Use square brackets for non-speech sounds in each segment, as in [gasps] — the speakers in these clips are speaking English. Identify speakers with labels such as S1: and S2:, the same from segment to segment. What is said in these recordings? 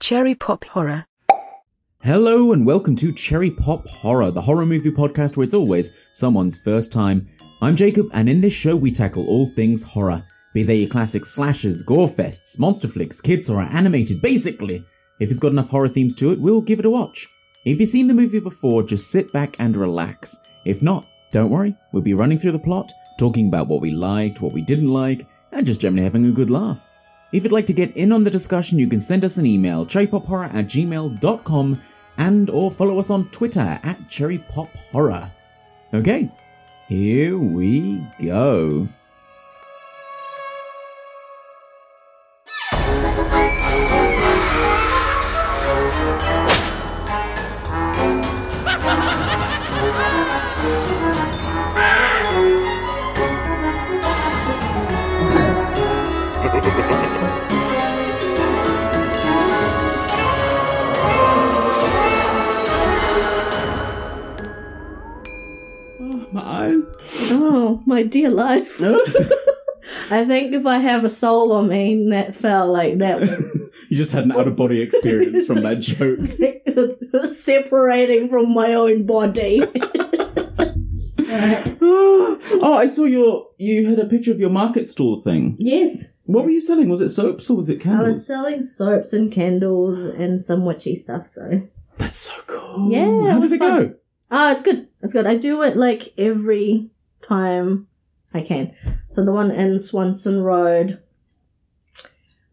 S1: Cherry Pop Horror.
S2: Hello and welcome to Cherry Pop Horror, the horror movie podcast where it's always someone's first time. I'm Jacob, and in this show we tackle all things horror, be they your classic slashers, gore fests, monster flicks, kids horror, animated. Basically, if it's got enough horror themes to it, we'll give it a watch. If you've seen the movie before, just sit back and relax. If not, don't worry, we'll be running through the plot, talking about what we liked, what we didn't like, and just generally having a good laugh. If you'd like to get in on the discussion, you can send us an email, cherrypophorror at gmail.com, and or follow us on Twitter at cherrypophorror. Okay, here we go. Oh, my [laughs] eyes.
S3: Oh, my dear life. I think if I have a soul on me, and that felt like that
S2: you just had an out of body experience from [laughs] that joke.
S3: was [laughs] separating from my own body. [laughs] Right.
S2: oh, I saw your. You had a picture of your market stall thing.
S3: Yes,
S2: What were you selling? Was it soaps or was it
S3: I
S2: candles?
S3: was selling soaps and candles and some witchy stuff. So,
S2: That's so cool.
S3: Yeah, it
S2: How
S3: was
S2: did it
S3: fun.
S2: go?
S3: ah, it's good. It's good. I do it like every time I can. So the one in Swanson Road.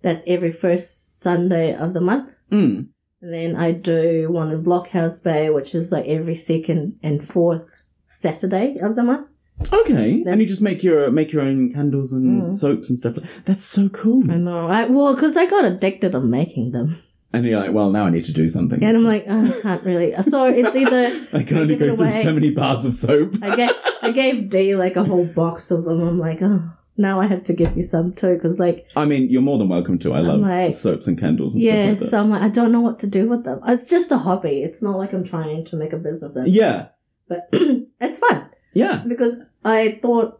S3: That's every first Sunday of the month.
S2: Mm.
S3: And then I do one in Blockhouse Bay, which is like every second and fourth Saturday of the month.
S2: Okay,
S3: That-
S2: and you just make your make your own candles and
S3: Mm.
S2: soaps and stuff. That's so cool.
S3: I know. I well, because I got addicted to making them,
S2: And you're like, well, now I need to do something.
S3: and I'm like, oh, I can't really. So it's either
S2: [laughs] I can only
S3: give it
S2: go through
S3: away.
S2: so many bars of soap.
S3: I gave I gave D like a whole box of them. I'm like, oh, now I have to give you some too, because like,
S2: I mean, you're more than welcome to. I
S3: I'm
S2: love
S3: like-
S2: soaps and candles and
S3: yeah.
S2: stuff like that.
S3: so I'm like, I don't know what to do with them. It's just a hobby. It's not like I'm trying to make a business in.
S2: yeah,
S3: but [clears throat] it's fun.
S2: yeah.
S3: because I thought,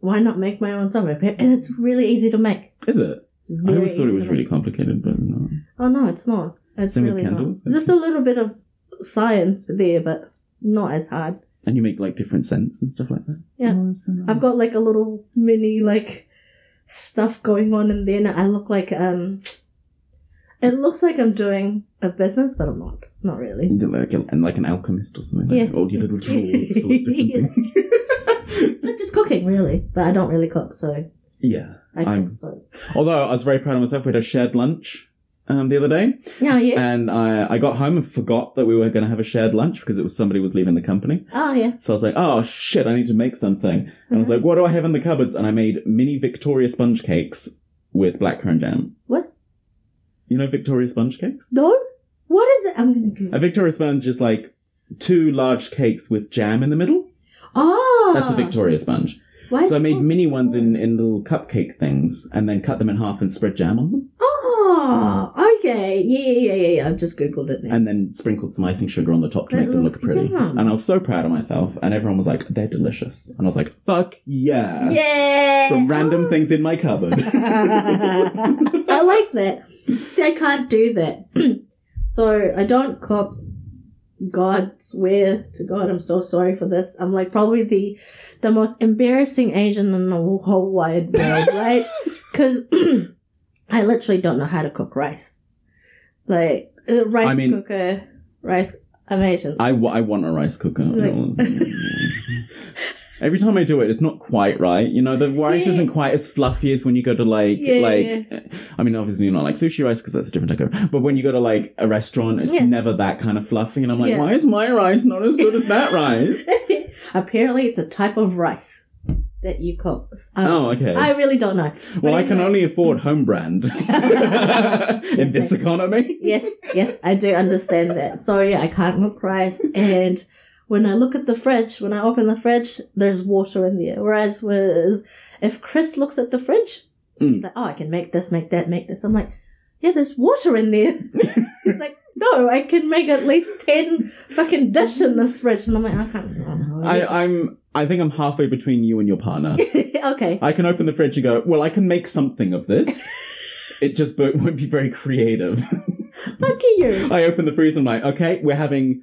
S3: why not make my own summer pair? And it's really easy to make.
S2: Is it?
S3: It's very
S2: I always thought it
S3: easy
S2: was
S3: to
S2: really
S3: make.
S2: complicated, but no.
S3: Oh no, it's not. It's
S2: Same with
S3: really not.
S2: candles?
S3: Just a little bit of science there, but not as hard.
S2: And you make like different scents and stuff like that.
S3: Yeah.
S2: Oh, that's so nice.
S3: I've got like a little mini like stuff going on in there, and I look like um, it looks like I'm doing a business, but I'm not. Not really.
S2: And like, a- and like an alchemist or something. Like
S3: Yeah.
S2: that. All your little drawers
S3: [laughs]
S2: full of different things.
S3: It's just cooking, really, but I don't really cook, so
S2: yeah.
S3: I
S2: I'm-
S3: cook. So
S2: Although I was very proud of myself. We had a shared lunch um, the other day.
S3: yeah, yeah,
S2: And I, I got home and forgot that we were going to have a shared lunch because it was somebody was leaving the company.
S3: oh yeah.
S2: So I was like, oh shit, I need to make something. And I was like, what do I have in the cupboards? And I made mini Victoria sponge cakes with blackcurrant jam.
S3: What?
S2: You know Victoria sponge cakes?
S3: No? What is it? I'm gonna Google.
S2: A Victoria sponge is like two large cakes with jam in the middle.
S3: Oh,
S2: That's a Victoria sponge.
S3: Why
S2: So I made
S3: me.
S2: mini ones in, in little cupcake things and then cut them in half and spread jam on them.
S3: Oh, okay. Yeah, yeah, yeah, yeah. I've just googled it now.
S2: And then sprinkled some icing sugar on the top to
S3: That
S2: make them look
S3: looks
S2: pretty.
S3: yum.
S2: And I was so proud of myself. And everyone was like, they're delicious. And I was like, fuck yeah.
S3: yeah.
S2: uh, From random
S3: Oh.
S2: things in my cupboard.
S3: [laughs] I like that. See, I can't do that. [clears throat] so I don't cop. God swear to God, I'm so sorry for this. I'm like probably the the most embarrassing Asian in the whole wide
S2: [laughs]
S3: world, right? Because [clears throat] I literally don't know how to cook rice. Like uh, rice
S2: I mean-
S3: cooker, rice. I'm Asian.
S2: I, wa- I want a rice cooker.
S3: Like-
S2: [laughs] Every time I do it, it's not quite right. You know, the rice
S3: Yeah.
S2: isn't quite as fluffy as when you go to like
S3: Yeah, yeah,
S2: like.
S3: yeah.
S2: I mean, obviously you're not like sushi rice because that's a different type of. But when you go to like a restaurant, it's
S3: Yeah.
S2: never that kind of fluffy, and I'm like,
S3: Yeah.
S2: why is my rice not as good as that
S3: [laughs]
S2: rice?
S3: Apparently, it's a type of rice that you cook. I,
S2: Oh, okay.
S3: Um, I really don't know.
S2: well, I can
S3: anyway.
S2: only afford home
S3: [laughs]
S2: brand in this
S3: Yes, I-
S2: economy. [laughs]
S3: yes, yes, I do understand that. Sorry, I can't cook rice. And when I look at the fridge, when I open the fridge, there's water in there. Whereas with, if Chris looks at the fridge,
S2: Mm.
S3: he's like, oh, I can make this, make that, make this. I'm like, yeah, there's water
S2: [laughs]
S3: in there. he's like, no, I can make at least 10 fucking dish in this fridge. And I'm like, I can't.
S2: I, I'm. I think I'm halfway between you and your partner.
S3: [laughs] okay.
S2: I can open
S3: [laughs]
S2: the fridge and go, well, I can make something of this. it just bo- won't be very creative.
S3: Lucky you.
S2: I opened the freezer. I'm like, okay, we're having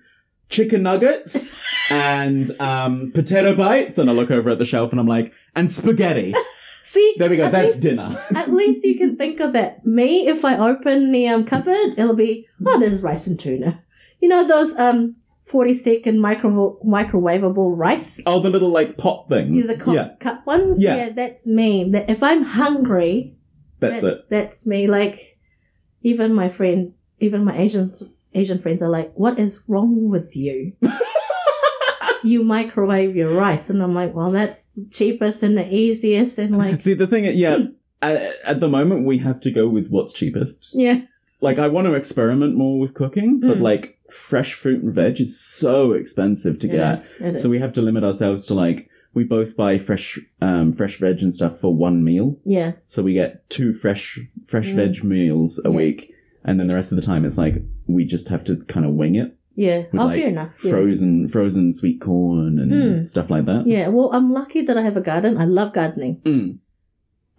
S2: chicken nuggets and um, potato bites. And I look over at the shelf and I'm like, and spaghetti.
S3: See,
S2: There we go.
S3: At
S2: That's
S3: least-
S2: dinner.
S3: at least you can think of it. Me, if I open the um, cupboard, it'll be oh, there's rice and tuna. You know those um forty second micro- microwavable rice.
S2: Oh, the little like pot thing.
S3: These are cup,
S2: yeah,
S3: cup ones.
S2: Yeah.
S3: that's me. That if I'm hungry,
S2: that's, it.
S3: That's me. Like, even my friend, even my Asian Asian friends are like, "What is wrong with
S2: [laughs]
S3: you? you microwave your rice." And I'm like, "Well, that's the cheapest and the easiest."
S2: [laughs]
S3: And like,
S2: See, the thing, is, yeah, at, at the moment we have to go with what's cheapest.
S3: yeah,
S2: Like, I want to experiment more with cooking, but
S3: Mm.
S2: like fresh fruit and veg is so expensive to
S3: it
S2: get.
S3: is, it is.
S2: So we have to limit ourselves to like we both buy fresh um, fresh veg and stuff for one meal.
S3: yeah,
S2: So we get two fresh fresh
S3: Mm.
S2: veg meals a
S3: Yeah.
S2: week, and then the rest of the time it's like we just have to kind of wing it.
S3: yeah.
S2: With,
S3: oh,
S2: like,
S3: fair enough. Yeah.
S2: Frozen frozen sweet corn and
S3: Mm.
S2: stuff like that. [gasps]
S3: yeah. Well, I'm lucky that I have a garden. I love gardening.
S2: Mm.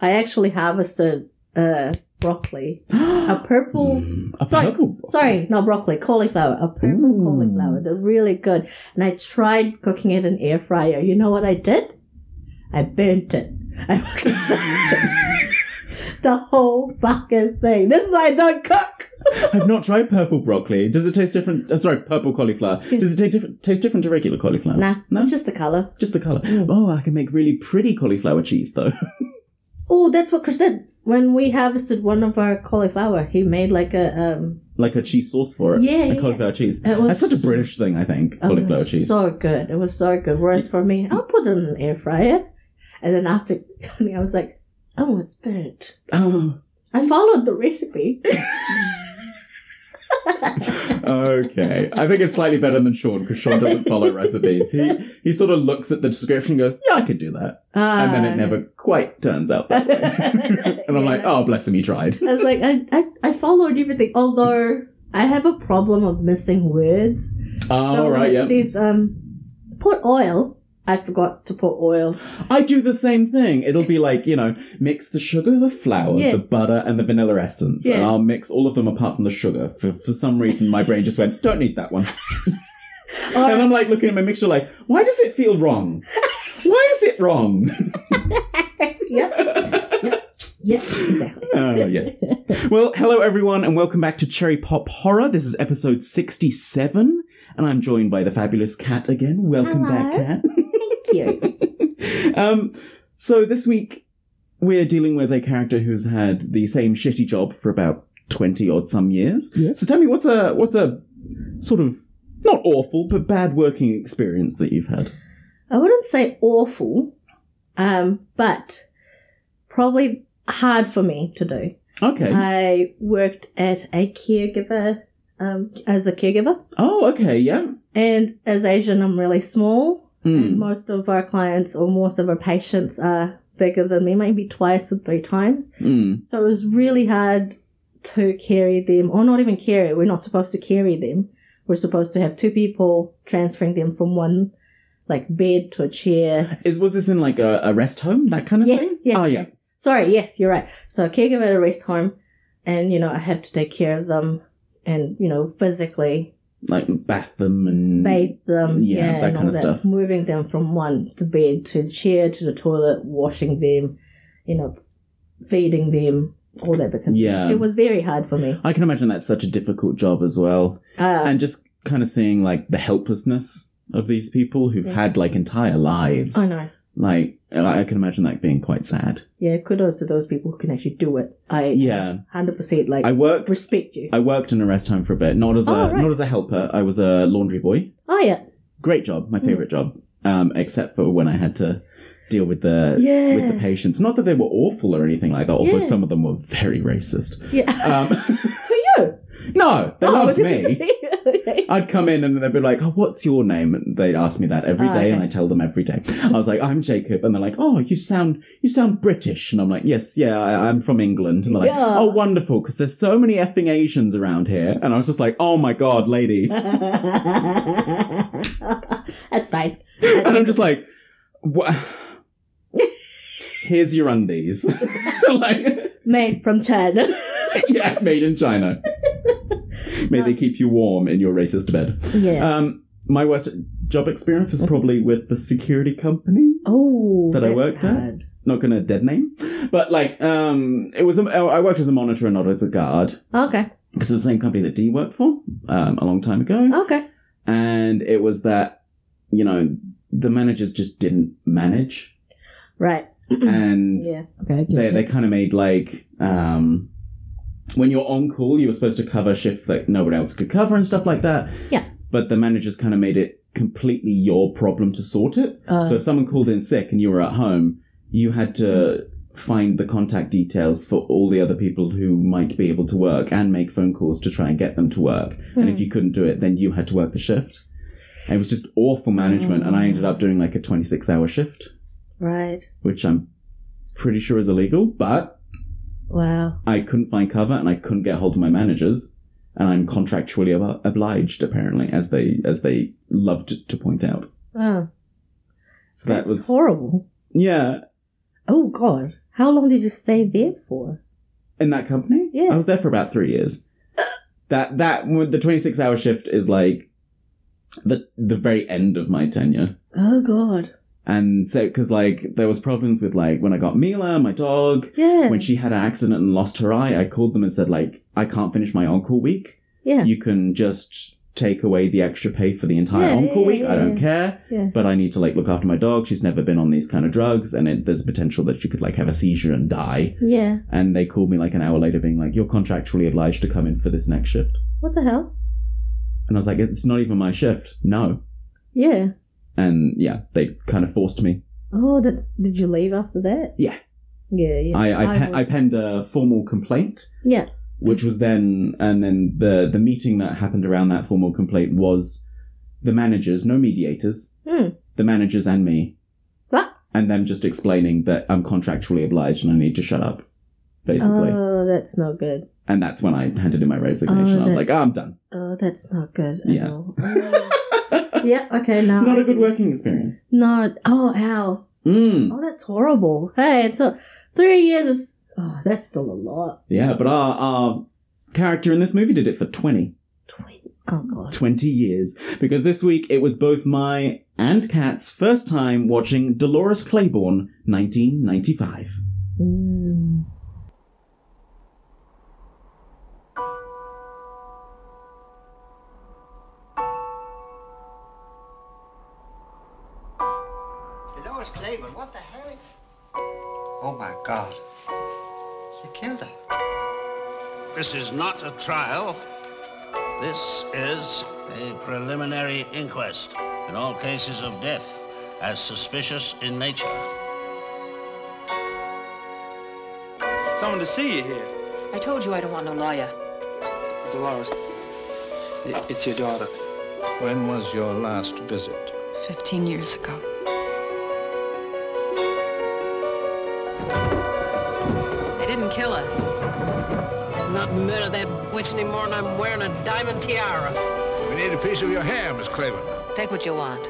S3: I actually harvested uh broccoli, a purple.
S2: Mm. A
S3: Sorry,
S2: purple broccoli.
S3: Sorry, not broccoli, cauliflower, a purple
S2: Ooh.
S3: cauliflower. They're really good. And I tried cooking it in air fryer. You know what I did? I burnt it. I [laughs] fucking burnt
S2: [laughs]
S3: it. the whole fucking thing. This is why I don't cook.
S2: I've not tried purple broccoli. Does it taste different? Uh, sorry, purple cauliflower.
S3: Yeah.
S2: Does it taste different? Taste different to regular cauliflower?
S3: Nah,
S2: No?
S3: it's just the color.
S2: Just the color.
S3: Mm.
S2: Oh, I can make really pretty cauliflower cheese though. [laughs]
S3: Oh, that's what Chris did. When we harvested one of our cauliflower, he made like a um.
S2: like a cheese sauce for it.
S3: Yeah,
S2: a
S3: yeah.
S2: cauliflower cheese.
S3: It was
S2: That's such a British thing, I think.
S3: oh, it
S2: Cauliflower
S3: was [laughs]
S2: cheese.
S3: So good. It was so good. Whereas for me, I'll put it in an air fryer, and then after cooking, I was like, oh, it's burnt.
S2: Oh,
S3: I followed the recipe.
S2: okay. I think it's slightly better than Sean because Sean doesn't follow recipes. He he sort of looks at the description and goes, "Yeah, I could do that," and
S3: Uh,
S2: then it never quite turns out that
S3: [laughs]
S2: way. [laughs] and I'm like,
S3: Yeah.
S2: "Oh, bless him, he tried."
S3: I was like, I, I, I followed everything, although I have a problem of missing words.
S2: Oh, all
S3: so when
S2: right,
S3: it
S2: yeah.
S3: says, um, put oil, I forgot to put oil. [laughs]
S2: I do the same thing. It'll be like, you know, mix the sugar, the flour,
S3: Yeah.
S2: the butter, and the vanilla essence. And
S3: Yeah.
S2: I'll mix all of them apart from the sugar. For, for some reason, my brain just went, don't need that
S3: [laughs]
S2: one. And
S3: Or,
S2: I'm like looking at my mixture, like, why does it feel wrong? Why is it wrong? [laughs]
S3: yep, yes,
S2: [laughs]
S3: exactly.
S2: Oh, yes. Well, hello, everyone, and welcome back to Cherry Pop Horror. This is episode 67, and I'm joined by the fabulous Cat again. Welcome back,
S3: Cute.
S2: Cat. um, so, this week, we're dealing with a character who's had the same shitty job for about 20 odd some years.
S3: Yes.
S2: So, tell me, what's a, what's a sort of not awful, but bad working experience that you've had?
S3: I wouldn't say awful, um, but probably hard for me to do.
S2: Okay.
S3: Uh, I worked at a caregiver, um, as a caregiver.
S2: oh, okay, yeah.
S3: And as Asian, I'm really small.
S2: Hmm.
S3: And most of our clients or most of our patients are bigger than me, maybe twice or three times.
S2: Mm.
S3: So it was really hard to carry them, or not even carry. We're not supposed to carry them. We're supposed to have two people transferring them from one like bed to a chair.
S2: Is was this in like a, a rest home, that kind of
S3: Yes,
S2: thing?
S3: yes,
S2: Oh yeah.
S3: yes. Sorry, yes, you're right. So a caregiver at a rest home, and you know I had to take care of them, and you know physically
S2: Like bath them and
S3: bathe them,
S2: Mm, Yeah,
S3: yeah,
S2: that
S3: and all
S2: kind of
S3: that.
S2: stuff.
S3: Moving them from one to bed to the chair to the toilet, washing them, you know, feeding them, all that. But
S2: Yeah.
S3: it was very hard for me.
S2: I can imagine that's such a difficult job as well.
S3: Uh,
S2: And just kind of seeing like the helplessness of these people who've
S3: Yeah.
S2: had like entire lives.
S3: I know.
S2: Like I I can imagine that being quite sad.
S3: Yeah, kudos to those people who can actually do it. I
S2: Yeah.
S3: hundred percent like
S2: I worked
S3: respect you.
S2: I worked in a rest home for a bit. Not as a
S3: Oh, right.
S2: not as a helper. I was a laundry boy.
S3: oh yeah,
S2: Great job,
S3: Hmm.
S2: my favourite job. Um, except for when I had to deal with the
S3: yeah,
S2: with the patients. Not that they were awful or anything like that, although
S3: Yeah.
S2: some of them were very racist.
S3: yeah. [laughs]
S2: Um, [laughs]
S3: to you.
S2: No, they
S3: Oh, [laughs] I
S2: loved
S3: was gonna
S2: me.
S3: say.
S2: I'd come in and they'd be like, "Oh, what's your name?" And they'd ask me that every
S3: Ah,
S2: day, and
S3: okay.
S2: I tell them every day. I was like, "I'm Jacob," and they're like, "Oh, you sound you sound British," and I'm like, "Yes, yeah, I, I'm from England." And they're like,
S3: Yeah.
S2: "Oh, wonderful," because there's so many effing Asians around here, and I was just like, "Oh my god,
S3: [laughs]
S2: lady,"
S3: That's fine.
S2: and [laughs] I'm just like, "What?" Here's your undies, [laughs] like
S3: made from China. [laughs]
S2: yeah, made in China. May
S3: No.
S2: they keep you warm in your racist bed.
S3: Yeah.
S2: Um, my worst job experience is probably with the security company.
S3: oh,
S2: that I
S3: that's
S2: worked at?
S3: hard.
S2: Not gonna dead name, but like, um, it was. A, I worked as a monitor and not as a guard
S3: Okay.
S2: because it was the same company that Dee worked for um, a long time ago,
S3: Okay.
S2: and it was that you know the managers just didn't manage,
S3: Right.
S2: and
S3: Yeah.
S1: Okay. I get
S2: they
S1: it.
S2: they kind of made like um, when you're on call, you were supposed to cover shifts that nobody else could cover and stuff like that.
S3: Yeah.
S2: But the managers kind of made it completely your problem to sort it.
S1: Uh,
S2: so if someone called in sick and you were at home, you had to find the contact details for all the other people who might be able to work and make phone calls to try and get them to work. And
S3: Hmm.
S2: if you couldn't do it, then you had to work the shift. And it was just awful management, and I
S3: Oh.
S2: ended up doing like a 26 hour shift
S3: Right.
S2: which I'm pretty sure is illegal, but
S3: Wow.
S2: I couldn't find cover and I couldn't get hold of my managers, and I'm contractually ob- obliged apparently, as they as they loved to point out.
S3: Oh,
S2: So that
S3: that's
S2: was
S3: horrible.
S2: yeah.
S3: Oh God. How long did you stay there for?
S2: In that company,
S3: Yeah.
S2: I was there for about three years. that that the 26 hour shift is like the the very end of my tenure.
S3: Oh God.
S2: And so, because like there was problems with like when I got Mila, my dog,
S3: Yeah.
S2: when she had an accident and lost her eye, I called them and said, like, I can't finish my on-call week.
S3: yeah.
S2: You can just take away the extra pay for the entire
S3: Yeah,
S2: on-call
S3: yeah,
S2: week.
S3: yeah,
S2: I don't
S3: yeah.
S2: care.
S3: Yeah.
S2: But I need to, like, look after my dog. She's never been on these kind of drugs. And it, there's potential that she could, like, have a seizure and die.
S3: Yeah.
S2: And they called me, like, an hour later being like, you're contractually obliged to come in for this next shift.
S3: What the hell?
S2: And I was like, it's not even my shift. No.
S3: Yeah.
S2: And yeah, they kind of forced me.
S3: Oh, that's. Did you leave after that?
S2: Yeah.
S3: Yeah. Yeah.
S2: I, I, pe-
S3: would-
S2: I penned a formal complaint
S3: yeah.
S2: which was then and then the the meeting that happened around that formal complaint was the managers, no mediators,
S3: Hmm.
S2: the managers and me,
S3: What?
S2: and them just explaining that I'm contractually obliged and I need to shut up, basically.
S3: Oh, that's not good.
S2: and that's when I handed in my resignation.
S3: Oh,
S2: I was
S3: that-
S2: like, oh, I'm done.
S3: Oh, that's not good. at
S2: Yeah.
S3: all. Oh. yeah.
S2: [laughs]
S3: Okay. Now.
S2: Not a good working experience.
S3: No. Oh, ow.
S2: Mm.
S3: Oh, that's horrible. Hey, it's a, three years is. Oh, that's still a lot.
S2: Yeah, but our our character in this movie did it for twenty.
S3: Twenty. Oh god.
S2: 20 years because this week it was both my and Kat's first time watching Dolores Claiborne 1995.
S3: Mm.
S4: Dolores Claiborne, what the hell? Oh my God. She killed her.
S5: This is not a trial. This is a preliminary inquest in all cases of death as suspicious in nature.
S6: Someone to see you here.
S7: I told you I don't want no lawyer.
S6: Dolores, i- it's your daughter.
S8: When was your last visit?
S7: 15 years ago. I didn't kill her. I'm not murder that witch anymore, and I'm wearing a diamond tiara.
S8: We need a piece of your hair, Miss Craven.
S7: Take what you want.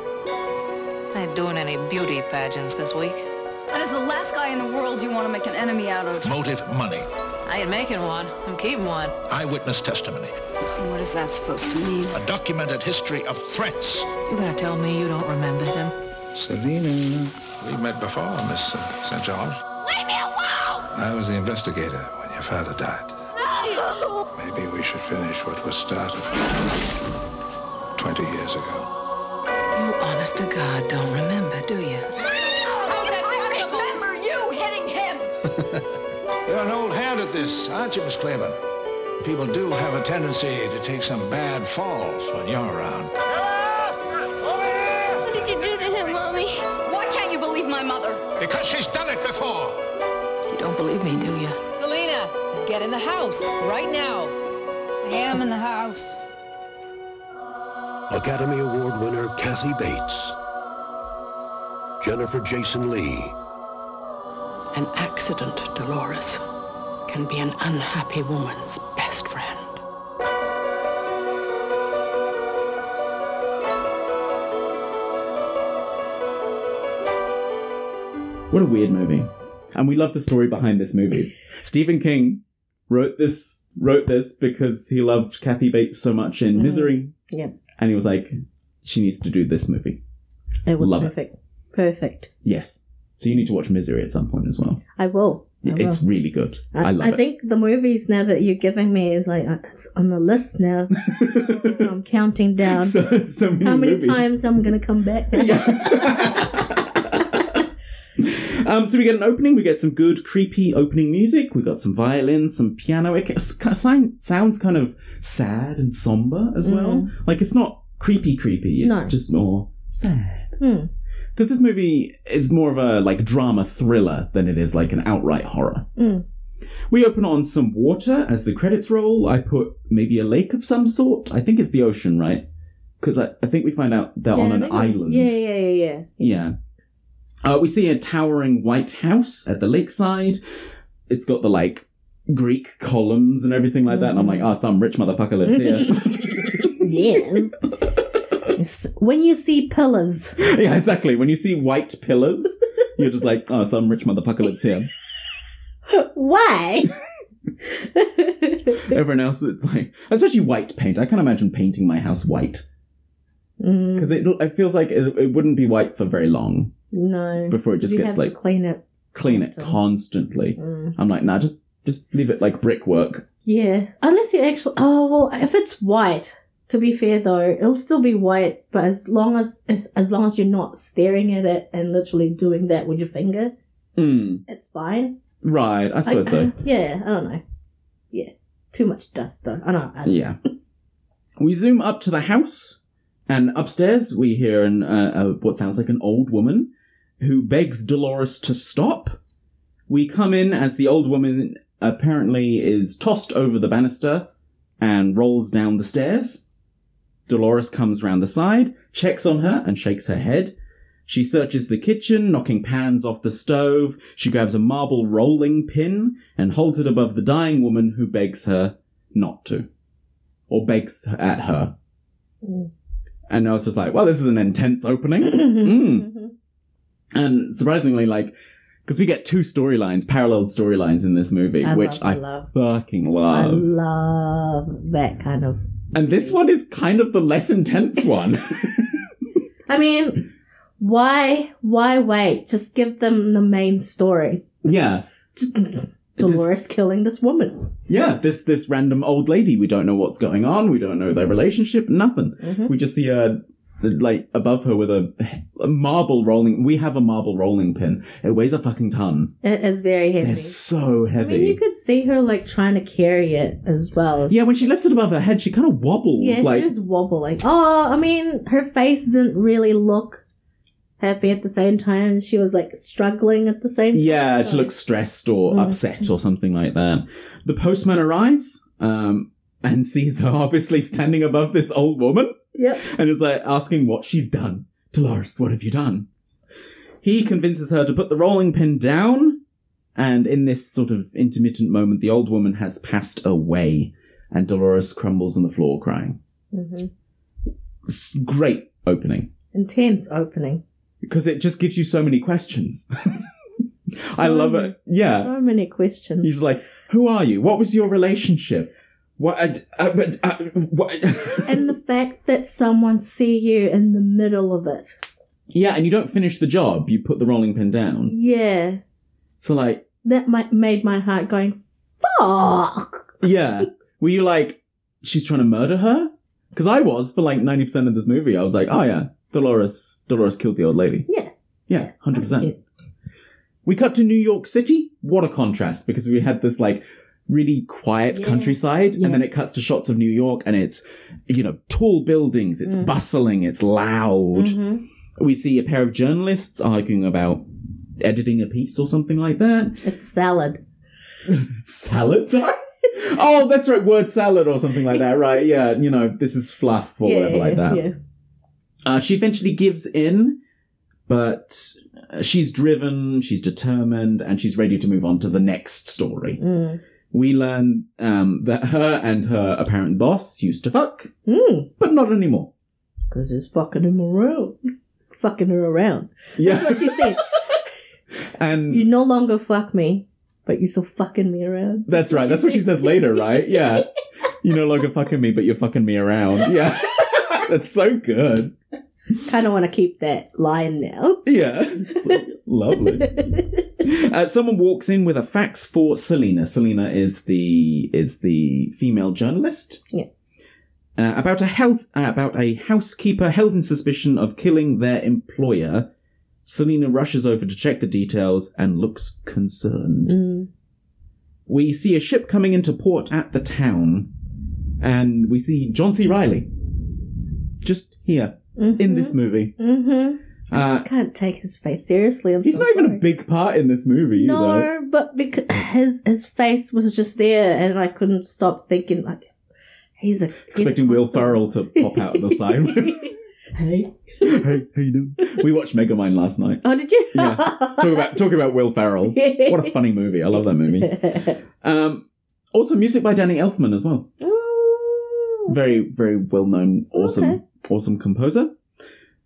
S7: I ain't doing any beauty pageants this week.
S9: That is the last guy in the world you want to make an enemy out of.
S8: Motive, money.
S7: I ain't making one. I'm keeping one.
S8: Eyewitness testimony.
S9: What is that supposed to mean?
S8: A documented history of threats.
S7: You gonna tell me you don't remember him?
S8: Selina. We met before, Miss uh, St. George. Leave me alone! I was the investigator when your father died. No! Maybe we should finish what was started 20 years ago.
S7: You honest to God don't remember, do you?
S9: How's that possible? I remember you hitting him.
S8: You're an old hand at this, aren't you, Miss Craven? People do have a tendency to take some bad falls when you're around.
S9: What did you do to him, mommy? Why can't you believe my mother?
S8: Because she's done it before!
S7: You don't believe me, do you?
S9: Selena, get in the house right now. I am in the house.
S10: Academy Award winner Kathy Bates, Jennifer Jason Lee,
S7: An accident, Dolores, can be an unhappy woman's best friend.
S3: [laughs]
S2: What a weird movie. And we love the story behind this movie. Stephen King wrote this wrote this because he loved Kathy Bates so much in
S3: Mhm.
S2: Misery,
S3: Yeah.
S2: and he was like, she needs to do this movie.
S3: It was
S2: Love it.
S3: perfect. Perfect.
S2: Yes. So you need to watch Misery at some point as well.
S3: I will. I will.
S2: It's really good. I, love
S3: I
S2: it.
S3: think the movies now that you're giving me is like uh, it's on the list
S2: [laughs]
S3: now. so I'm counting down
S2: [laughs] so, so many
S3: how many
S2: movies.
S3: times I'm gonna
S2: [laughs]
S3: come back.
S2: Um, so we get an opening. We get some good creepy opening music. We got some violins, some piano. It ca- ca- sign- sounds kind of sad and somber as well. Like it's not creepy, creepy. It's
S3: Mm. No.
S2: just more sad.
S3: Hmm.
S2: Because this movie is more of a like drama thriller than it is like an outright horror.
S3: Mm.
S2: We open on some water as the credits roll. I put maybe a lake of some sort. I think it's the ocean, right? Because I, I think we find out they're
S3: Yeah,
S2: on
S3: I
S2: an
S3: think it was-
S2: island.
S3: Yeah, yeah, yeah, yeah.
S2: Yeah. Uh, we see a towering white house at the lakeside. It's got the like Greek columns and everything like that. And I'm like, ah, some rich motherfucker lives [laughs] here.
S3: yes. It's- When you see pillars, [laughs]
S2: yeah, exactly. When you see white pillars, you're just like, oh, some rich motherfucker lives [laughs] here. [laughs]
S3: why? [laughs]
S2: Everyone else, it's like, especially white paint. I can't imagine painting my house white
S3: Mm,
S2: because it, it feels like it, it wouldn't be white for very long
S3: no,
S2: before it just
S3: you
S2: gets
S3: have
S2: like
S3: to clean it.
S2: clean it
S3: constantly.
S2: constantly.
S3: Mm.
S2: I'm like, nah, just just leave it like brickwork.
S3: Yeah, unless you actually. Oh well, if it's white. To be fair though, it'll still be white, but as long as as, as long as you're not staring at it and literally doing that with your finger,
S2: Mm,
S3: it's fine.
S2: right, I suppose so.
S3: [laughs] yeah, I don't know. Yeah, too much dust though. I don't. I don't.
S2: Yeah. [laughs] We zoom up to the house, and upstairs we hear an, uh, uh, what sounds like an old woman who begs Dolores to stop. We come in as the old woman apparently is tossed over the banister and rolls down the stairs. Dolores comes round the side, checks on her, and shakes her head. She searches the kitchen, knocking pans off the stove. She grabs a marble rolling pin and holds it above the dying woman who begs her not to or begs at her.
S3: Mm. Mm-hmm.
S2: And I was just like, well, this is an intense
S3: [laughs]
S2: opening. Mm.
S3: Mhm.
S2: And surprisingly, like, because we get two storylines, paralleled storylines in this movie,
S3: I
S2: which
S3: love,
S2: I
S3: love.
S2: fucking
S3: I
S2: love.
S3: love that kind of.
S2: and this one is kind of the less intense
S3: [laughs]
S2: one.
S3: I mean, why why wait? Just give them the main story.
S2: yeah.
S3: Just
S2: This-
S3: Dolores killing this woman.
S2: yeah, this this random old lady. We don't know what's going on. We don't know their relationship. Nothing.
S3: Mhm.
S2: We just see her like above her with a, a marble rolling. We have a marble rolling pin. It weighs a fucking ton.
S3: It is very heavy.
S2: It's so
S3: I
S2: heavy.
S3: mean, you could see her like trying to carry it as well.
S2: Yeah, when she lifts it above her head, she kind of wobbles.
S3: Yeah,
S2: like,
S3: she was wobbling. Oh, I mean, her face didn't really look happy at the same time. She was like struggling at the same.
S2: yeah, she
S3: Sorry.
S2: looks stressed or
S3: Mm.
S2: upset or something like that. The postman arrives um, and sees her obviously standing above this old woman
S3: Yep.
S2: and is like asking what she's done. Dolores, what have you done? He convinces her to put the rolling pin down, and in this sort of intermittent moment, the old woman has passed away, and Dolores crumbles on the floor crying.
S3: hmm
S2: It's great opening
S3: Intense opening.
S2: because it just gives you so many questions. [laughs] I
S3: So
S2: love
S3: many-
S2: it. Yeah.
S3: So many
S2: He's
S3: questions.
S2: just like, "Who are you? What was your relationship? What? Uh, uh, but, uh, what?" [laughs]
S3: And the fact that someone see you in the middle of it.
S2: yeah, and you don't finish the job. You put the rolling pin down.
S3: Yeah,
S2: So like,
S3: that might made my heart going fuck.
S2: yeah, were you like, she's trying to murder her? Because I was for like ninety percent of this movie. I was like, oh yeah, Dolores, Dolores killed the old lady.
S3: Yeah.
S2: yeah, hundred percent. We cut to New York City. What a contrast because we had this like really quiet
S3: Yeah.
S2: countryside
S3: Yeah.
S2: and then it cuts to shots of New York and it's you know tall buildings, it's
S3: Mm.
S2: bustling, it's loud.
S3: Mhm.
S2: We see a pair of journalists arguing about editing a piece or something like that.
S3: It's salad.
S2: Salad? Sorry. Oh, that's right, word salad or something like that, right? Yeah, you know, this is fluff or whatever like that.
S3: yeah.
S2: Uh, she eventually gives in, but uh, she's driven, she's determined, and she's ready to move on to the next story.
S3: Mm.
S2: We learn um, that her and her apparent boss used to fuck,
S3: Mm.
S2: but not anymore.
S3: Cause it's fucking him around. Fucking her around. That's
S2: Yeah,
S3: what she said.
S2: and
S3: You no longer fuck me, but you still fucking me around.
S2: That's right. That's what she said later, right?
S3: [laughs]
S2: Yeah. You no longer fucking me, but you're fucking me around. Yeah. [laughs] That's so good.
S3: Kind of want to keep that line now.
S2: Yeah.
S3: [laughs]
S2: Lovely. Uh, someone walks in with a fax for Selena. Selena is the is the female journalist.
S3: Yeah.
S2: Uh, about a health uh, about a housekeeper held in suspicion of killing their employer. Selena rushes over to check the details and looks concerned.
S3: Mm.
S2: We see a ship coming into port at the town, and we see John C. Riley. Just here in this movie.
S3: hmm I
S2: Uh,
S3: just can't take his face seriously. I'm
S2: He's
S3: so
S2: not even
S3: sorry.
S2: a big part in this movie either.
S3: No, but because his his face was just there, and I couldn't stop thinking like, he's a he's a
S2: Expecting Will
S3: constant-
S2: Ferrell to pop out of
S3: [laughs]
S2: the side.
S3: hey,
S2: hey, how you doing? We watched Megamind last night.
S3: [laughs] oh, did you?
S2: Yeah.
S3: [laughs]
S2: Talk about talk about Will Ferrell. What a funny movie! I love that movie. Um, also, music by Danny Elfman as well.
S3: Oh.
S2: Very very well known, awesome
S3: Okay.
S2: awesome composer.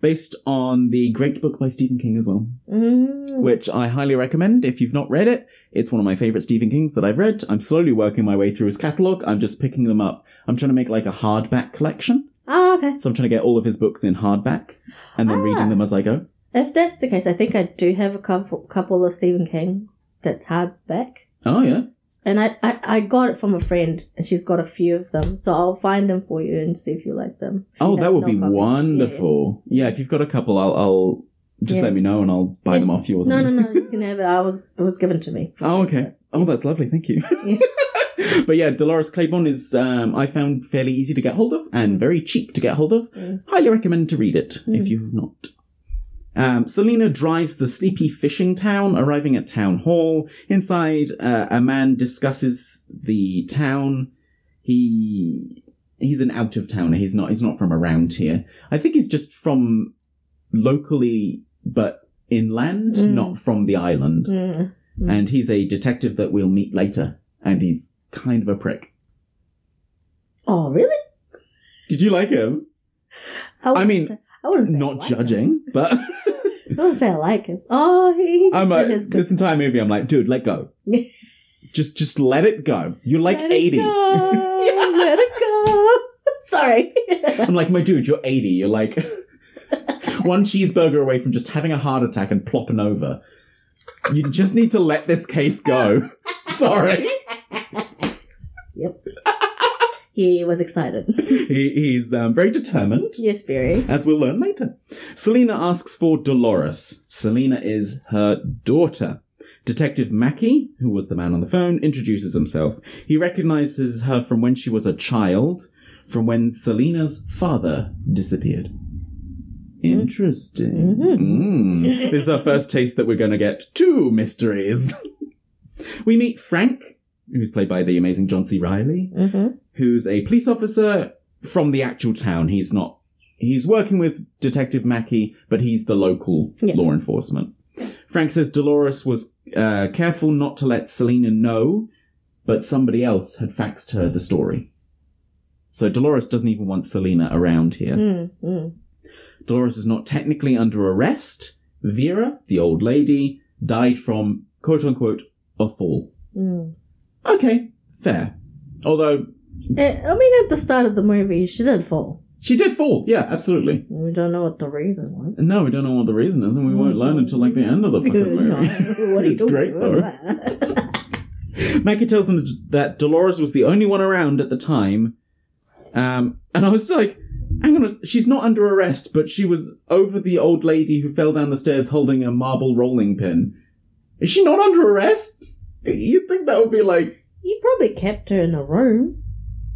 S2: Based on the great book by Stephen King as well,
S3: Mm.
S2: which I highly recommend if you've not read it. It's one of my favorite Stephen Kings that I've read. I'm slowly working my way through his catalog. I'm just picking them up. I'm trying to make like a hardback collection.
S3: Oh, okay.
S2: So I'm trying to get all of his books in hardback and then
S3: Ah.
S2: reading them as I go.
S3: If that's the case, I think I do have a couple, couple of Stephen King that's hardback.
S2: Oh yeah.
S3: And I, I, I got it from a friend, and she's got a few of them. So I'll find them for you and see if you like them. If
S2: Oh,
S3: you
S2: that
S3: have
S2: would
S3: no
S2: be
S3: copy.
S2: wonderful. Yeah. if you've got a couple, I'll, I'll just
S3: Yeah.
S2: let me know and I'll buy
S3: Yeah.
S2: them off you or
S3: Yeah. No,
S2: something.
S3: no, no. You can have it. I was, it was given to me.
S2: [laughs] Oh, okay. Oh, that's lovely. Thank
S3: [laughs]
S2: you.
S3: Yeah.
S2: but yeah, Dolores Claiborne is, um, I found fairly easy to get hold of and
S3: Mm.
S2: very cheap to get hold of.
S3: Mm.
S2: Highly recommend to read it if
S3: Mm.
S2: you have not. Um, Selena drives the sleepy fishing town, arriving at town hall. Inside, uh, a man discusses the town. He he's an out of towner. He's not he's not from around here. I think he's just from locally, but inland,
S3: Mm.
S2: not from the island
S3: Mm. Mm.
S2: and he's a detective that we'll meet later, and he's kind of a prick.
S3: Oh, really?
S2: Did you like him?
S3: wouldn't
S2: mean,
S3: say- I wouldn't say I
S2: Not
S3: like Him.
S2: judging,
S3: [laughs]
S2: but [laughs]
S3: I wouldn't say I like him. Oh, he, he
S2: I'm
S3: just
S2: like,
S3: did his good.
S2: this entire movie, I'm like, dude, let
S3: [laughs]
S2: go. just, just let it go. You're like
S3: Let it
S2: 80.
S3: go, Let it go. [laughs] Sorry.
S2: [laughs] I'm like, my dude, you're 80. You're
S3: [laughs]
S2: like one cheeseburger away from just having a heart attack and plopping over. You just need to let this case go. [laughs]
S3: [laughs]
S2: Sorry.
S3: he was excited. [laughs]
S2: He, he's um, very determined.
S3: Yes, Barry.
S2: as we'll learn later. Selena asks for Dolores. Selena is her daughter. Detective Mackey, who was the man on the phone, introduces himself. He recognizes her from when she was a child, from when Selena's father disappeared. Interesting. Mm. This is our first taste that we're going to get two mysteries. [laughs] we meet Frank, who's played by the amazing John C. Riley
S3: Mm-hmm.
S2: who's a police officer from the actual town. He's not. He's working with Detective Mackey, but he's the local
S3: Yeah.
S2: law enforcement. Frank says Dolores was uh, careful not to let Selena know, but somebody else had faxed her the story. So Dolores doesn't even want Selena around here.
S3: Mm-hmm.
S2: Dolores is not technically under arrest. Vera, the old lady, died from quote unquote a fall.
S3: Mm.
S2: Okay, fair. Although
S3: Eh, I mean, at the start of the movie, she did fall.
S2: she did fall. Yeah, absolutely.
S3: We don't know what the reason was.
S2: No, we don't know what the reason is, and we won't learn until like the end of the fucking movie.
S3: No, [laughs] what are you
S2: it's great though.
S3: though.
S2: [laughs] Mackie tells them that Dolores was the only one around at the time, um, and I was like, "Hang on, a s- she's not under arrest, but she was over the old lady who fell down the stairs holding a marble rolling pin. Is she not under arrest? You'd think that would be like,
S3: you probably kept her in a room.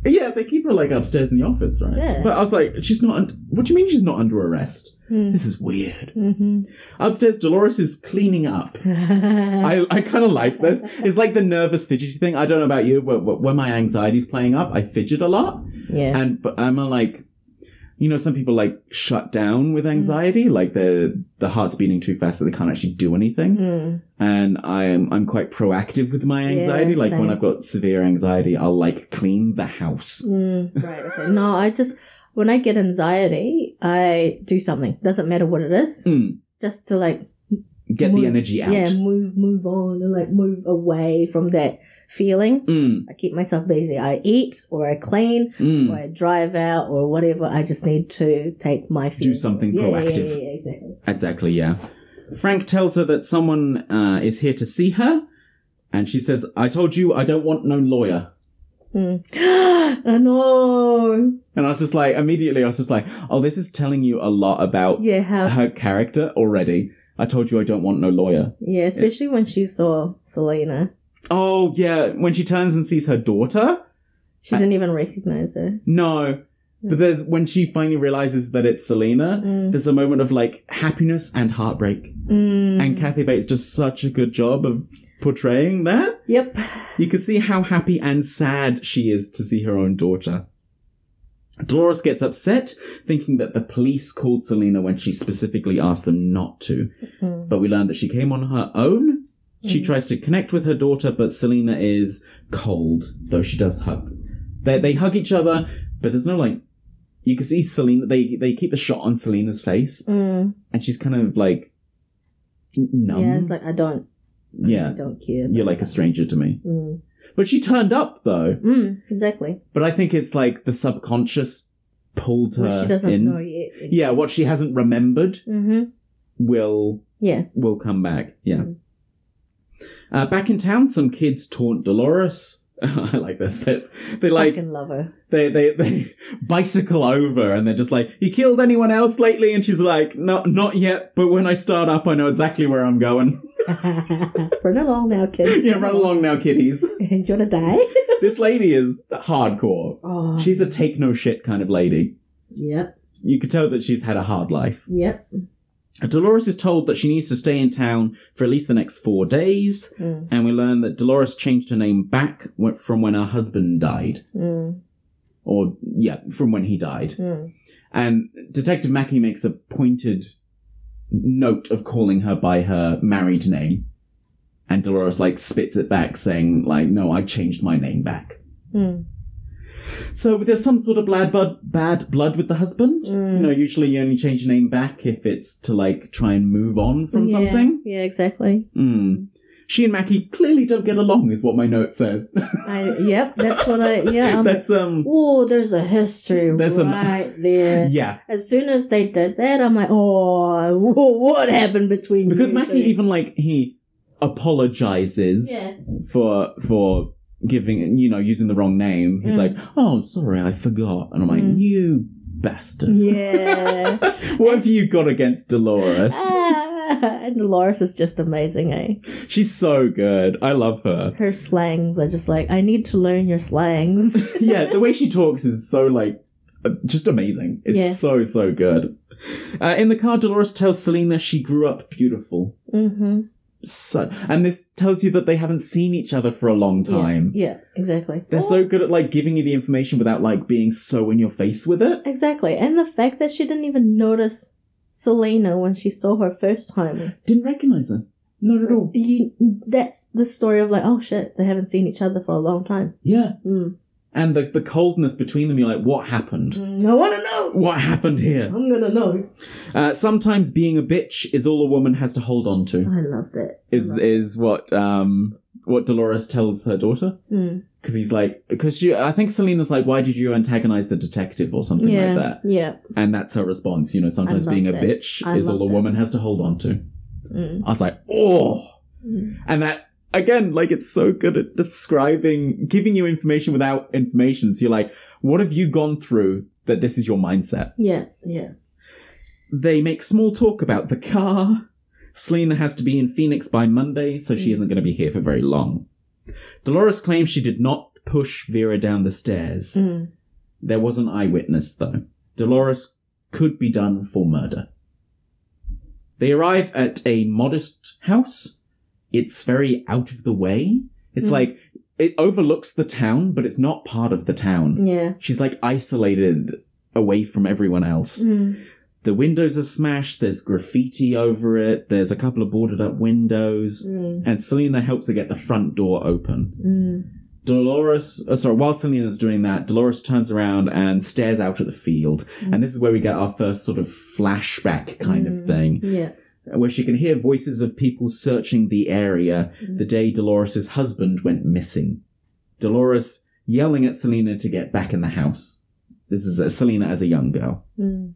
S2: yeah, they keep her like upstairs in the office, right?
S3: Yeah.
S2: But I was like, she's not. Un- what do you mean she's not under arrest?
S3: Mm.
S2: This is weird.
S3: Mm-hmm.
S2: Upstairs, Dolores is cleaning
S3: [laughs]
S2: up. I, I kind of like this. It's like the nervous fidgety thing. I don't know about you, but but when my anxiety's playing up, I fidget a lot,
S3: yeah.
S2: and but I'm a, like, you know, some people like shut down
S3: Hmm.
S2: with anxiety, like their the heart's beating too fast that they can't actually do anything.
S3: Mm.
S2: And I'm I'm quite proactive with my
S3: Yeah,
S2: anxiety. like when
S3: same.
S2: I've got severe anxiety, I'll like clean the house.
S3: Mm, right. Okay. No, I just when I get anxiety, I do something. Doesn't matter what it is,
S2: Mm.
S3: just to like
S2: get
S3: move-
S2: the energy out.
S3: Yeah, move move on and like move away from that feeling.
S2: Mm,
S3: I keep myself busy. I eat or I clean
S2: mm.
S3: or I drive out or whatever. I just need to take my feelings.
S2: something
S3: away. Yeah, Yeah,
S2: proactive.
S3: yeah, yeah, exactly.
S2: Exactly, yeah. Frank tells her that someone uh, is here to see her, and she says, I told you I don't want no lawyer.
S3: Mm. [gasps] I know.
S2: And I was just like, immediately, I was just like, oh, this is telling you a lot about
S3: Yeah, how
S2: her character already. I told you I don't want no lawyer.
S3: yeah, especially when she saw Selena.
S2: Oh, yeah, when she turns and sees her daughter?
S3: She didn't even recognize her.
S2: No. But there's when she finally realizes that it's Selena,
S3: Mm.
S2: there's a moment of like happiness and heartbreak.
S3: Mm.
S2: And Kathy Bates does such a good job of portraying that.
S3: yep.
S2: You can see how happy and sad she is to see her own daughter. Dolores gets upset, thinking that the police called Selena when she specifically asked them not to.
S3: Mm.
S2: But we learn that she came on her own. She
S3: Mm.
S2: tries to connect with her daughter, but Selena is cold, though she does hug. They, they hug each other, but there's no like. You can see Selena, they, they keep the shot on Selena's face,
S3: Mm.
S2: and she's kind of like. Numb.
S3: Yeah, it's like I don't. I
S2: yeah,
S3: don't care.
S2: you're like a stranger to me.
S3: Mm.
S2: But she turned up, though.
S3: Mm, exactly.
S2: But I think it's like the subconscious pulled her
S3: What she doesn't
S2: in.
S3: know yet.
S2: Yeah, what she hasn't remembered
S3: Mm-hmm.
S2: will
S3: Yeah.
S2: will come back. Yeah.
S3: Mm.
S2: Uh, back in town, some kids taunt Dolores. [laughs] I like this. They, they like
S3: Fucking love her. [laughs]
S2: they, they they [laughs] bicycle over and they're just like, "You killed anyone else lately?" And she's like, "No, not yet. But when I start up, I know exactly where I'm going." [laughs]
S3: Run along now, kids.
S2: yeah, run along now, kiddies.
S3: [laughs] Do you want to
S2: [laughs]
S3: die?
S2: this lady is hardcore.
S3: Oh,
S2: She's a take no shit kind of lady.
S3: Yep.
S2: You could tell that she's had a hard life.
S3: Yep.
S2: Dolores is told that she needs to stay in town for at least the next four days,
S3: Mm,
S2: and we learn that Dolores changed her name back wh- from when her husband died.
S3: mm,
S2: Or, yeah, from when he died.
S3: mm.
S2: And Detective Mackey makes a pointed note of calling her by her married name. And Dolores, like, spits it back, saying, like, no, I changed my name back.
S3: Mm.
S2: So there's some sort of bad blood, bad blood with the husband.
S3: Mm.
S2: You know, usually you only change your name back if it's to, like, try and move on from
S3: yeah.
S2: something.
S3: Yeah, exactly.
S2: Mm. She and Mackie clearly don't get along, is what my note says. [laughs]
S3: I, yep, that's what I. Yeah. I'm,
S2: That's um,
S3: oh, there's a history
S2: There's a-
S3: right there.
S2: [laughs] yeah,
S3: As soon as they did that, I'm like, oh, [laughs] what happened between
S2: because
S3: you
S2: Mackie
S3: two?
S2: even like he apologizes
S3: Yeah.
S2: [laughs] for for giving you know using the wrong name. He's
S3: Mm.
S2: like, oh, sorry, I forgot, and I'm like,
S3: Mm.
S2: you bastard.
S3: Yeah.
S2: what have you got against Dolores?
S3: ah, and Dolores is just amazing, eh?
S2: She's so good. I love her.
S3: Her slangs are just like, I need to learn your
S2: [laughs]
S3: slangs.
S2: yeah, the way she talks is so like uh, just amazing. It's
S3: Yeah.
S2: so so good. Uh, in the car, Dolores tells Selena she grew up beautiful.
S3: mm-hmm.
S2: so and this tells you that they haven't seen each other for a long time
S3: Yeah, exactly. Oh,
S2: they're so good at like giving you the information without like being so in your face with it
S3: Exactly. And the fact that she didn't even notice Selena when she saw her first time.
S2: didn't recognize her not at all
S3: You, that's the story of like, oh shit, they haven't seen each other for a long time.
S2: yeah
S3: Mm.
S2: and the, the coldness between them you're like what happened
S3: Mm, I want to know.
S2: what happened here
S3: I'm going to know.
S2: uh, sometimes being a bitch is all a woman has to hold on to
S3: I loved it.
S2: is is what um what dolores tells her daughter
S3: Mm.
S2: because he's like because she i think selena's like why did you antagonize the detective or something
S3: Yeah.
S2: like that
S3: Yeah.
S2: And that's her response. You know, sometimes
S3: love
S2: being a
S3: this.
S2: bitch
S3: I
S2: is
S3: love
S2: all a
S3: that.
S2: woman has to hold on to.
S3: Mm.
S2: I was like, oh.
S3: Mm.
S2: And that, again, like it's so good at describing, giving you information without information. So you're like, what have you gone through that this is your mindset?
S3: Yeah. Yeah.
S2: They make small talk about the car. Selena has to be in Phoenix by Monday, so she
S3: Mm.
S2: isn't going to be here for very long. Dolores claims she did not push Vera down the stairs.
S3: Mm.
S2: There was an eyewitness, though. Dolores could be done for murder. They arrive at a modest house. It's very out of the way. It's
S3: Hmm.
S2: like, it overlooks the town, but it's not part of the town.
S3: Yeah.
S2: She's like isolated away from everyone else.
S3: Mm.
S2: The windows are smashed, there's graffiti over it, there's a couple of boarded up windows,
S3: Mm.
S2: and Selena helps her get the front door open.
S3: Mm.
S2: Dolores, uh, sorry, while Selena's doing that, Dolores turns around and stares out at the field.
S3: Mm.
S2: And this is where we get our first sort of flashback kind of
S3: Mm.
S2: thing.
S3: Yeah.
S2: where she can hear voices of people searching the area
S3: Mm.
S2: the day Dolores' husband went missing. Dolores yelling at Selena to get back in the house. This is uh, Selena as a young girl.
S3: Mm.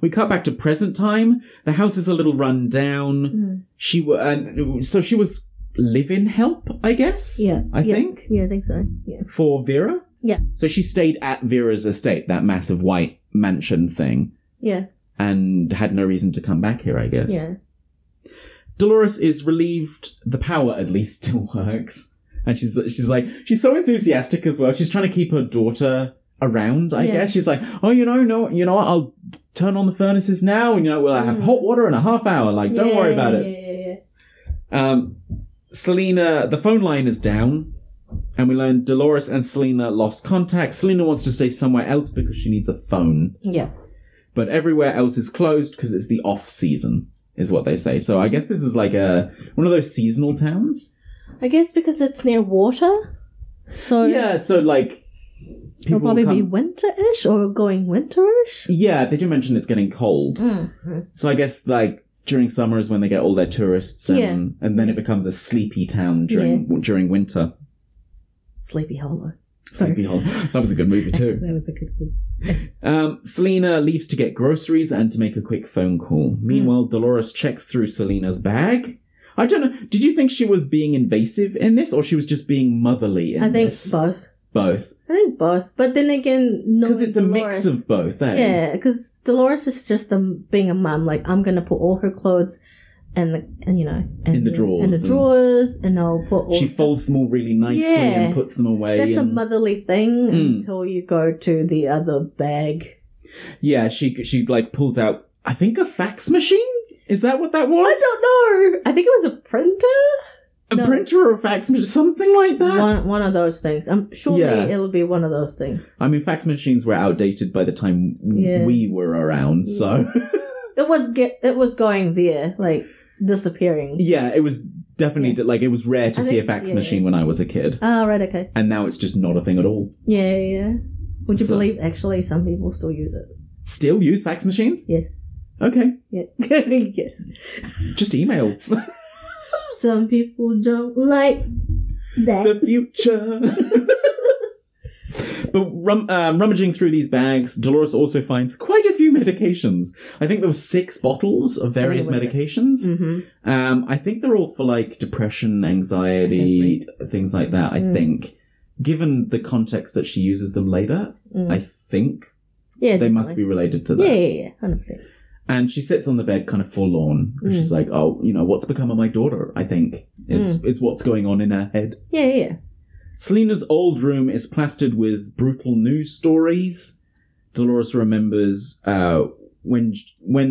S2: We cut back to present time. The house is a little run down.
S3: Mm.
S2: She wa- uh, so she was live-in help, I guess.
S3: Yeah.
S2: I
S3: yeah.
S2: think
S3: Yeah, I think so. Yeah.
S2: for Vera.
S3: Yeah.
S2: So she stayed at Vera's estate, that massive white mansion thing,
S3: Yeah.
S2: and had no reason to come back here, I guess.
S3: Yeah.
S2: Dolores is relieved the power at least [laughs] still works. And she's she's like she's so enthusiastic as well. She's trying to keep her daughter around, I
S3: Yeah.
S2: guess. She's like, Oh, you know, no you know what, I'll turn on the furnaces now and you know, we'll have
S3: Mm.
S2: hot water in a half hour. Like, don't worry about it.
S3: Yeah, yeah, yeah.
S2: Um, Selena, the phone line is down, and we learn Dolores and Selena lost contact. Selena wants to stay somewhere else because she needs a phone,
S3: Yeah.
S2: but everywhere else is closed because it's the off season, is what they say. So I guess this is like a one of those seasonal towns.
S3: I guess because it's near water, so
S2: Yeah, so like
S3: it'll
S2: people
S3: Oh, probably
S2: come-
S3: be winter-ish or going winter-ish.
S2: Yeah, they do mention it's getting cold.
S3: Hmm.
S2: So I guess like during summer is when they get all their tourists, and,
S3: Yeah.
S2: and then it becomes a sleepy town during during winter.
S3: Sleepy Hollow.
S2: Sleepy
S3: Sorry,
S2: Hollow. That was a good movie too.
S3: that was a good one.
S2: Um, Selena leaves to get groceries and to make a quick phone call.
S3: Hmm.
S2: Meanwhile, Dolores checks through Selena's bag. I don't know. Did you think she was being invasive in this, or she was just being motherly in
S3: I think
S2: this?
S3: both.
S2: both,
S3: I think both, but then again, no.
S2: because it's a mix of both. Eh?
S3: Yeah, because Dolores is just a, being a mum. Like I'm gonna put all her clothes, and the and you know,
S2: In
S3: and
S2: the
S3: and the
S2: drawers and-
S3: drawers, and I'll put all.
S2: she folds them all really nicely
S3: Yeah.
S2: and puts them away.
S3: That's a
S2: and-
S3: motherly thing
S2: Mm.
S3: until you go to the other bag.
S2: Yeah, she she like pulls out. I think a fax machine. Is that what that was?
S3: I don't know. I think it was a printer.
S2: a
S3: no.
S2: printer or a fax machine, something like that.
S3: One one of those things. I'm surely
S2: Yeah.
S3: it'll be one of those things.
S2: I mean, fax machines were outdated by the time
S3: Yeah.
S2: we were around, so.
S3: It was get it was going there, like disappearing.
S2: Yeah, it was definitely like it was rare to
S3: I
S2: see
S3: think-
S2: a fax
S3: yeah.
S2: machine when I was a kid,
S3: Oh right, okay.
S2: and now it's just not a thing at all.
S3: Yeah, yeah. yeah. Would you
S2: So-
S3: believe actually some people still use it?
S2: Still use fax machines?
S3: Yes.
S2: Okay,
S3: Yeah. [laughs] yes.
S2: just
S3: [laughs]
S2: email.
S3: Some people don't like
S2: the
S3: that. [laughs]
S2: future. But rum, um, rummaging through these bags, Dolores also finds quite a few medications. I think there were six bottles of various
S3: it was Oh, six.
S2: medications.
S3: hmm
S2: Um, I think they're all for like depression, anxiety, things like that. I
S3: Mm.
S2: think, given the context that she uses them later,
S3: Mm.
S2: I think
S3: Yeah,
S2: they must
S3: definitely.
S2: be related to that.
S3: Yeah, yeah, yeah, hundred percent.
S2: And she sits on the bed, kind of forlorn. And
S3: Mm.
S2: She's like, "Oh, you know, what's become of my daughter?" I think it's it's what's going on in her head.
S3: Yeah, yeah, yeah.
S2: Selena's old room is plastered with brutal news stories. Dolores remembers uh, when when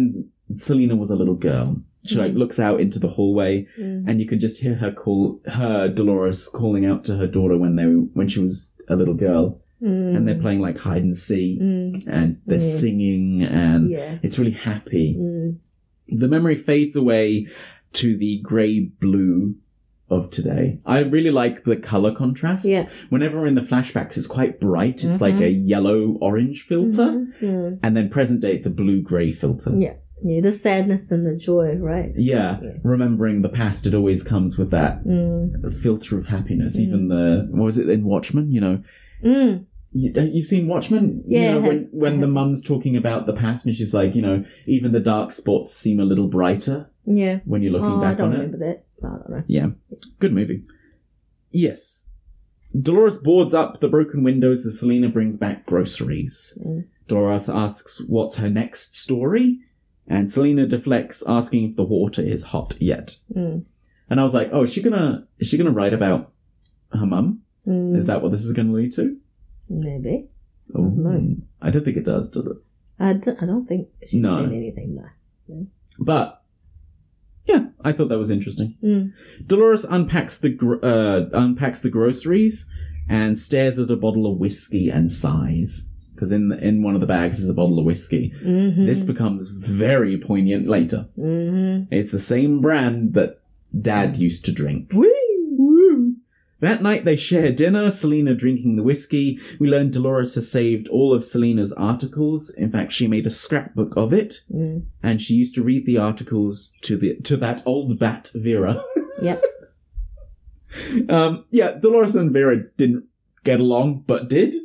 S2: Selena was a little girl. She like looks out into the hallway,
S3: Mm.
S2: and you can just hear her call her Dolores calling out to her daughter when they when she was a little girl,
S3: Mm.
S2: and they're playing like hide and seek,
S3: Mm.
S2: and they're
S3: Yeah.
S2: singing, and
S3: Yeah.
S2: it's really happy.
S3: Mm.
S2: The memory fades away to the grey blue of today. I really like the color contrast.
S3: Yeah. Mm-hmm.
S2: Whenever we're in the flashbacks, it's quite bright. It's like a yellow orange filter,
S3: Mm.
S2: and then present day, it's a blue grey filter.
S3: Yeah. Yeah, the sadness and the joy, right?
S2: Yeah, remembering the past, it always comes with that
S3: Mm.
S2: filter of happiness. Even the what was it in Watchmen? You know,
S3: Mm.
S2: you, uh, you've seen Watchmen.
S3: Yeah,
S2: you know,
S3: I have-
S2: when when
S3: I
S2: the
S3: have seen.
S2: mum's talking about the past, and she's like, you know, even the dark spots seem a little brighter
S3: Yeah.
S2: when you're looking
S3: oh, I
S2: back
S3: don't
S2: on it.
S3: remember that. I don't know.
S2: Yeah. Good movie. Yes. Dolores boards up the broken windows as Selena brings back groceries.
S3: Mm.
S2: Dolores asks what's her next story, and Selena deflects, asking if the water is hot yet.
S3: Mm.
S2: And I was like, oh, is she gonna is she gonna write about her mum?
S3: Mm.
S2: Is that what this is gonna lead to?
S3: Maybe.
S2: Oh,
S3: No.
S2: I don't think it does, does it?
S3: I don't, I don't think she's
S2: No.
S3: seen anything, no.
S2: But yeah, I thought that was interesting.
S3: Mm.
S2: Dolores unpacks the gr- uh, unpacks the groceries and stares at a bottle of whiskey and sighs because in in one of the bags is a bottle of whiskey.
S3: Mm-hmm.
S2: This becomes very poignant later.
S3: Mm-hmm.
S2: It's the same brand that Dad used to drink.
S3: Woo!
S2: Woo. That night they share dinner, Selena drinking the whiskey. We learn Dolores has saved all of Selena's articles. In fact, she made a scrapbook of it,
S3: Mm.
S2: and she used to read the articles to the to that old bat Vera. [laughs]
S3: Yep.
S2: Um, yeah, Dolores and Vera didn't get along, but did.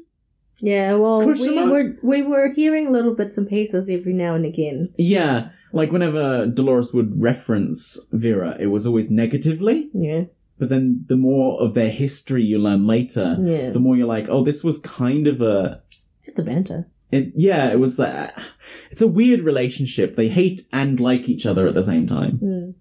S3: Yeah, well,
S2: Question
S3: we
S2: mark?
S3: were we were hearing little bits and pieces every now and again.
S2: Yeah, like whenever Dolores would reference Vera, it was always negatively.
S3: Yeah,
S2: But then the more of their history you learn later,
S3: yeah,
S2: the more you're like, oh, this was kind of a.
S3: just a banter.
S2: It, yeah, it was. Uh, it's a weird relationship. They hate and like each other at the same time.
S3: Mm.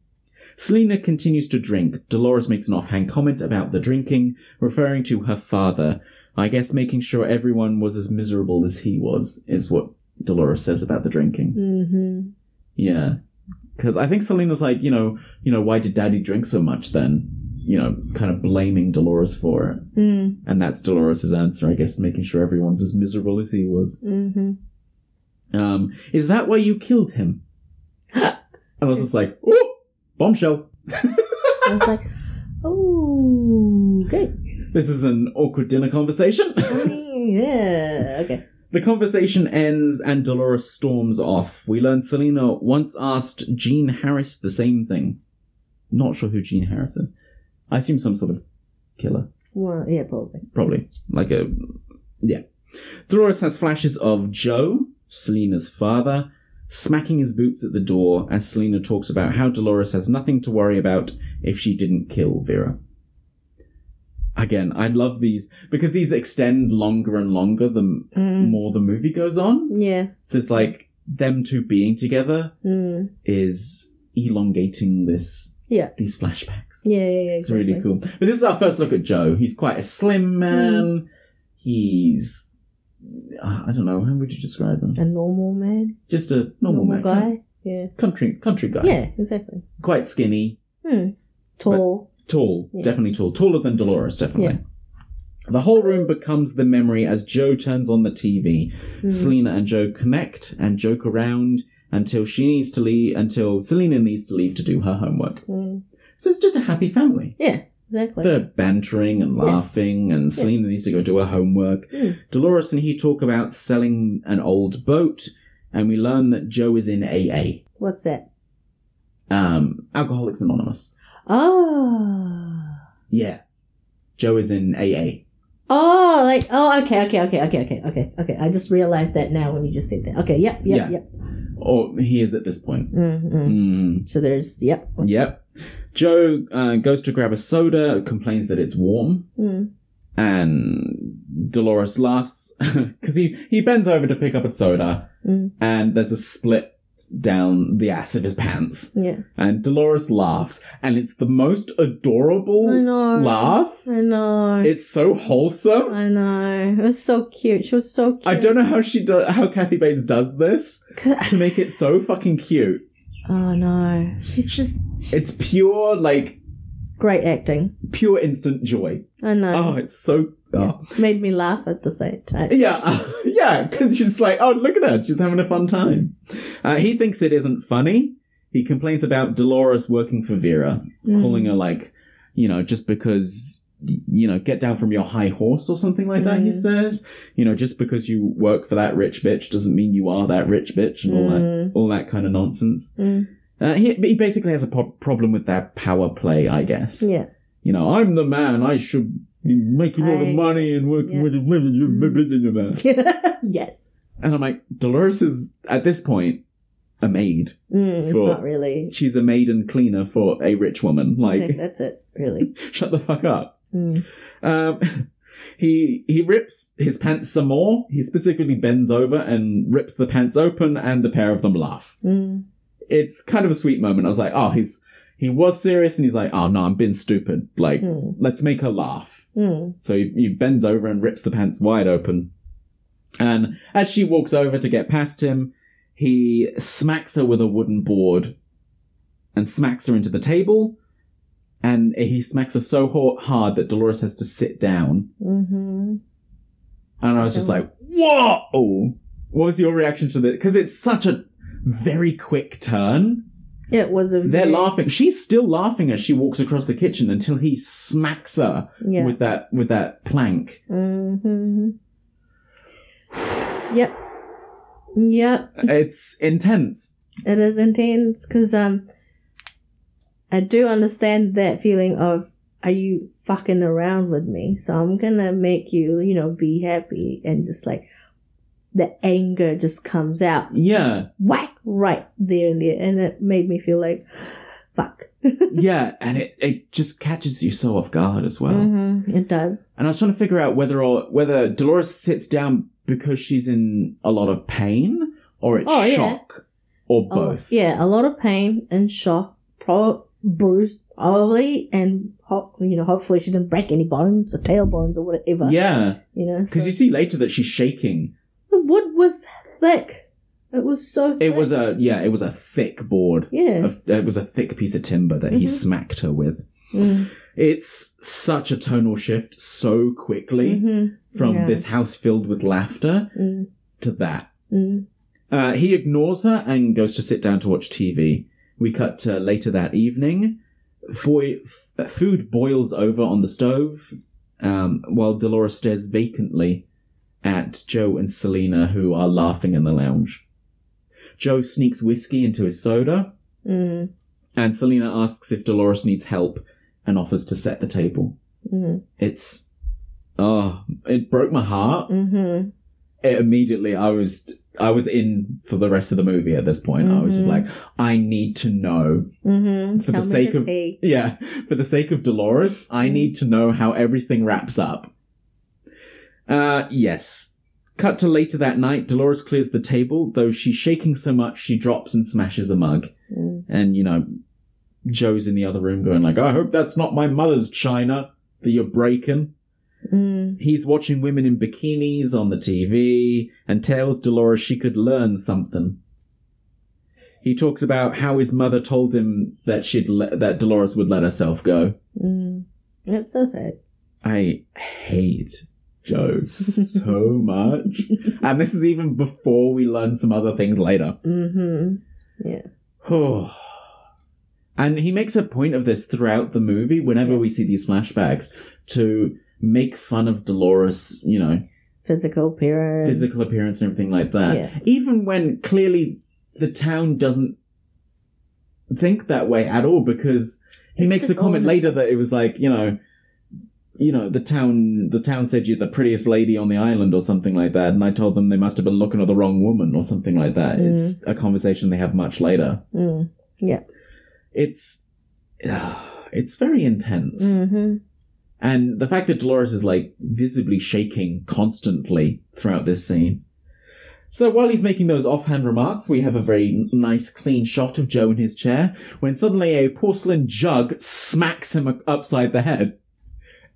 S2: Selena continues to drink. Dolores makes an offhand comment about the drinking, referring to her father. I guess making sure everyone was as miserable as he was is what Dolores says about the drinking.
S3: hmm
S2: Yeah, because I think Selena's like, you know, you know, why did Daddy drink so much then? You know, kind of blaming Dolores for it,
S3: Mm,
S2: and that's Dolores's answer, I guess, making sure everyone's as miserable as he was.
S3: mm-hmm.
S2: Um, is that why you killed him? [laughs] and I was just like, oh, bombshell.
S3: I was like, [laughs] oh, okay,
S2: This is an awkward dinner conversation. [laughs]
S3: yeah, okay.
S2: The conversation ends and Dolores storms off. We learn Selena once asked Gene Harris the same thing. Not sure who Gene Harris is. I assume some sort of killer.
S3: Well, yeah, probably.
S2: Probably. Like a. Yeah. Dolores has flashes of Joe, Selena's father, smacking his boots at the door as Selena talks about how Dolores has nothing to worry about if she didn't kill Vera. Again, I love these because these extend longer and longer the
S3: Mm.
S2: more the movie goes on.
S3: Yeah.
S2: So it's like them two being together
S3: Mm.
S2: is elongating this
S3: Yeah.
S2: these flashbacks.
S3: Yeah, yeah, yeah.
S2: It's really cool. But this is our first look at Joe. He's quite a
S3: Hmm.
S2: slim man. He's uh, I don't know how would you describe him?
S3: A normal man,
S2: Just a normal, man,
S3: guy. Yeah.
S2: country country guy.
S3: Yeah, exactly.
S2: quite skinny.
S3: Hmm. Tall.
S2: Tall,
S3: Yeah.
S2: definitely tall. Taller than Dolores, definitely. The whole room becomes the memory as Joe turns on the TV.
S3: Mm.
S2: Selena and Joe connect and joke around until she needs to leave, until Selena needs to leave to do her homework.
S3: Mm.
S2: So it's just a happy family.
S3: Yeah, exactly.
S2: They're bantering and laughing, and Selena needs to go do her homework.
S3: Mm.
S2: Dolores and he talk about selling an old boat, and we learn that Joe is in AA,
S3: What's that?
S2: um, Alcoholics Anonymous.
S3: Oh.
S2: Yeah. Joe is in AA.
S3: Oh, like oh, okay, okay, okay, okay, okay, okay, okay. I just realized that now when you just said that. Okay, yep, yep,
S2: Yeah.
S3: yep.
S2: Or he is at this point.
S3: Mm-hmm.
S2: Mm,
S3: So there's yep.
S2: yep. Joe uh, goes to grab a soda, complains that it's warm,
S3: Mm.
S2: and Dolores laughs [laughs] because he, he bends over to pick up a soda,
S3: Mm.
S2: and there's a split down the ass of his pants.
S3: Yeah.
S2: And Dolores laughs, and it's the most
S3: I
S2: adorable
S3: know.
S2: laugh.
S3: I know.
S2: It's so wholesome.
S3: I know. It was so cute. She was so cute.
S2: I don't know how she do- how Kathy Bates does
S3: [laughs]
S2: this to make it so fucking cute.
S3: oh no, she's just
S2: It's pure like
S3: great acting.
S2: pure instant joy.
S3: I
S2: Oh,
S3: know.
S2: it's so. Oh.
S3: Made me laugh at the same time.
S2: Yeah, uh, [laughs] yeah, because she's like, oh, look at her. She's having a fun time. Uh, he thinks it isn't funny. He complains about Dolores working for Vera,
S3: Mm.
S2: calling her, like, you know, just because, y- you know, get down from your high horse or something like that, he
S3: Mm.
S2: says. You know, just because you work for that rich bitch doesn't mean you are that rich bitch and all that.
S3: Mm.
S2: All that kind of nonsense.
S3: Mm.
S2: Uh, he, he basically has a po- problem with that power play, I guess.
S3: Yeah. [laughs]
S2: You know, I'm the man. I should be making all the
S3: I-
S2: money and working
S3: yeah. Mm.
S2: with the women. [laughs]
S3: yes.
S2: And I'm like, Dolores is at this point a maid.
S3: Mm, it's
S2: For-
S3: not really.
S2: She's a maid and cleaner for a rich woman.
S3: Like,
S2: Like,
S3: that's it, really.
S2: [laughs] shut the fuck up.
S3: Mm.
S2: Um, [laughs] he he rips his pants some more. He specifically bends over and rips the pants open, and the pair of them laugh.
S3: Mm.
S2: It's kind of a sweet moment. I was like, oh, he's he was serious, and he's like, oh no, I'm being stupid. Like,
S3: Mm.
S2: let's make her laugh.
S3: Mm.
S2: So he, he bends over and rips the pants wide open. And as she walks over to get past him, he smacks her with a wooden board and smacks her into the table. And he smacks her so ho- hard that Dolores has to sit down.
S3: Mm-hmm.
S2: And I was just like, whoa! What was your reaction to that? Because it's such a very quick turn.
S3: It was a
S2: They're
S3: very-
S2: laughing. She's still laughing as she walks across the kitchen until he smacks her
S3: Yeah.
S2: with that with that plank.
S3: hmm Yep. Yep.
S2: It's intense.
S3: It is intense because um, I do understand that feeling of are you fucking around with me? So I'm gonna make you, you know, be happy and just like the anger just comes out [laughs]
S2: Yeah,
S3: whack right there and there, and it made me feel like fuck.
S2: yeah, and it, it just catches you so off guard as well.
S3: hmm It does.
S2: And I was trying to figure out whether or whether Dolores sits down because she's in a lot of pain, or it's
S3: Oh, yeah.
S2: shock, or
S3: A lo-
S2: both.
S3: Oh, yeah, a lot of pain and shock, pro- bruised probably, and ho- you know, hopefully she didn't break any bones or tailbones or whatever.
S2: yeah,
S3: you know,
S2: because
S3: so-
S2: you see later that she's shaking.
S3: the wood was thick. It was so. thick.
S2: It was a yeah, it was a thick board.
S3: yeah.
S2: Of, it was a thick piece of timber that he
S3: Mhm.
S2: smacked her with.
S3: Mm.
S2: It's such a tonal shift so quickly
S3: Mhm.
S2: from
S3: Yeah.
S2: this house filled with laughter
S3: Mm.
S2: to that.
S3: Mm.
S2: Uh, he ignores her and goes to sit down to watch TV. We cut to later that evening. Fo- f- food boils over on the stove um, while Dolores stares vacantly at Joe and Selena, who are laughing in the lounge. Joe sneaks whiskey into his soda,
S3: Mm.
S2: and Selena asks if Dolores needs help and offers to set the table.
S3: Mm.
S2: It's. Oh, it broke my heart
S3: Mm-hmm.
S2: it immediately I was I was in for the rest of the movie at this point. I was just
S3: Mhm.
S2: like, I need to know.
S3: Mm-hmm.
S2: For the sake of-
S3: tea.
S2: Yeah. [laughs] For the sake of Dolores, I
S3: Mhm.
S2: need to know how everything wraps up. Uh yes. Cut to later that night, Dolores clears the table, though she's shaking so much she drops and smashes a mug.
S3: Mm.
S2: And you know, Joe's in the other room going like, I hope that's not my mother's china that you're breaking.
S3: Mm.
S2: He's watching women in bikinis on the TV and tells Dolores she could learn something. He talks about how his mother told him that she'd le- that Dolores would let herself go.
S3: Mm. That's so sad.
S2: I hate Joe so much, and this is even before we learn some other things later. [sighs]
S3: Mm-hmm.
S2: and he makes a point of this throughout the movie. Whenever we see these flashbacks, to make fun of Dolores, you know,
S3: Physical appearance.
S2: physical appearance and everything like that.
S3: Um, Yeah.
S2: Even when clearly the town doesn't think that way at all, because he
S3: It's
S2: makes
S3: just
S2: a comment
S3: honest.
S2: later that it was like, you know, you know, the town the town said you're the prettiest lady on the island or something like that, and I told them they must have been looking at the wrong woman or something like that.
S3: Mm.
S2: It's a conversation they have much later.
S3: Mm.
S2: It's [sighs] it's very intense.
S3: Mm-hmm.
S2: And the fact that Dolores is like visibly shaking constantly throughout this scene. So while he's making those offhand remarks, we have a very n- nice clean shot of Joe in his chair when suddenly a porcelain jug smacks him u- upside the head.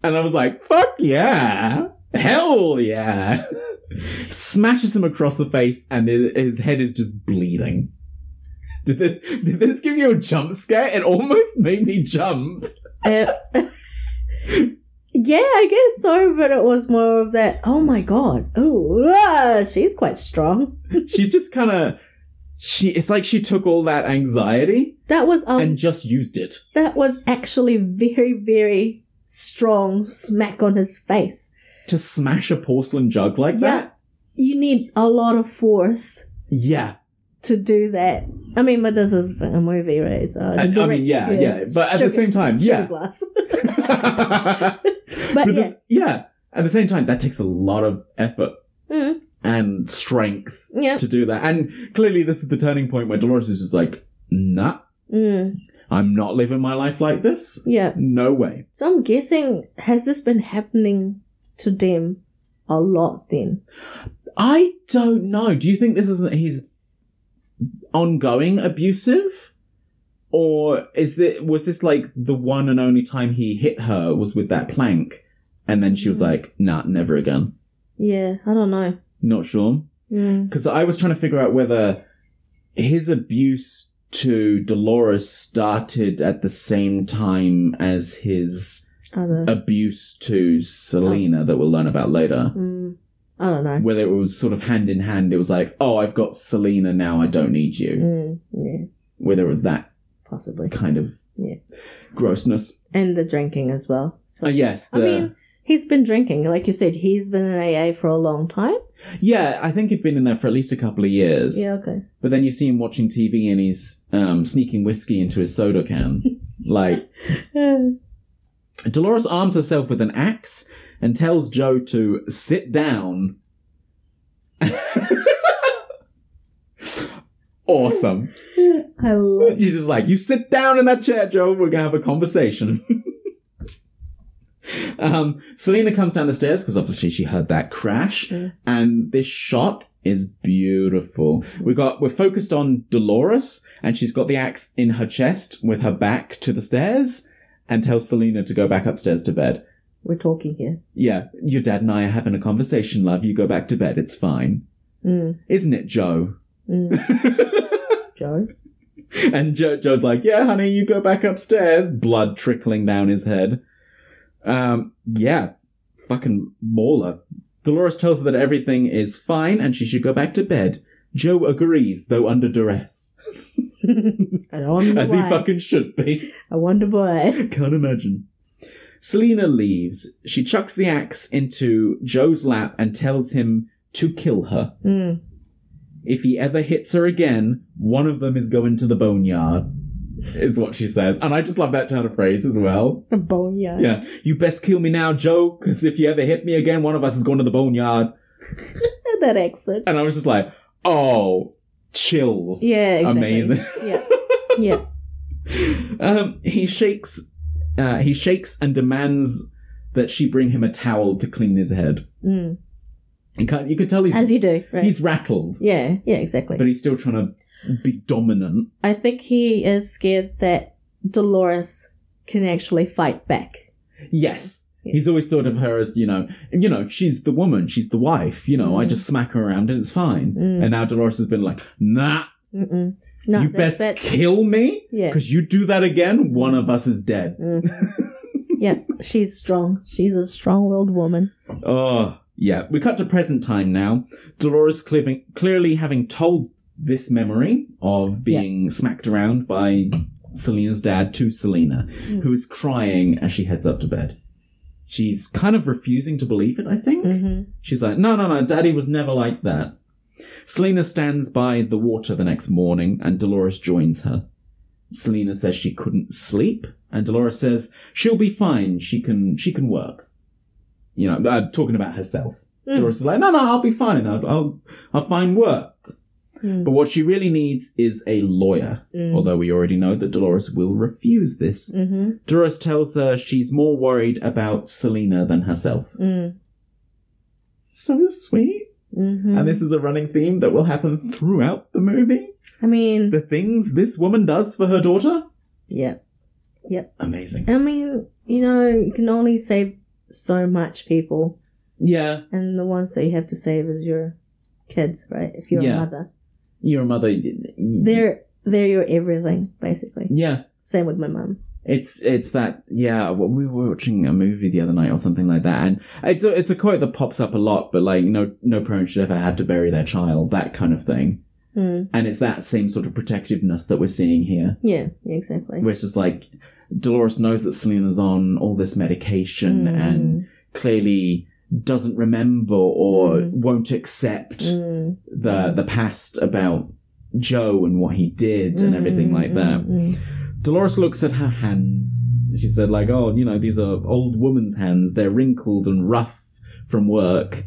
S2: And I was like, fuck yeah! Hell yeah! [laughs] Smashes him across the face and his, his head is just bleeding. Did this, did this give you a jump scare? It almost made me jump.
S3: Uh, [laughs] yeah, I guess so, but it was more of that. Oh my god! Oh, ah, she's quite strong.
S2: she's just kind of she it's like she took all that anxiety
S3: That was um,
S2: and just used it
S3: that was actually very, very strong smack on his face.
S2: to smash a porcelain jug like that
S3: You need a lot of force
S2: yeah
S3: to do that. I mean, but this is a movie, right? uh, So
S2: i, I mean yeah yeah, but at the same time yeah
S3: glass. [laughs]
S2: but, this- yeah at the same time that takes a lot of effort
S3: Mm.
S2: and strength
S3: yeah.
S2: to do that and clearly this is the turning point where dolores is just like nah
S3: Mm.
S2: i'm not living my life like this
S3: Yeah.
S2: no way
S3: So I'm guessing has this been happening to them a lot then?
S2: i don't know do you think this isn't his ongoing abusive or is it was this like the one and only time he hit her was with that plank and then she was like nah never again
S3: Yeah, I don't know.
S2: not sure
S3: Mm.
S2: because i was trying to figure out whether his abuse to dolores started at the same time as his
S3: I don't. Know.
S2: abuse to selena that we'll learn about later
S3: Mm. I don't know.
S2: whether it was sort of hand in hand it was like oh i've got selena now i don't need you
S3: Mm. Yeah.
S2: whether it was that
S3: possibly.
S2: kind of
S3: Yeah.
S2: grossness.
S3: And the drinking as well. So
S2: Uh, yes,
S3: I
S2: the-
S3: mean, he's been drinking. Like you said, he's been in AA for a long time.
S2: yeah, I think he'd been in there for at least a couple of years.
S3: Yeah, okay.
S2: But then you see him watching TV and he's um, sneaking whiskey into his soda
S3: [laughs]
S2: can. like, Dolores arms herself with an axe and tells Joe to sit
S3: [laughs]
S2: down. awesome.
S3: I
S2: [laughs]
S3: love
S2: She's just like, you sit down in that chair, Joe. We're gonna have a conversation. [laughs] um, Selena comes down the stairs because obviously she heard that crash,
S3: Yeah.
S2: and this shot is beautiful. We got we're focused on Dolores, and she's got the axe in her chest with her back to the stairs, and tells Selena to go back upstairs to bed.
S3: We're talking here.
S2: Yeah, your dad and I are having a conversation, love. You go back to bed. It's fine,
S3: Mm,
S2: isn't it, Joe?
S3: mm, Joe.
S2: And jo- Joe's like, "Yeah, honey, you go back upstairs." Blood trickling down his head. Um, yeah, fucking mauler. Dolores tells her that everything is fine and she should go back to bed. Joe agrees, though under duress,
S3: I don't wonder
S2: as he
S3: why.
S2: fucking should be. [laughs]
S3: I wonder why.
S2: Can't imagine. Selena leaves. She chucks the axe into Joe's lap and tells him to kill her.
S3: Mm.
S2: If he ever hits her again, one of them is going to the boneyard, is what she says. And I just love that turn of phrase as well.
S3: A boneyard.
S2: Yeah. You best kill me now, Joe, because if you ever hit me again, one of us is going to the boneyard.
S3: That accent.
S2: And I was just like, oh, chills.
S3: Yeah, exactly.
S2: Amazing. [laughs]
S3: Yeah. Yeah.
S2: Um, he shakes, uh, he shakes and demands that she bring him a towel to clean his head.
S3: Mm.
S2: You can you can tell he's
S3: As you do, right?
S2: he's rattled,
S3: yeah, yeah, exactly.
S2: but he's still trying to be dominant.
S3: I think he is scared that Dolores can actually fight back.
S2: Yes.
S3: Yeah.
S2: He's always thought of her as, you know, you know, she's the woman, she's the wife, you know, I
S3: Mm.
S2: just smack her around and it's fine.
S3: Mm.
S2: And now Dolores has been like, nah,
S3: Mm-mm. No,
S2: you
S3: that-
S2: best
S3: that-
S2: kill me,
S3: Yeah.
S2: because you do that again, one of us is dead.
S3: Mm. yeah, she's strong. She's a strong-willed woman.
S2: Oh, yeah. We cut to present time now. Dolores clearing, clearly having told this memory of being smacked around by Selena's dad to Selena, who is crying as she heads up to bed. She's kind of refusing to believe it, I think.
S3: Mm-hmm.
S2: She's like, no, no, no, daddy was never like that. Selena stands by the water the next morning and Dolores joins her. Selena says she couldn't sleep and Dolores says she'll be fine. She can, she can work. You know, uh, talking about herself.
S3: Mm.
S2: Dolores is like, no, no, I'll be fine. I'll, I'll, I'll find work.
S3: Mm.
S2: But what she really needs is a lawyer.
S3: Mm.
S2: Although we already know that Dolores will refuse this.
S3: Mm-hmm.
S2: Dolores tells her she's more worried about Selena than herself.
S3: Mm.
S2: So sweet.
S3: Mm-hmm.
S2: And this is a running theme that will happen throughout the movie.
S3: I mean,
S2: The things this woman does for her daughter.
S3: yeah.
S2: Amazing.
S3: I mean, you know, you can only save so much people,
S2: Yeah.
S3: and the ones that you have to save is your kids, right? If you're
S2: Yeah.
S3: a mother,
S2: You're a mother.
S3: they're they're your everything, basically.
S2: Yeah.
S3: Same with my mum.
S2: It's it's that yeah. Well, we were watching a movie the other night or something like that, and it's a it's a quote that pops up a lot. But like, no no parent should ever have to bury their child, that kind of thing.
S3: Mm.
S2: And it's that same sort of protectiveness that we're seeing here,
S3: Yeah, yeah, exactly.
S2: where it's just like Dolores knows that Selena's on all this medication
S3: Mm.
S2: and clearly doesn't remember or
S3: Mm.
S2: won't accept
S3: Mm.
S2: the the past about Joe and what he did and everything
S3: Mm,
S2: like that.
S3: mm,
S2: Dolores looks at her hands. She said, like, oh, you know, these are old woman's hands. They're wrinkled and rough from work.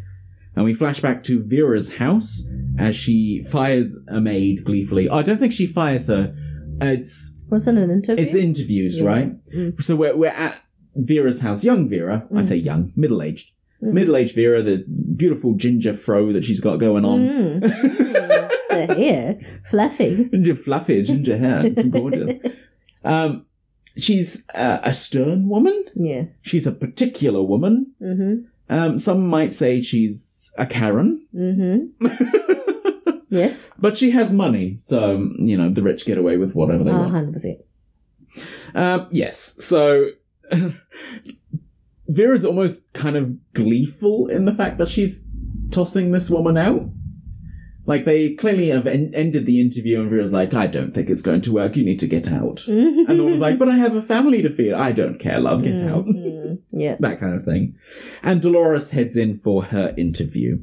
S2: And we flash back to Vera's house as she fires a maid gleefully. I don't think she fires her. It's
S3: mm. Wasn't an interview?
S2: it's interviews,
S3: Yeah.
S2: right?
S3: Mm.
S2: So we're, we're at Vera's house. Young Vera, I
S3: Mm.
S2: say young, middle aged.
S3: Mm.
S2: Middle aged Vera, the beautiful ginger fro that she's got going on.
S3: [laughs] Mm. Mm. the hair, fluffy.
S2: Ginger fluffy, ginger hair.
S3: [laughs]
S2: It's gorgeous. um, she's uh, a stern woman.
S3: Yeah.
S2: She's a particular woman.
S3: Mm-hmm.
S2: Um, some might say she's a Karen,
S3: Mm-hmm.
S2: [laughs]
S3: Yes.
S2: but she has money, so you know the rich get away with whatever they want.
S3: hundred percent.
S2: Um, yes. So [laughs] Vera's almost kind of gleeful in the fact that she's tossing this woman out. Like they clearly have en- ended the interview, and Vera's like, "I don't think it's going to work. You need to get out."
S3: Mm-hmm.
S2: and the woman's like, "But I have a family to feed. I don't care, love. Get out."
S3: Hmm. Yeah.
S2: [laughs] that kind of thing. And Dolores heads in for her interview.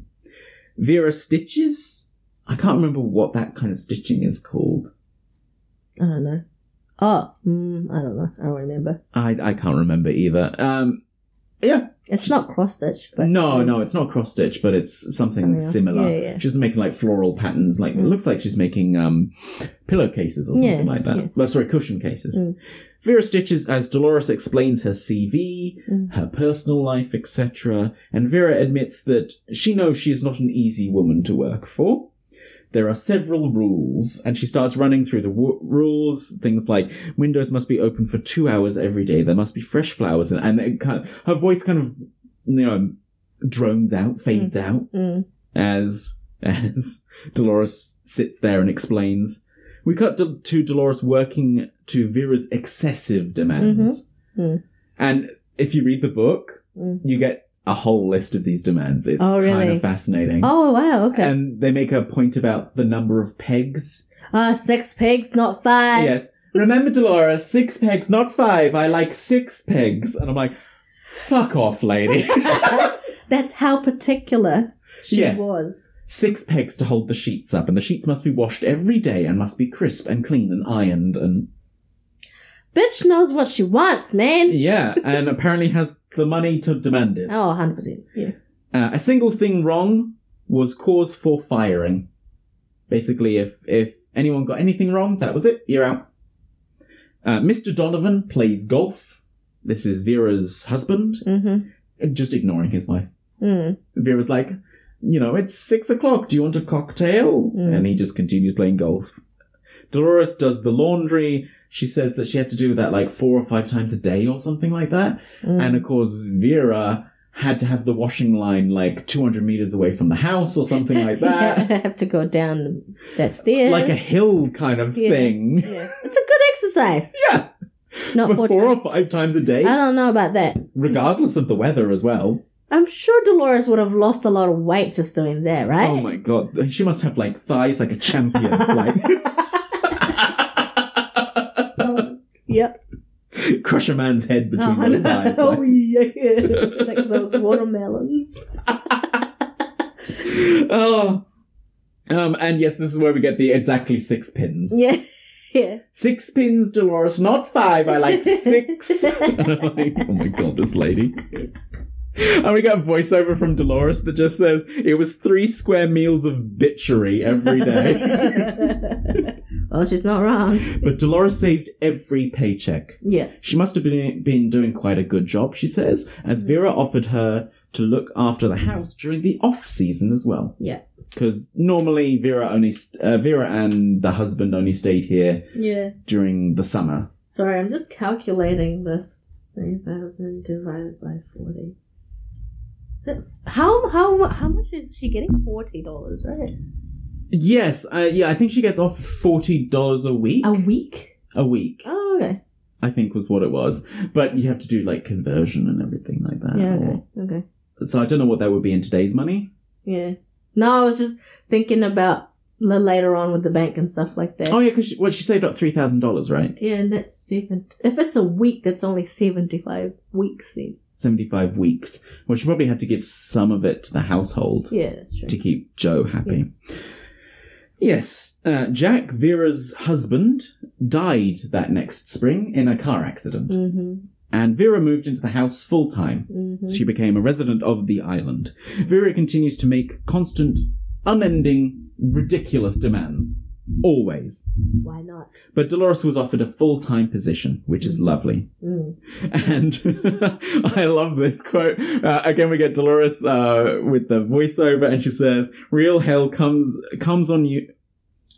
S2: Vera stitches. I can't remember what that kind of stitching is called.
S3: I don't know. Oh, mm, I don't know. I don't remember.
S2: I, I can't remember either. Um, yeah,
S3: It's not cross stitch, but um,
S2: no, no, it's not cross stitch, but it's something
S3: Something else.
S2: similar.
S3: Yeah, yeah.
S2: She's making like floral patterns, like it looks like she's making um, pillowcases or something
S3: Yeah,
S2: like that.
S3: yeah.
S2: Well, sorry, cushion cases.
S3: Mm.
S2: Vera stitches as Dolores explains her CV,
S3: Mm.
S2: her personal life, etc. And Vera admits that she knows she is not an easy woman to work for. There are several rules, and she starts running through the w- rules. Things like windows must be open for two hours every day. There must be fresh flowers, and, and it kind of, her voice kind of, you know, drones out, fades out
S3: Mm.
S2: as as Dolores sits there and explains. We cut to, to Dolores working to Vera's excessive demands,
S3: Mhm. Mm.
S2: and if you read the book,
S3: Mm.
S2: you get a whole list of these demands. It's
S3: Oh,
S2: kind
S3: really?
S2: of fascinating.
S3: Oh wow, okay.
S2: And they make a point about the number of pegs.
S3: Ah, six pigs, not five.
S2: yes. Remember, Dolores, six pegs, not five. I like six pegs. And I'm like, fuck off,
S3: [laughs]
S2: lady.
S3: That's how particular she
S2: Yes.
S3: was.
S2: Six pegs to hold the sheets up, and the sheets must be washed every day and must be crisp and clean and ironed and
S3: Bitch knows what she wants, man.
S2: yeah, and [laughs] apparently has the money to demand it.
S3: Oh, 100%. Yeah.
S2: Uh, a single thing wrong was cause for firing. Basically, if if anyone got anything wrong, that was it. You're out. Uh, Mr. Donovan plays golf. This is Vera's husband,
S3: Mm-hmm.
S2: just ignoring his wife.
S3: Mm.
S2: Vera's like, you know, it's six o'clock. Do you want a cocktail?
S3: Mm.
S2: And he just continues playing golf. Dolores does the laundry. She says that she had to do that like four or five times a day or something like that.
S3: Mm.
S2: And of course, Vera had to have the washing line like 200 meters away from the house or something
S3: [laughs]
S2: like that.
S3: I have to go down that stairs.
S2: Like a hill kind of
S3: Yeah.
S2: thing.
S3: yeah. It's a good exercise.
S2: [laughs] Yeah.
S3: Not Um,
S2: For [laughs]
S3: four
S2: four
S3: times.
S2: or five times a
S3: I
S2: day,
S3: don't know about that.
S2: regardless of the weather as well.
S3: I'm sure Dolores would have lost a lot of weight just doing that, right?
S2: Oh my god, she must have like thighs like a champion. like
S3: [laughs] Yep.
S2: crush a man's head between
S3: oh,
S2: those thighs.
S3: [laughs] oh
S2: Like.
S3: yeah, [laughs]
S2: [laughs]
S3: like those watermelons.
S2: oh. Um, and yes, this is where we get the exactly six pins.
S3: Yeah, [laughs] yeah.
S2: Six pins, Dolores, not five. I like six. [laughs]
S3: [laughs]
S2: And I'm like, oh my god, this lady. And we got a voiceover from Dolores that just says it was three square meals of bitchery every day.
S3: [laughs] well, she's not wrong.
S2: but Dolores saved every paycheck.
S3: Yeah.
S2: She must have been, been doing quite a good job, she says, as
S3: Mm.
S2: Vera offered her to look after the house during the off season as well.
S3: Yeah.
S2: Because normally Vera only st- uh, Vera and the husband only stayed here
S3: Yeah.
S2: during the summer.
S3: Sorry, I'm just calculating this. 3,000 divided by 40. That's, how how how much is she getting? Forty dollars, right?
S2: Yes, uh, yeah, I think she gets off forty dollars a week.
S3: A week?
S2: A week,
S3: Oh, okay.
S2: I think, was what it was. But you have to do like conversion and everything like that.
S3: Yeah,
S2: or-
S3: okay, okay.
S2: So I don't know what that would be in today's money.
S3: Yeah. No, I was just thinking about the later on with the bank and stuff like that.
S2: Oh yeah, because what she saved up three thousand dollars, right?
S3: Yeah, and that's seven. If it's a week, that's only seventy-five weeks. Then.
S2: 75 weeks. Well, she probably had to give some of it to the household
S3: Yeah, that's true.
S2: to keep Joe happy. Yes, uh, Jack, Vera's husband, died that next spring in a car accident,
S3: Mm-hmm.
S2: and Vera moved into the house full time.
S3: Mm-hmm.
S2: She became a resident of the island. Vera continues to make constant, unending, ridiculous demands. Always.
S3: Why not?
S2: But Dolores was offered a full time position, which is lovely.
S3: Mm.
S2: And [laughs] I love this quote. Uh, again, we get Dolores uh, with the voiceover, and she says, "Real hell comes comes on you."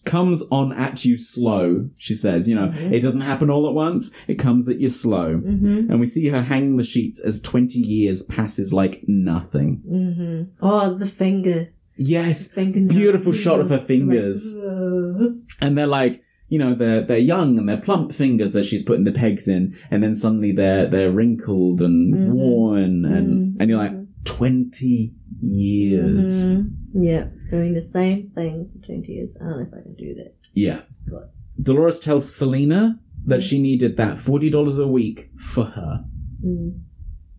S2: Comes on at you slow, she says. You know,
S3: Mhm.
S2: it doesn't happen all at once, it comes at you slow.
S3: Mm-hmm.
S2: And we see her hanging the sheets as 20 years passes like nothing.
S3: Mm-hmm. Oh, the finger.
S2: Yes,
S3: finger Mm-hmm.
S2: Beautiful shot of her fingers. and they're like you know they're they're young and they're plump fingers that she's putting the pegs in and then suddenly they're they're wrinkled and
S3: Mhm. Mm-hmm.
S2: worn and and you're like 20 years
S3: Yeah, doing the same thing for 20 years. I don't know if I can do that.
S2: Yeah.
S3: Got Mm-hmm.
S2: Dolores tells Selena that she needed that $40 a week for her
S3: Mm.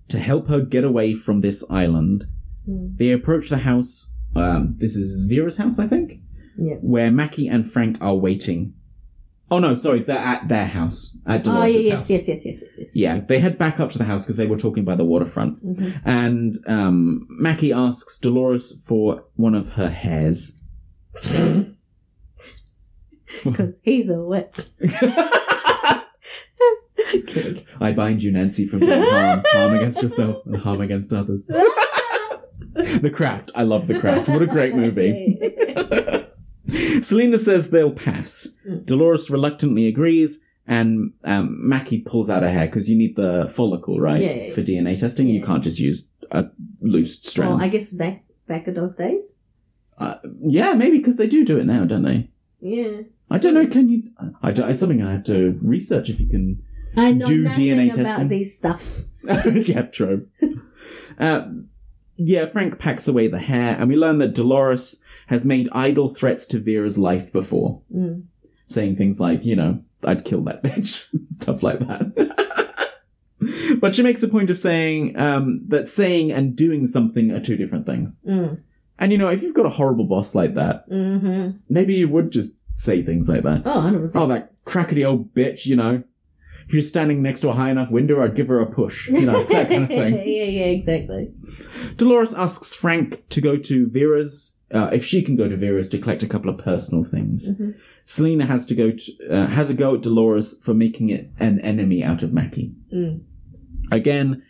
S2: to help her get away from this island.
S3: Mm.
S2: They approach the house. Um, this is Vera's house, I think,
S3: Yeah.
S2: where Mackie and Frank are waiting. Oh, no, sorry, they're at their house, at
S3: Oh,
S2: Dolores'
S3: yeah, yes,
S2: house.
S3: yes, yes, yes, yes, yes. [laughs]
S2: Yeah, they head back up to the house because they were talking by the waterfront.
S3: Mhm.
S2: And um, Mackie asks Dolores for one of her hairs.
S3: Because he's a witch. Kidding.
S2: I bind you, Nancy, from doing harm, harm against yourself and harm against
S3: [laughs]
S2: others. the Craft. I love The Craft. What a great [laughs]
S3: [laughs]
S2: movie. Selena says they'll pass.
S3: Mm.
S2: Dolores reluctantly agrees, and um, Mackie pulls out a hair because you need the follicle, right?
S3: Yeah, yeah,
S2: For DNA testing, you
S3: Yeah.
S2: can't just use a loose strand. Uh,
S3: Well, I guess back back in those days.
S2: Yeah, maybe because they do do it now, don't they?
S3: Yeah.
S2: I don't know. Can you? I don't, it's something I have to research if you
S3: [laughs]
S2: can.
S3: I know
S2: Do
S3: nothing
S2: DNA
S3: about
S2: testing?
S3: these stuff.
S2: yeah, true. Uh, yeah, Frank packs away the hair, and we learn that Dolores has made idle threats to Vera's life before,
S3: Mm.
S2: saying things like, you know, I'd kill that bitch, [laughs] stuff like that. [laughs] but she makes a point of saying um, that saying and doing something are two different things.
S3: Mm.
S2: And you know, if you've got a horrible boss like that,
S3: hmm
S2: maybe you would just say things like that.
S3: Oh, 100%.
S2: Oh, that crackety old bitch, you know. If you're standing next to a high enough window, I'd give her a push, you know, that
S3: [laughs]
S2: kind of
S3: yeah,
S2: thing.
S3: yeah, exactly.
S2: Dolores asks Frank to go to Vera's, uh, if she can go to Vera's to collect a couple of personal things.
S3: Mhm.
S2: Selena has to go to, uh, has a go at Dolores for making it an enemy out of Mackie.
S3: Mm.
S2: Again,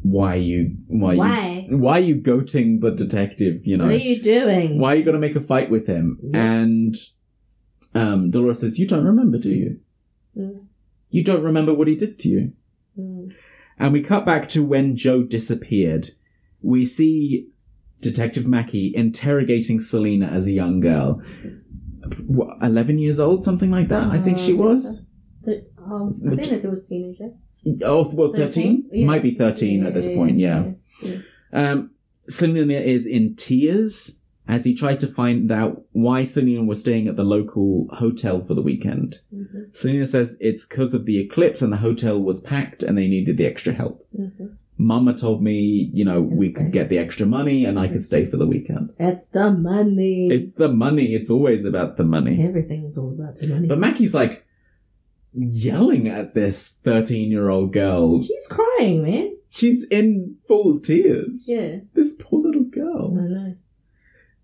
S2: why you, why,
S3: Why?
S2: you, why are you goating the detective, you know?
S3: What are you doing?
S2: Why are you going to make a fight with him? And um, Dolores says, You don't remember, do you?
S3: Mm.
S2: You don't remember what he did to you.
S3: Mm.
S2: And we cut back to when Joe disappeared. We see Detective Mackey interrogating Selena as a young girl. What, 11 years old, something like that, I think
S3: Uh,
S2: she was.
S3: Th- um, I think that it was teenager.
S2: Oh, well, 13?
S3: Yeah.
S2: Might be 13 at this point, yeah.
S3: yeah.
S2: Um, Selena is in tears as he tries to find out why Selena was staying at the local hotel for the weekend.
S3: Mhm,
S2: Selena says it's because of the eclipse and the hotel was packed and they needed the extra help.
S3: mhm.
S2: Mama told me, you know, we
S3: Exactly.
S2: could get the extra money and I could stay for the weekend.
S3: That's the money.
S2: It's the money, it's always about the money.
S3: Everything's all about the money.
S2: But Mackie's like yelling at this 13 year old girl.
S3: She's crying, man.
S2: She's in full tears.
S3: Yeah,
S2: This poor little
S3: I
S2: girl.
S3: know.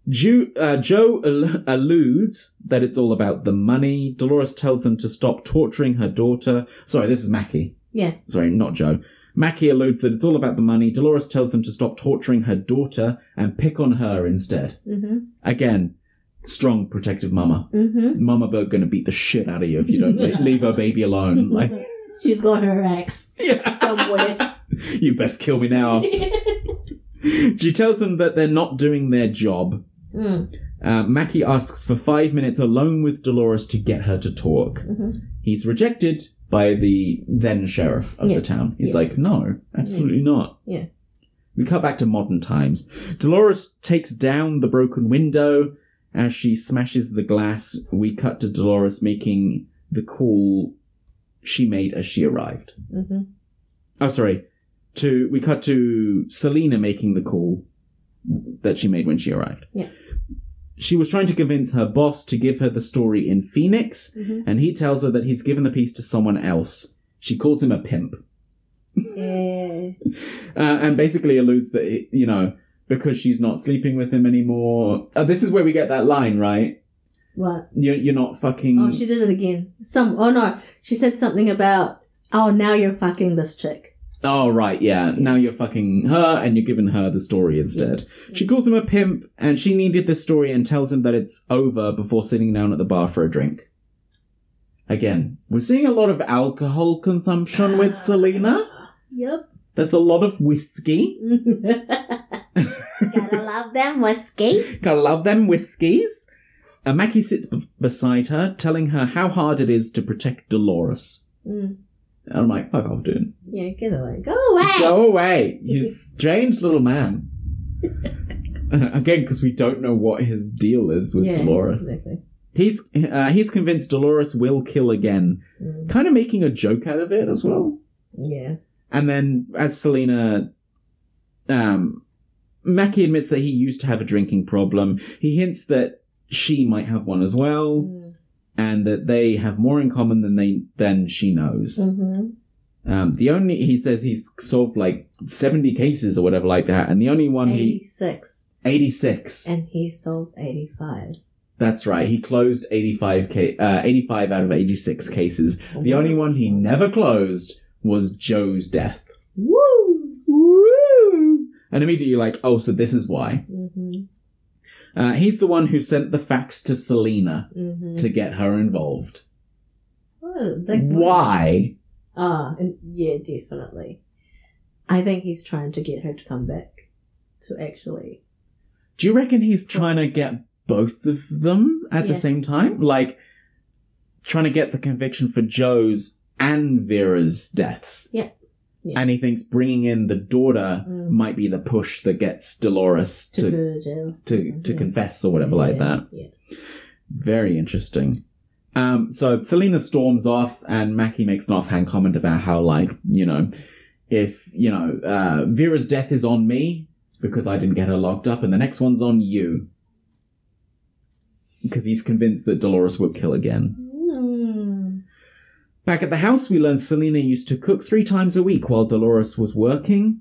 S2: Ju- uh, Joe al- alludes that it's all about the money. Dolores tells them to stop torturing her daughter. Sorry, this is Mackie.
S3: Yeah.
S2: Sorry, not Joe. Mackie alludes that it's all about the money. Dolores tells them to stop torturing her daughter and pick on her instead.
S3: Mm-hmm.
S2: Again, strong protective mama.
S3: Mm-hmm.
S2: Mama Bird gonna beat the shit out of you if you don't le- leave her baby alone. Like,
S3: She's got her ex
S2: yeah,
S3: somewhere.
S2: [laughs] you best kill me now. she tells them that they're not doing their job.
S3: Mm,
S2: Uh, Mackie asks for five minutes alone with Dolores to get her to talk.
S3: mhm.
S2: He's rejected by the then sheriff of
S3: Yeah.
S2: the town. He's
S3: Yeah.
S2: like, no, absolutely not.
S3: Yeah.
S2: We cut back to modern times. Dolores takes down the broken window as she smashes the glass. We cut to Dolores making the call she made as she arrived.
S3: Mhm.
S2: Oh, sorry. To we cut to Selena making the call that she made when she arrived.
S3: Yeah.
S2: She was trying to convince her boss to give her the story in Phoenix,
S3: Mhm.
S2: and he tells her that he's given the piece to someone else. She calls him a pimp,
S3: Yeah.
S2: uh, and basically alludes that it- you know because she's not sleeping with him anymore. Uh, this is where we get that line, right?
S3: What?
S2: You're, you're not fucking.
S3: Oh, she did it again. Some. Oh no, she said something about. Oh, now you're fucking this chick.
S2: Oh, right, yeah. Now you're fucking her and you're giving her the story instead. She calls him a pimp and she needed this story and tells him that it's over before sitting down at the bar for a drink. Again, we're seeing a lot of alcohol consumption with Selena.
S3: Yep.
S2: There's a lot of whiskey.
S3: [laughs] Gotta love them whiskey.
S2: Gotta love them whiskies. And Mackie sits b- beside her, telling her how hard it is to protect Dolores.
S3: Mm.
S2: And I'm like, fuck off, dude.
S3: Yeah, get away. Go away.
S2: Go away, you strange little man. [laughs] Again, because we don't know what his deal is with
S3: yeah,
S2: Dolores.
S3: Exactly.
S2: He's uh, he's convinced Dolores will kill again,
S3: Mm,
S2: kind of making a joke out of it as well.
S3: yeah.
S2: And then, as Selena, um, Mackie admits that he used to have a drinking problem. He hints that she might have one as well,
S3: Mm,
S2: and that they have more in common than they than she knows.
S3: mhm.
S2: Um, the only he says he's solved like seventy cases or whatever like that, and the only one he
S3: 86.
S2: eighty six.
S3: And he sold 85.
S2: That's right. He closed 85, ca- uh, 85 out of 86 cases. The only one he never closed was Joe's death.
S3: Woo!
S2: Woo! And immediately you're like, oh, so this is why.
S3: hmm
S2: Uh, he's the one who sent the fax to Selena
S3: hmm
S2: to get her involved.
S3: Oh, that-
S2: Why?
S3: Ah, and yeah, definitely. I think he's trying to get her to come back to actually.
S2: Do you reckon he's trying to get both of them at the
S3: Yeah.
S2: same time? Like, trying to get the conviction for Joe's and Vera's deaths?
S3: Yeah. Yeah.
S2: And he thinks bringing in the daughter
S3: Mm.
S2: might be the push that gets Dolores
S3: to,
S2: to
S3: go to jail.
S2: to, to
S3: Yeah.
S2: confess or whatever like
S3: Yeah,
S2: that.
S3: Yeah.
S2: Very interesting. Um, so Selena storms off, and Mackie makes an offhand comment about how, like, you know, if you know uh, Vera's death is on me because I didn't get her locked up, and the next one's on you because he's convinced that Dolores will kill again.
S3: Mm.
S2: Back at the house, we learn Selena used to cook three times a week while Dolores was working,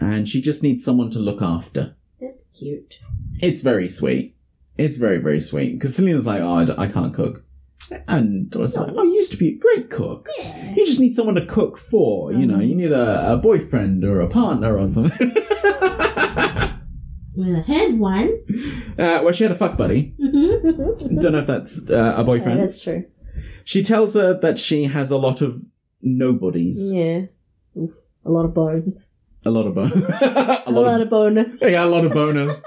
S2: and she just needs someone to look after.
S3: That's cute.
S2: It's very sweet. It's very, very sweet. Because Selena's like, oh, I, d- I can't cook. And Doris is like, oh, you used to be a great cook.
S3: Yeah.
S2: You just need someone to cook for. You know, you need a, a boyfriend or a partner or something. [laughs] uh,
S3: When I had one.
S2: well, she had a fuck buddy.
S3: Mhm.
S2: Don't know if that's uh, a
S3: yeah,
S2: boyfriend.
S3: that's true.
S2: She tells her that she has a lot of nobodies.
S3: Yeah. Oof. A lot of bones.
S2: A lot of bo- [laughs] a,
S3: A lot,
S2: lot of,
S3: of boner.
S2: [laughs] yeah, a lot of boners.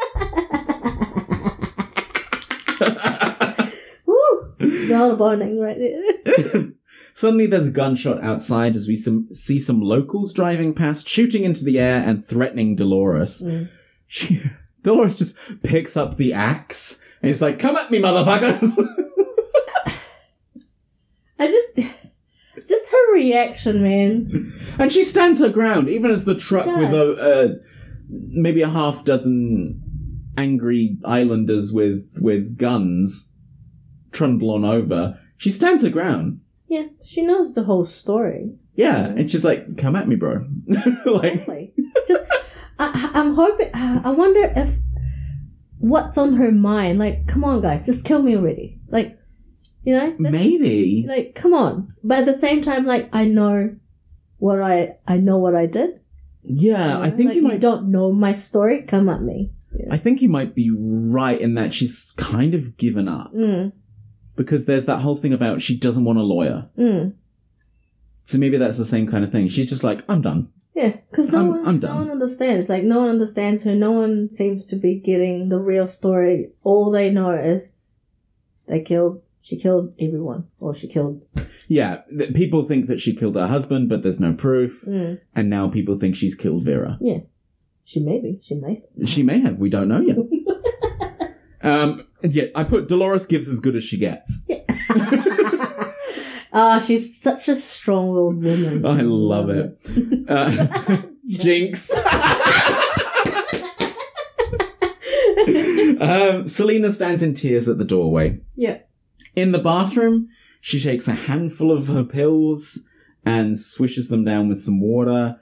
S3: Woo! A lot of boning right there. [laughs]
S2: Suddenly, there's a gunshot outside as we some, see some locals driving past, shooting into the air and threatening Dolores.
S3: Mm.
S2: She, [laughs] Dolores just picks up the axe and is like, "Come at me, motherfuckers!" [laughs]
S3: I just. Just her reaction, man.
S2: and she stands her ground, even as the truck
S3: She
S2: with
S3: does.
S2: a, a maybe a half dozen angry islanders with with guns trundle on over. She stands her ground.
S3: Yeah, she knows the whole story.
S2: Yeah, and she's like, "Come at me, bro!" [laughs] like,
S3: Exactly. Just, I, I'm hoping. I wonder if what's on her mind. Like, come on, guys, just kill me already. Like, you know, that's-
S2: maybe.
S3: Like, come on. But at the same time, like, I know what I I know what I did.
S2: Yeah, I
S3: know?
S2: think
S3: Like,
S2: you might.
S3: don't know my story. Come at me.
S2: I think you might be right in that she's kind of given up
S3: Mm,
S2: because there's that whole thing about she doesn't want a lawyer.
S3: mm.
S2: So maybe that's the same kind of thing. She's just like, I'm done.
S3: Yeah, because no
S2: I'm-
S3: one
S2: I'm
S3: no
S2: done.
S3: one understands. Like, no one understands her. No one seems to be getting the real story. All they know is they killed. She killed everyone, or she killed.
S2: Yeah, th- people think that she killed her husband, but there's no proof,
S3: Mm.
S2: and now people think she's killed Vera.
S3: She maybe. She may.
S2: She may have. We don't know [laughs] yet. um, yeah, I put Dolores gives as good as she gets.
S3: Ah, she's such a strong-willed woman.
S2: I love it. Uh, [laughs] Jinx. um, Selena stands in tears at the doorway.
S3: Yeah.
S2: In the bathroom, she takes a handful of her pills and swishes them down with some water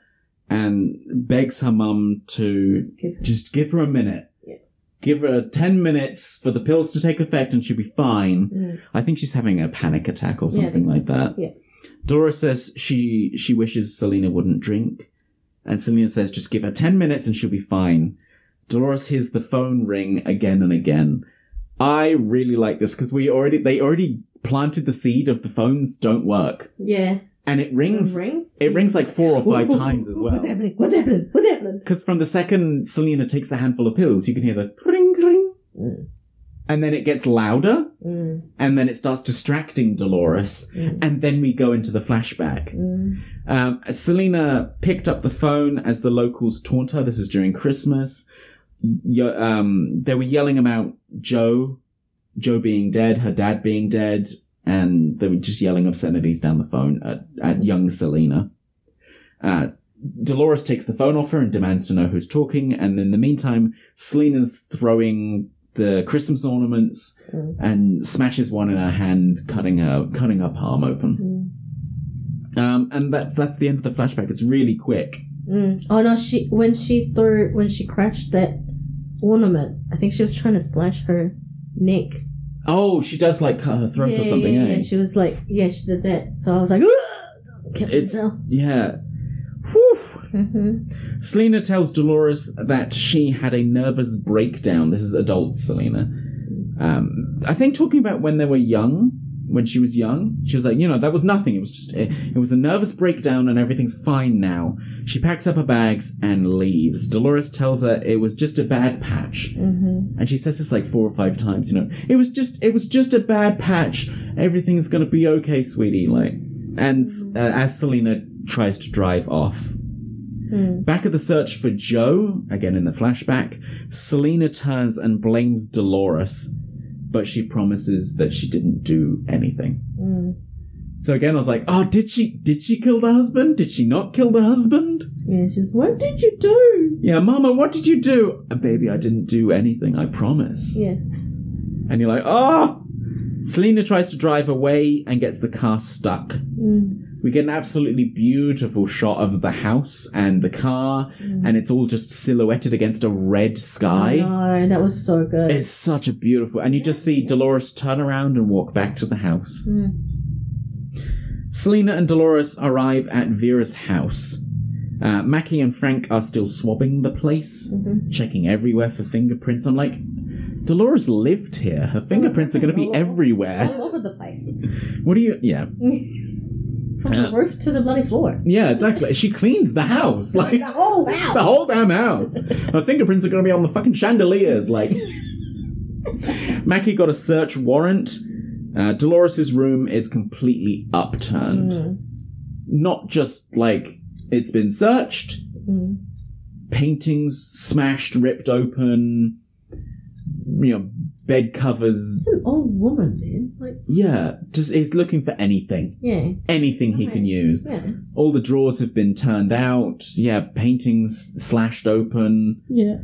S2: and begs her mum to
S3: Give her-
S2: just give her a minute.
S3: Yeah.
S2: Give her 10 minutes for the pills to take effect and she'll be fine.
S3: Mm.
S2: I think she's having a panic attack or
S3: Yeah, I
S2: something
S3: think so.
S2: like that.
S3: Yeah.
S2: Dora says she she wishes Selena wouldn't drink. And Selena says just give her 10 minutes and she'll be fine. Dolores hears the phone ring again and again. I really like this because we already they already planted the seed of the phones don't work.
S3: Yeah.
S2: And it rings
S3: Rings.
S2: it rings
S3: [laughs]
S2: like four or five
S3: Ooh, ooh,
S2: times
S3: ooh,
S2: as
S3: ooh,
S2: well.
S3: What's happening? What's happening? What's happening?
S2: Because from the second Selena takes the handful of pills, you can hear the ring ring.
S3: Mm.
S2: And then it gets louder,
S3: Mm,
S2: and then it starts distracting Dolores.
S3: mm,
S2: And then we go into the flashback.
S3: mm.
S2: Um, Selena picked up the phone as the locals taunt her. This is during Christmas. y- um, they were yelling about Joe, Joe being dead, her dad being dead, and they were just yelling obscenities down the phone at, at young Selena. Uh, Dolores takes the phone off her and demands to know who's talking, and in the meantime, Selena's throwing the Christmas ornaments
S3: Mm.
S2: and smashes one in her hand, cutting her cutting her palm open.
S3: Mm.
S2: Um, and that's that's the end of the flashback. It's really quick.
S3: Mm. Oh no, she when she threw when she crashed that ornament, I think she was trying to slash her neck.
S2: Oh, she does like cut her throat or something,
S3: yeah,
S2: eh?
S3: yeah. She was like, yeah, she did that. So I was like, Ugh! Kept
S2: It's
S3: [laughs] myself.
S2: yeah. Whew.
S3: Mhm.
S2: Selena tells Dolores that she had a nervous breakdown. This is adult Selena. Um, I think talking about when they were young, when she was young, she was like, you know, that was nothing. It was just, it, it was a nervous breakdown and everything's fine now. She packs up her bags and leaves. Dolores tells her it was just a bad patch.
S3: Mhm.
S2: And she says this like four or five times, you know, it was just, it was just a bad patch. Everything's gonna be okay, sweetie. Like, and uh, as Selena tries to drive off,
S3: Mm.
S2: Back at the search for Joe, again in the flashback, Selena turns and blames Dolores, but she promises that she didn't do anything.
S3: Mm.
S2: So again, I was like, "Oh, did she? Did she kill the husband? Did she not kill the husband?
S3: Yeah, she's. What did you do?
S2: Yeah, Mama, what did you do? Uh, Baby, I didn't do anything. I promise."
S3: Yeah.
S2: And you're like, "Oh!" Selena tries to drive away and gets the car stuck.
S3: Mm.
S2: We get an absolutely beautiful shot of the house and the car, and it's all just silhouetted against a red sky.
S3: I know that was so good.
S2: It's such a beautiful, and you just see Dolores turn around and walk back to the house.
S3: Mm.
S2: Selena and Dolores arrive at Vera's house. Uh, Mackie and Frank are still swabbing the place,
S3: Mhm.
S2: checking everywhere for fingerprints. I'm like, Dolores lived here. Her fingerprints are going to be
S3: all over-
S2: everywhere.
S3: All over the place,
S2: What do you? Yeah,
S3: from the
S2: Uh,
S3: roof to the bloody floor.
S2: yeah, exactly. She cleans the house, [laughs] like
S3: Oh wow!
S2: the whole damn house. Her fingerprints are going to be on the fucking chandeliers. [laughs] Like, Mackie got a search warrant. Uh, Dolores's room is completely upturned.
S3: Mm.
S2: Not just like it's been searched,
S3: Mm.
S2: paintings smashed, ripped open, you know, bed covers.
S3: It's an old woman, man. Like,
S2: Yeah, just is looking for anything,
S3: yeah,
S2: anything he can use.
S3: yeah,
S2: All the drawers have been turned out. Yeah, paintings slashed open.
S3: yeah.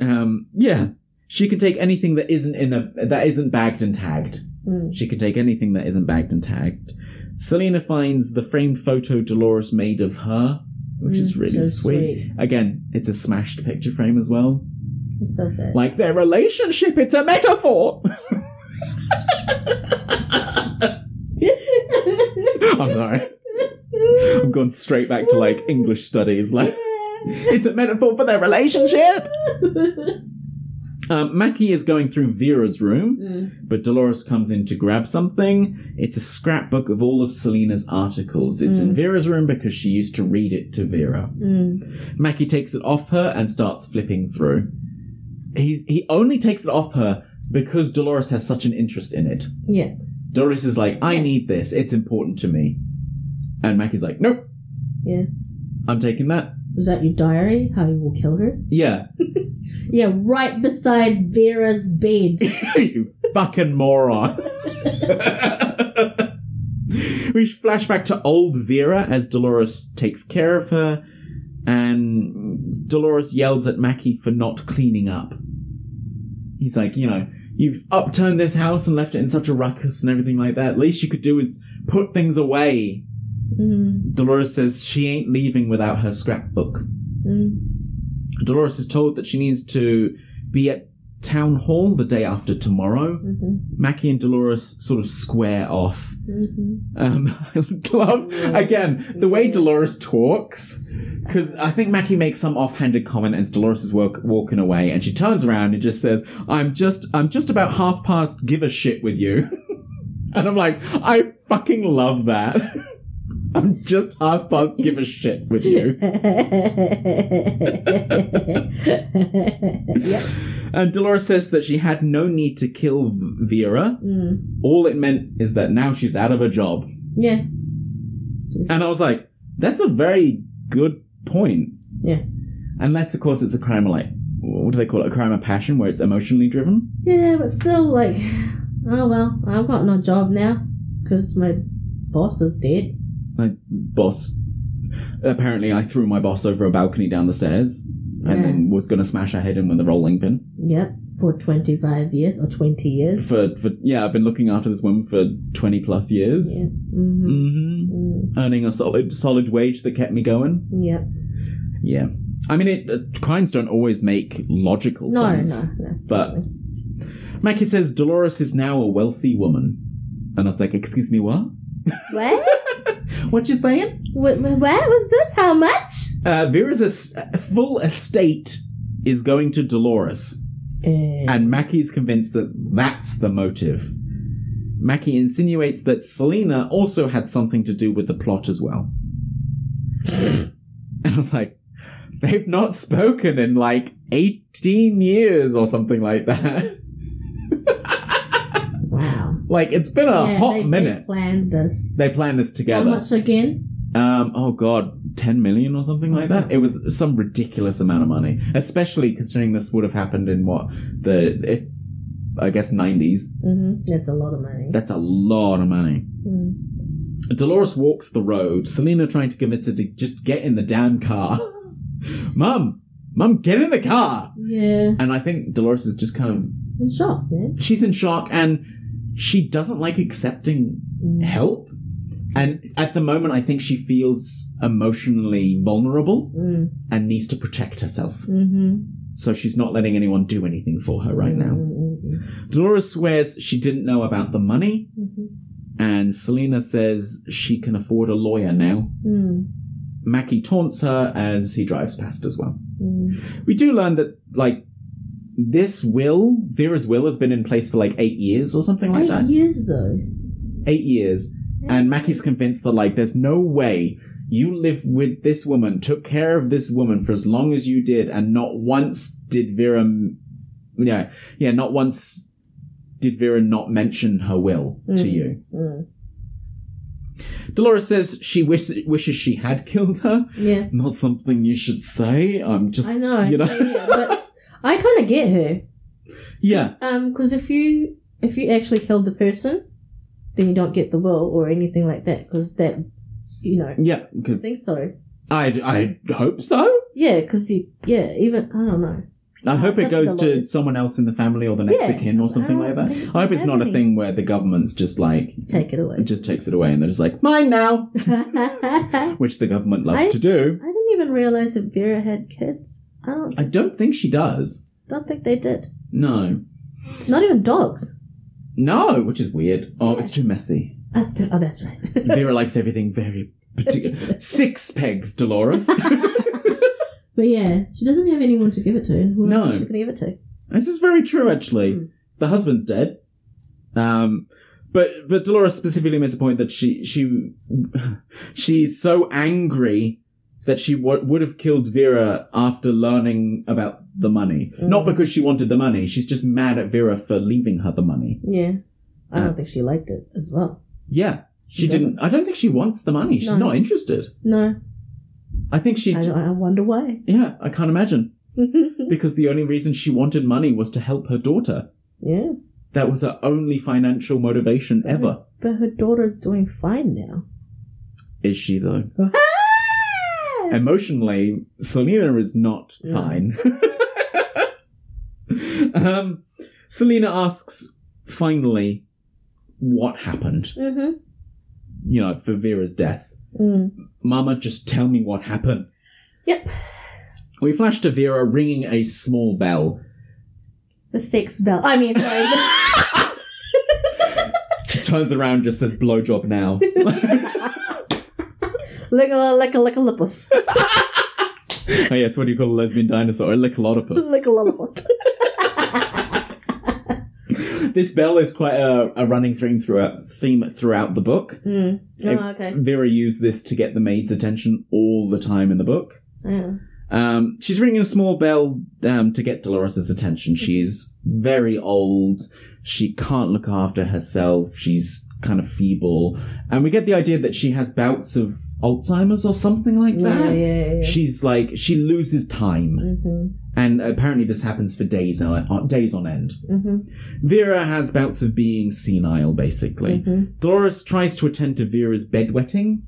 S2: Um, yeah, she can take anything that isn't in a that isn't bagged and tagged.
S3: Mm.
S2: She can take anything that isn't bagged and tagged. Selena finds the framed photo Dolores made of her, which is
S3: Mm,
S2: really
S3: so
S2: sweet.
S3: sweet.
S2: Again, it's a smashed picture frame as well.
S3: It's so sad.
S2: Like their relationship, it's a metaphor. I'm sorry. I'm going straight back to like English studies. Like it's a metaphor for their relationship. Um, Mackie is going through Vera's room.
S3: Mm.
S2: but Dolores comes in to grab something. It's a scrapbook of all of Selena's articles. It's in
S3: Mm.
S2: Vera's room because she used to read it to Vera.
S3: Mm.
S2: Mackie takes it off her and starts flipping through. He's, he only takes it off her because Dolores has such an interest in it.
S3: [laughs] Yeah.
S2: Dolores is like, I
S3: Yeah.
S2: need this. It's important to me. And Mackie's like, nope.
S3: Yeah.
S2: I'm taking that.
S3: Was that your diary? How you will kill her?
S2: Yeah. [laughs]
S3: Yeah, right beside
S2: [laughs]
S3: Vera's bed.
S2: you fucking moron. [laughs] we flash back to old Vera as Dolores takes care of her, and Dolores yells at Mackie for not cleaning up. He's like, you know, you've upturned this house and left it in such a ruckus and everything like that. Least you could do is put things away.
S3: Mm.
S2: Dolores says she ain't leaving without her scrapbook.
S3: Mm.
S2: Dolores is told that she needs to be at town hall the day after tomorrow.
S3: Mm-hmm.
S2: Mackie and Dolores sort of square off.
S3: Mm-hmm. [laughs]
S2: Um, [laughs] I love again the way Dolores talks because I think Mackie makes some offhanded comment as Dolores is walk- walking away, and she turns around and just says, "I'm just, I'm just about half past. Give a shit with you." [laughs] and I'm like, I fucking love that. [laughs] I'm just half past. Give a shit with you.
S3: yep.
S2: And Uh, Dolores says that she had no need to kill V- Vera.
S3: Mm.
S2: All it meant is that now she's out of a job.
S3: Yeah.
S2: And I was like, that's a very good point.
S3: Yeah.
S2: Unless, of course, it's a crime like, what do they call it? A crime of passion where it's emotionally driven?
S3: Yeah, but still, like, oh well, I've got no job now because my boss is dead.
S2: My boss. Apparently, I threw my boss over a balcony down the stairs and
S3: Yeah.
S2: then was going to smash her head in with a rolling pin.
S3: Yep, for 25 years or
S2: [laughs]
S3: 20 years.
S2: For, for Yeah, I've been looking after this woman for 20 plus years.
S3: Yeah. Mm-hmm.
S2: hmm Earning a solid solid wage that kept me going.
S3: Yep.
S2: Yeah. I mean, it, uh, crimes don't always make logical
S3: No, no,
S2: sense.
S3: no.
S2: But Mackie says Dolores is now a wealthy woman. And I was like, excuse me, what?
S3: What?
S2: What you saying?
S3: Wh- wh- Where was this? How much?
S2: Uh, Vera's es- full estate is going to Dolores. And Mackie's convinced that that's the motive. Mackie insinuates that Selena also had something to do with the plot as well. [laughs] and I was like, they've not spoken in like 18 years or something like that. [laughs]
S3: wow.
S2: like, it's been a
S3: Yeah,
S2: hot
S3: they- they
S2: minute.
S3: planned this.
S2: They planned this
S3: How
S2: together.
S3: much again?
S2: Um, oh god, 10 million or something like that? It was some ridiculous amount of money, especially considering this would have happened in what, the, if, I guess 90s.
S3: Mm-hmm. That's a lot of money.
S2: That's a lot of money.
S3: Mm.
S2: Dolores walks the road, Selena trying to convince her to just get in the damn
S3: [laughs]
S2: car. Mum! Mum, get in the car!
S3: Yeah.
S2: And I think Dolores is just kind
S3: In shock, man.
S2: of. She's in shock and she doesn't like accepting
S3: Mm.
S2: help. And at the moment, I think she feels emotionally vulnerable
S3: Mm.
S2: and needs to protect herself.
S3: Mm-hmm.
S2: So she's not letting anyone do anything for her right now.
S3: Mm-hmm.
S2: Dolores swears she didn't know about the money, and Selena says she can afford a lawyer now.
S3: Mm.
S2: Mackie taunts her as he drives past as well.
S3: Mm.
S2: We do learn that, like, this will, Vera's will, has been in place for like eight years or something like
S3: Eight
S2: that.
S3: years though.
S2: Eight years. And Mackie's convinced that, like, there's no way you lived with this woman, took care of this woman for as long as you did, and not once did Vera, m- yeah, yeah, not once did Vera not mention her will to
S3: Mm.
S2: you.
S3: Mm.
S2: Dolores says she wish- wishes she had killed her.
S3: Yeah.
S2: Not something you should say. I'm just,
S3: I know.
S2: you know,
S3: Yeah, yeah, but I kind of get her.
S2: [laughs] yeah,
S3: Um, because if you if you actually killed the person, then you don't get the will or anything like that. Because that, you know,
S2: yeah.
S3: I
S2: Because
S3: think so.
S2: I, I hope so.
S3: Yeah, because you yeah even I don't know.
S2: I hope it
S3: It's up to
S2: goes
S3: the
S2: to
S3: lawyers.
S2: someone else in the family or the next
S3: Yeah, Oh,
S2: of kin or something
S3: I
S2: like that.
S3: think
S2: I hope it's
S3: they
S2: not a
S3: have
S2: thing where the government's just like
S3: Take it away.
S2: it just takes it away and they're just like mine now,
S3: [laughs]
S2: [laughs]
S3: I
S2: which the government loves
S3: I-
S2: to do.
S3: didn't even realize that Vera had kids. I don't
S2: I don't think she does.
S3: don't think they did.
S2: No,
S3: Not even dogs.
S2: no, which is weird. Oh, it's too
S3: [laughs]
S2: messy.
S3: That's the, oh, that's right. [laughs]
S2: Vera likes everything very particular. Six pegs,
S3: [laughs]
S2: Dolores.
S3: but yeah, she doesn't have anyone to give it to. and Who
S2: No.
S3: else is she gonna give it to?
S2: This is very true, actually.
S3: Hmm.
S2: The husband's dead. Um, but but Dolores specifically makes a point that she she [laughs] she's so angry that she w- would have killed Vera after learning about the money.
S3: Hmm.
S2: Not because she wanted the money. She's just mad at Vera for leaving her the money.
S3: Yeah, I
S2: Uh.
S3: don't think she liked it as well.
S2: Yeah. She,
S3: She
S2: didn't. I don't think she wants the money. She's
S3: No.
S2: not interested.
S3: No,
S2: I think she.
S3: I,
S2: d-
S3: I wonder why.
S2: yeah, I can't imagine.
S3: [laughs]
S2: Because the only reason she wanted money was to help her daughter.
S3: yeah,
S2: That was her only financial motivation ever.
S3: but her daughter's doing fine now. [laughs]
S2: Is she though? Emotionally, Selena is not
S3: No.
S2: fine. [laughs] um, Selena asks finally what happened,
S3: Mm-hmm.
S2: you know, for Vera's death.
S3: Mm.
S2: Mama, just tell me what happened.
S3: Yep.
S2: We flash to Vera ringing a small bell.
S3: The sex bell. I mean, sorry.
S2: [laughs]
S3: [laughs] the-
S2: She turns around, just says blowjob now. [laughs]
S3: Lickle, lickle, lickle, lipples. [laughs]
S2: oh, yes, what do you call a lesbian dinosaur? A lickalotopus.
S3: Lickle, lickle.
S2: this bell is quite a, a running theme throughout, theme throughout the book.
S3: [laughs] Mm. Oh,
S2: Ev-
S3: okay.
S2: Vera used this to get the maid's attention all the time in the book.
S3: Yeah.
S2: Um, she's ringing a small bell um, to get Dolores's attention. She's very old. She can't look after herself. She's kind of feeble, and we get the idea that she has bouts of Alzheimer's or something like
S3: Yeah,
S2: that.
S3: yeah, Mm-hmm. yeah.
S2: She's like she loses time, and apparently this happens for days on on- days on end.
S3: hmm
S2: Vera has bouts of being senile, basically.
S3: Mm-hmm.
S2: Dolores tries to attend to Vera's bedwetting,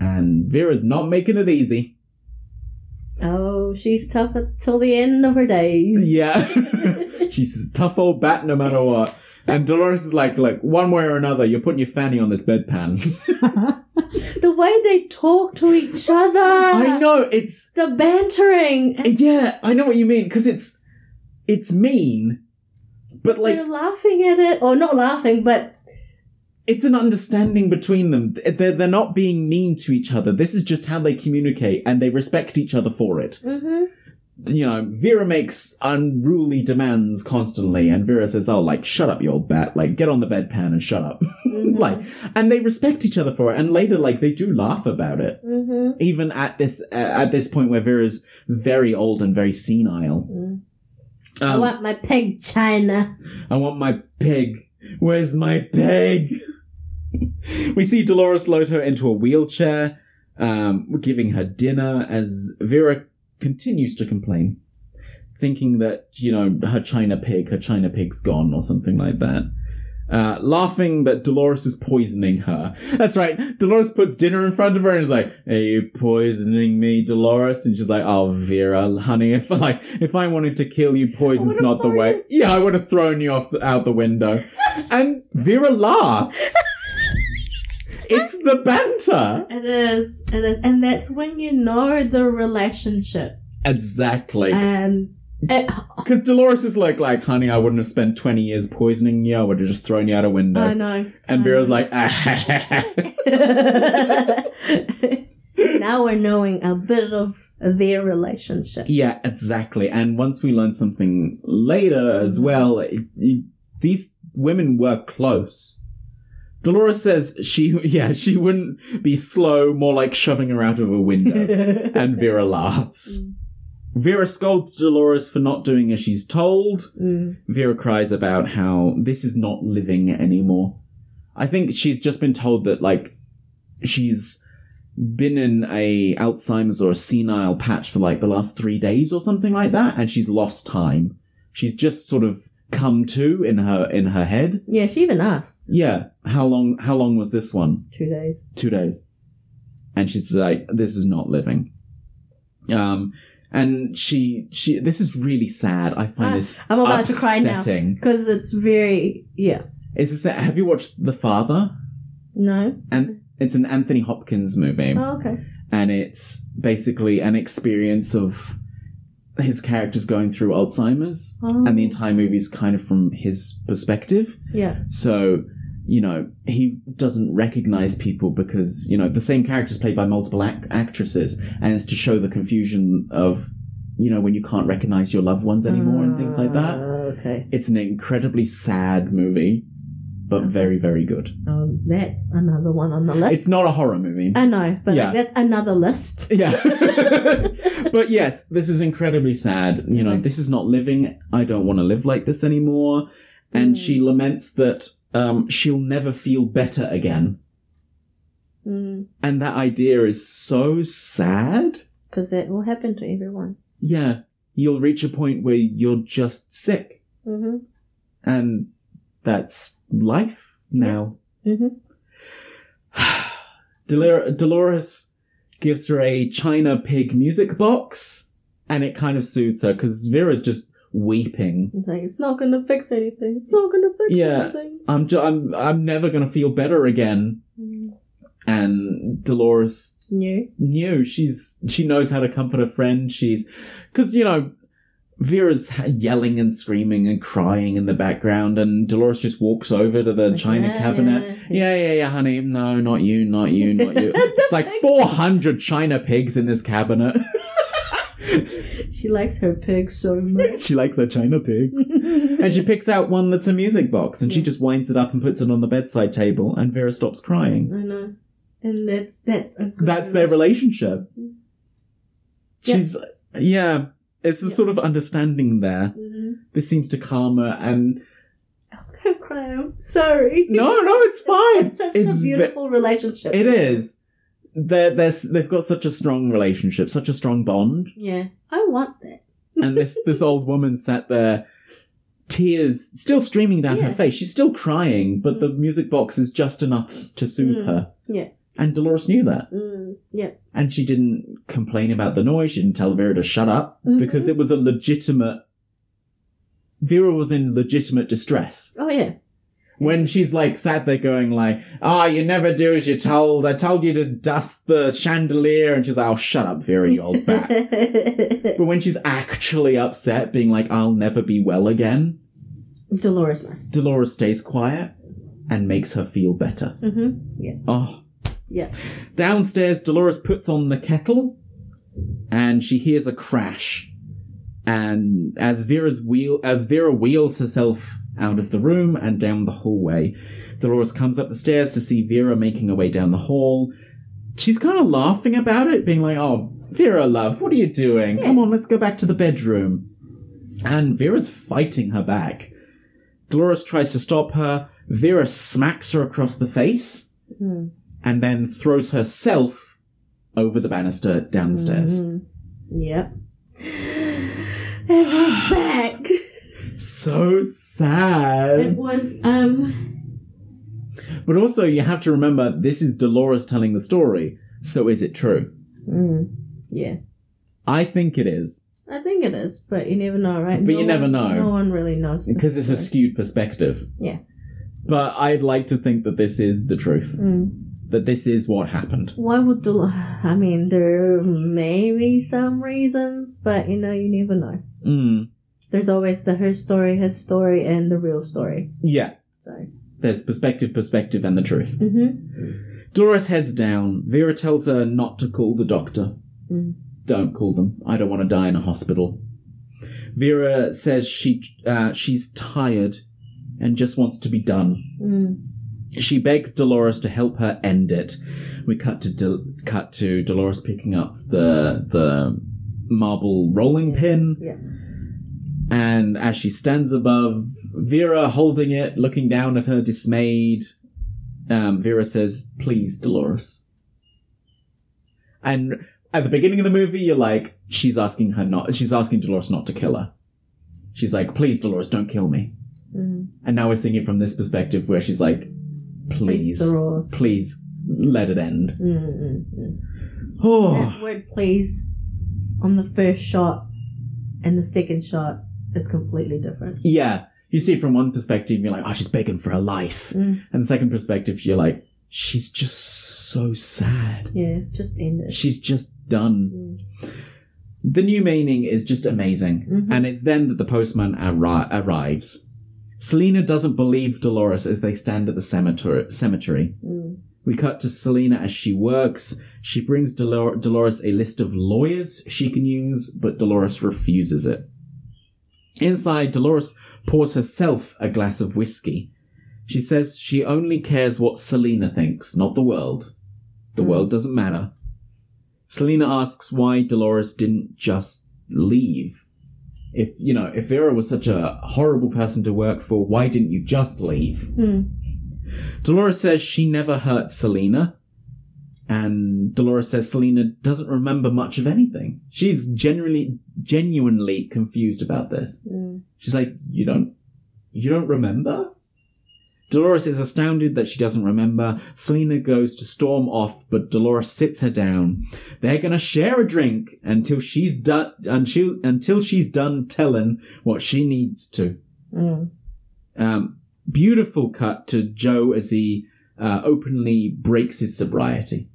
S2: and Vera's not making it easy.
S3: Oh, she's tough until the end of her days.
S2: Yeah. She's a tough old bat no matter what. And Dolores is like, like, one way or another, you're putting your fanny on this bedpan.
S3: The way they talk to each other.
S2: [laughs] I know, it's
S3: The bantering. and
S2: yeah, I know what you mean, because it's it's mean, but like
S3: they're laughing at it, or not laughing, but
S2: it's an understanding between them. They're they're not being mean to each other. This is just how they communicate, and they respect each other for it.
S3: hmm
S2: You know, Vera makes unruly demands constantly, and Vera says, "Oh, like, shut up, you old bat! Like, get on the bedpan and shut up."
S3: Mm-hmm.
S2: like, and they respect each other for it. And later, like, they do laugh about it.
S3: hmm
S2: even at this uh, at this point where Vera's very old and very senile.
S3: Mm. I
S2: Um,
S3: want my peg china.
S2: I want my pig. Where's my pig? [laughs] we see Dolores load her into a wheelchair, um, giving her dinner as Vera continues to complain, thinking that you know her china pig, her china pig's gone or something like that. Uh, laughing that Dolores is poisoning her. That's right. Dolores puts dinner in front of her and is like, "Are you poisoning me, Dolores?" And she's like, "Oh, Vera, honey, [laughs] if like if I wanted to kill you, poison's
S3: would've
S2: not the
S3: thrown
S2: way."
S3: you-
S2: Yeah, I would have thrown you off the, out the window. and Vera laughs. it's the banter.
S3: It is. It is. And that's when you know the relationship.
S2: Exactly.
S3: And it,
S2: Because Dolores is like, like, honey, I wouldn't have spent 20 years poisoning you. I would have just thrown you out a window.
S3: I know.
S2: and
S3: I
S2: Vera's
S3: know.
S2: like, ah,
S3: [laughs]
S2: [laughs]
S3: now we're knowing a bit of their relationship.
S2: yeah, exactly. And once we learn something later as well, it, it- these women were close. Dolores says she, [laughs] yeah, she wouldn't be slow, more like shoving her out of a window.
S3: mm-hmm.
S2: and Vera laughs. Vera scolds Dolores for not doing as she's told. Vera cries about how this is not living anymore. I think she's just been told that like she's been in a Alzheimer's or a senile patch for like the last 3 days or something like that and she's lost time. She's just sort of come to in her in her head.
S3: Yeah, she even asked
S2: Yeah, how long how long was this one?
S3: two days.
S2: two days. And she's like, this is not living. Um, and she, she, this is really sad. I find
S3: Ah,
S2: this
S3: I'm about to cry now.
S2: upsetting.
S3: Because it's very, yeah.
S2: Is this, have you watched The Father?
S3: No?
S2: And it's an Anthony Hopkins movie.
S3: Oh, okay.
S2: And it's basically an experience of his characters going through Alzheimer's.
S3: Oh.
S2: And the entire movie's kind of from his perspective.
S3: Yeah.
S2: So, you know, he doesn't recognize people because, you know, the same character is played by multiple ac- actresses, and it's to show the confusion of, you know, when you can't recognize your loved ones anymore and things like
S3: Ah,
S2: that.
S3: Okay.
S2: It's an incredibly sad movie, but very, very good.
S3: Oh, that's another
S2: [laughs]
S3: one on the list.
S2: It's not a horror movie.
S3: I know, but
S2: Yeah.
S3: that's another list. [laughs]
S2: Yeah. but yes, this is incredibly sad. You know,
S3: Okay.
S2: this is not living. I don't want to live like this anymore. And
S3: Mm.
S2: she laments that um, she'll never feel better again.
S3: Because
S2: And that idea is so sad.
S3: it will happen to everyone.
S2: Yeah, you'll reach a point where you're just sick.
S3: Mm-hmm.
S2: And that's life now.
S3: Mm-hmm.
S2: Dolor- Dolores gives her a China pig music box, and it kind of soothes her because Vera's just weeping.
S3: It's like, it's not going to fix anything. It's not going to fix
S2: Yeah.
S3: anything.
S2: I'm, ju- I'm, I'm never going to feel better again.
S3: Mm.
S2: And Dolores
S3: New.
S2: new. She's she knows how to comfort her friend. She's because you know Vera's ha- yelling and screaming and crying in the background, and Dolores just walks over to the
S3: Like,
S2: china
S3: yeah,
S2: cabinet. Yeah, yeah, yeah, honey. No, not you, not you, not
S3: [laughs]
S2: you. it's like four hundred china pigs in this cabinet. [laughs]
S3: She likes her pig so
S2: [laughs]
S3: much.
S2: she likes her china pig.
S3: [laughs]
S2: And she picks out one that's a music box, and she
S3: Yeah.
S2: just winds it up and puts it on the bedside table, and Vera stops crying.
S3: I know. And that's that's a good
S2: that's their relationship.
S3: Yeah.
S2: She's yeah, it's a sort of understanding there.
S3: Mhm.
S2: This seems to calm her, and
S3: Don't cry. I'm sorry.
S2: no, no, it's fine.
S3: [laughs] It's such
S2: It's
S3: a
S2: ve-
S3: beautiful relationship.
S2: It is. they're, they're, s- they've got such a strong relationship, such a strong bond.
S3: Yeah, I want that.
S2: And
S3: [laughs]
S2: this, this old woman sat there, tears still streaming down her
S3: Yeah.
S2: face. She's still crying, but the music box is just enough to soothe
S3: Mm.
S2: her.
S3: Yeah.
S2: And Dolores knew that.
S3: Mm, yeah.
S2: And she didn't complain about the noise. She didn't tell Vera to shut up
S3: Mhm.
S2: because it was a legitimate. Vera was in legitimate distress.
S3: Oh yeah.
S2: when she's like sat there going like, "Ah, you never do as you're told. I told you to dust the chandelier," and she's like, "Oh, shut up, Vera, you old bat."
S3: [laughs]
S2: but when she's actually upset, being like, "I'll never be well again,"
S3: [laughs] Dolores Mar.
S2: Dolores stays quiet and makes her feel better.
S3: Mm-hmm. Yeah.
S2: Oh,
S3: Yeah.
S2: downstairs, Dolores puts on the kettle, and she hears a crash. And as Vera's wheel, as Vera wheels herself out of the room and down the hallway, Dolores comes up the stairs to see Vera making her way down the hall. She's kind of laughing about it, being like, "Oh, Vera, love, what are you doing? Come on, let's go back to the bedroom." And Vera's fighting her back. Dolores tries to stop her. Vera smacks her across the face
S3: Mm.
S2: and then throws herself over the banister down the stairs.
S3: Mhm. [sighs] Yep. And we're back.
S2: So
S3: It
S2: sad.
S3: was um.
S2: But also, you have to remember this is Dolores telling the story. So is it true?
S3: mm, yeah.
S2: I think it is
S3: I think it is, but you never know, right?
S2: But you never
S3: one-
S2: know.
S3: No one really knows. the
S2: because it's a
S3: story.
S2: skewed perspective.
S3: Yeah.
S2: But I'd like to think that this is the truth.
S3: Mm.
S2: That this is what happened.
S3: Why would the? I mean, there may be some reasons, but you know, you never know.
S2: Mm.
S3: There's always the her story, his story, and the real story.
S2: Yeah.
S3: So.
S2: There's perspective, perspective, and the truth.
S3: Mm-hmm.
S2: Dolores heads down. Vera tells her not to call the doctor.
S3: Mm.
S2: Don't call them. I don't want to die in a hospital. Vera says she uh, she's tired and just wants to be done.
S3: Mm.
S2: She begs Dolores to help her end it. We cut to Dol cut to Dolores picking up the the marble rolling pin.
S3: Yeah.
S2: And as she stands above Vera holding it, looking down at her dismayed, um, Vera says, Please, Dolores. And at the beginning of the movie, you're like, She's asking her not, she's asking Dolores not to kill her. She's like, Please, Dolores, don't kill me.
S3: Mm.
S2: And now we're seeing it from this perspective where she's like, Please,
S3: Please, Dolores.
S2: please let it end.
S3: Mm, mm, mm. That
S2: Oh,
S3: word "please" on the first shot and the second shot is completely different.
S2: yeah. You see it from one perspective, you're like, Oh, she's begging for her life.
S3: Mm.
S2: And the second perspective, you're like, she's just so sad.
S3: Yeah, just end it.
S2: She's just done.
S3: Mm.
S2: The new meaning is just amazing.
S3: Mhm.
S2: And it's then that the postman arri- arrives. Selena doesn't believe Dolores as they stand at the cemetery. cemetery.
S3: Mm.
S2: We cut to Selena as she works. She brings Dolor- Dolores a list of lawyers she can use, but Dolores refuses it. Inside, Dolores pours herself a glass of whiskey. She says she only cares what Selena thinks, not the world.
S3: Mm.
S2: The world doesn't matter. Selena asks why Dolores didn't just leave. If, you know, if Vera was such a horrible person to work for, why didn't you just leave?
S3: Mm.
S2: Dolores says she never hurt Selena. And Dolores says Selena doesn't remember much of anything. She's genuinely, genuinely confused about this.
S3: Mm.
S2: She's like, you don't, you don't remember? Dolores is astounded that she doesn't remember. Selena goes to storm off, but Dolores sits her down. They're gonna share a drink until she's done, until, until she's done telling what she needs to.
S3: Mm.
S2: Um, beautiful cut to Joe as he uh, openly breaks his sobriety.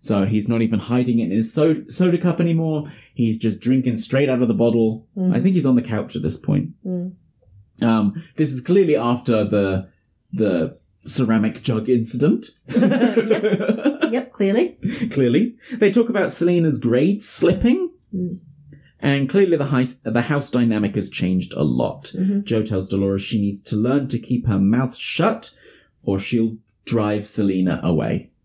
S2: So he's not even hiding it in his soda, soda cup anymore. He's just drinking straight out of the bottle. I think he's on the couch at this point.
S3: Mm.
S2: Um, this is clearly after the the ceramic jug
S3: [laughs]
S2: incident. [laughs]
S3: Yep, clearly.
S2: clearly, they talk about Selena's grades slipping,
S3: Mm.
S2: and clearly the house the house dynamic has changed a lot.
S3: Mhm.
S2: Joe tells Dolores she needs to learn to keep her mouth shut, or she'll drive Selena away. [sighs]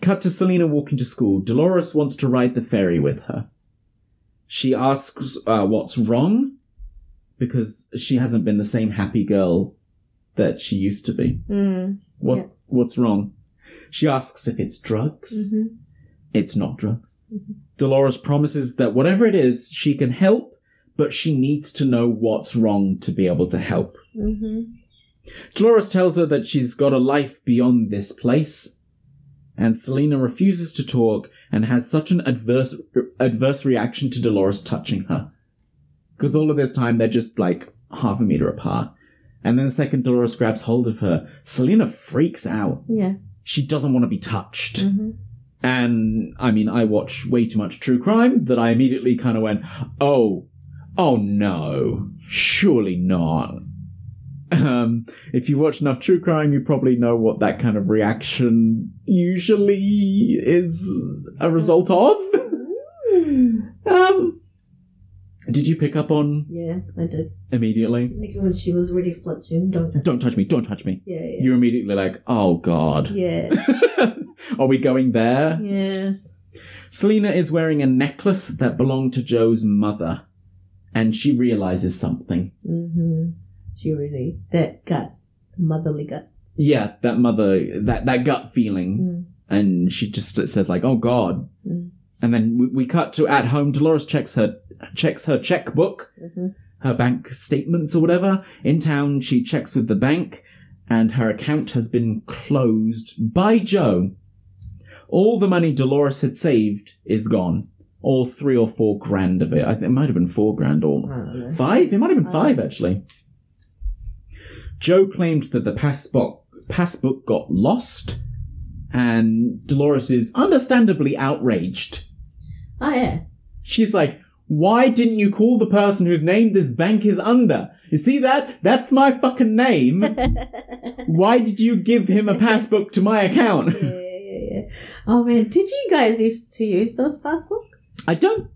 S2: Cut to Selena walking to school. Dolores wants to ride the ferry with her. She asks uh, what's wrong because she hasn't been the same happy girl that she used to be.
S3: Mm.
S2: What
S3: Yeah.
S2: what's wrong? She asks if it's drugs.
S3: hmm
S2: It's not drugs. Dolores promises that whatever it is, she can help, but she needs to know what's wrong to be able to help.
S3: hmm
S2: Dolores tells her that she's got a life beyond this place, and Selena refuses to talk and has such an adverse adverse reaction to Dolores touching her. Because all of this time they're just like half a meter apart. And then the second Dolores grabs hold of her, Selena freaks out.
S3: Yeah.
S2: She doesn't want to be touched.
S3: hmm
S2: And I mean, I watch way too much true crime that I immediately kind of went, oh, oh no, surely not. Um, if you watch enough true crime, you probably know what that kind of reaction usually is a result of. Um, did you pick up on
S3: Yeah, I did.
S2: immediately?
S3: Like when she was already flinching, don't.
S2: Don't touch me, don't touch me.
S3: Yeah, yeah.
S2: You're immediately like, oh god.
S3: yeah.
S2: Are we going there?
S3: yes.
S2: Selena is wearing a necklace that belonged to Joe's mother, and she realizes something.
S3: hmm She really that gut, motherly gut.
S2: Yeah, that mother, that, that gut feeling,
S3: Mm.
S2: and she just says like, "Oh God!"
S3: Mm.
S2: And then we, we cut to at home. Dolores checks her checks her checkbook,
S3: Mhm.
S2: her bank statements or whatever. In town, she checks with the bank, and her account has been closed by Joe. All the money Dolores had saved is gone. All three or four grand of it. I think it might have been four grand or
S3: I don't know.
S2: Five? It might have been
S3: Five.
S2: five, actually. Joe claimed that the passbook, passbook got lost, and Dolores is understandably outraged.
S3: Oh yeah.
S2: She's like, Why didn't you call the person whose name this bank is under? You see that? That's my fucking name. Why did you give him a passbook to my account?
S3: yeah, yeah, yeah. Oh man, did you guys used to use those passbook?
S2: I don't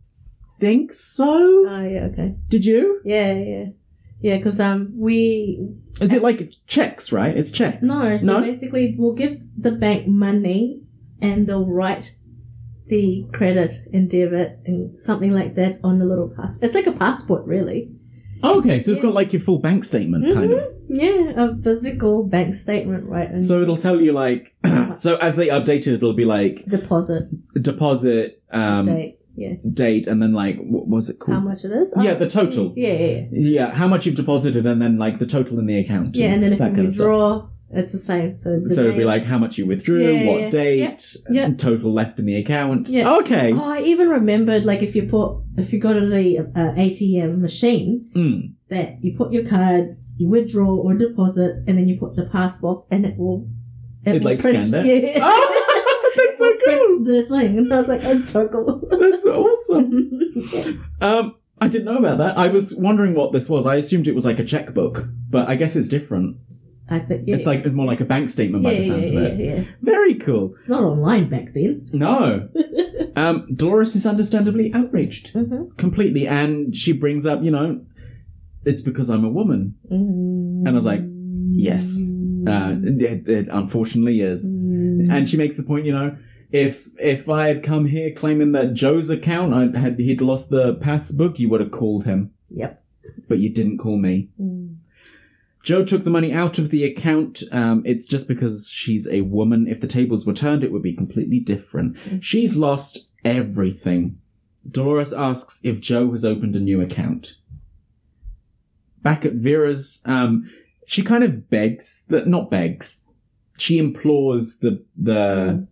S2: think so.
S3: Oh yeah, okay.
S2: Did you?
S3: Yeah, yeah, yeah. Because um, we
S2: Is it like checks, right? It's checks.
S3: no. So
S2: no?
S3: basically, we'll give the bank money, and they'll write the credit and debit and something like that on a little passport. It's like a passport, really.
S2: Oh, Okay, so it's got like your full bank statement, kind of.
S3: Mm-hmm. Yeah, a physical bank statement, right? And
S2: So it'll tell you like [clears throat] so as they update it, it'll be like
S3: deposit
S2: deposit um, date.
S3: date. Yeah,
S2: and then like what was it
S3: how
S2: called?
S3: much it is?
S2: Yeah,
S3: Oh,
S2: the total.
S3: Yeah, yeah, yeah.
S2: Yeah, how much you've deposited, and then like the total in the account.
S3: yeah and then if
S2: that
S3: you
S2: kind of stuff.
S3: withdraw, it's the same. So the
S2: so it'll be
S3: name-
S2: like how much you withdrew,
S3: Yeah,
S2: what
S3: yeah,
S2: date,
S3: yeah.
S2: and total left in the account.
S3: Yeah.
S2: Okay.
S3: Oh, I even remembered like if you put if you go to the uh, ATM machine
S2: Mm.
S3: that you put your card, you withdraw or deposit, and then you put the passbook, and it will.
S2: It,
S3: will
S2: like, scanned [laughs]
S3: Yeah.
S2: Oh,
S3: [laughs]
S2: that's so
S3: It will
S2: cool.
S3: print The thing, and I was like, that's so cool. [laughs]
S2: That's awesome.
S3: yeah.
S2: Um, I didn't know about that. I was wondering what this was. I assumed it was like a checkbook, but I guess it's different.
S3: I think yeah.
S2: It's like it's more like a bank statement
S3: yeah,
S2: by the
S3: yeah,
S2: sounds
S3: yeah,
S2: of it.
S3: yeah.
S2: Very cool.
S3: It's not online back then.
S2: No. um, Dolores is understandably outraged
S3: Mm-hmm.
S2: completely, and she brings up, you know, it's because I'm a woman.
S3: And
S2: I was like, yes. Uh, it, it unfortunately is. And she makes the point, you know, if if I had come here claiming that Joe's account I had he'd lost the passbook, you would have called him.
S3: Yep.
S2: But you didn't call me. Joe took the money out of the account. Um, it's just because she's a woman. If the tables were turned, it would be completely different. She's lost everything. Dolores asks if Joe has opened a new account. Back at Vera's, um, she kind of begs that not begs. She implores the the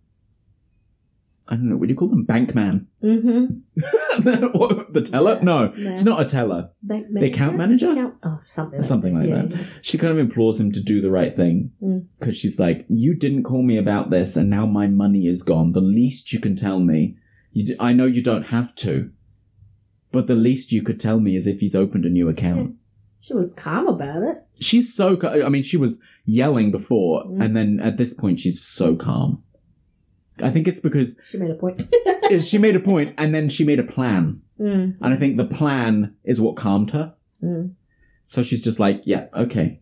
S2: I don't know, what do you call them? Bankman. [laughs]
S3: Mm-hmm.
S2: the teller? No. It's not a teller.
S3: Bank
S2: The account manager?
S3: Account- oh, something.
S2: Something like
S3: yeah,
S2: that. she kind of implores him to do the right thing
S3: Mm.
S2: because she's like, "You didn't call me about this, and now my money is gone. The least you can tell me, you d- I know you don't have to, but the least you could tell me is if he's opened a new account."
S3: [laughs] She was calm about it.
S2: She's so. ca- I mean, she was yelling before,
S3: Mm.
S2: and then at this point, she's so calm. I think it's because
S3: She made a point. [laughs]
S2: she made a point, and then she made a plan,
S3: mm,
S2: and I think the plan is what calmed her.
S3: mm,
S2: So she's just like, "Yeah, okay."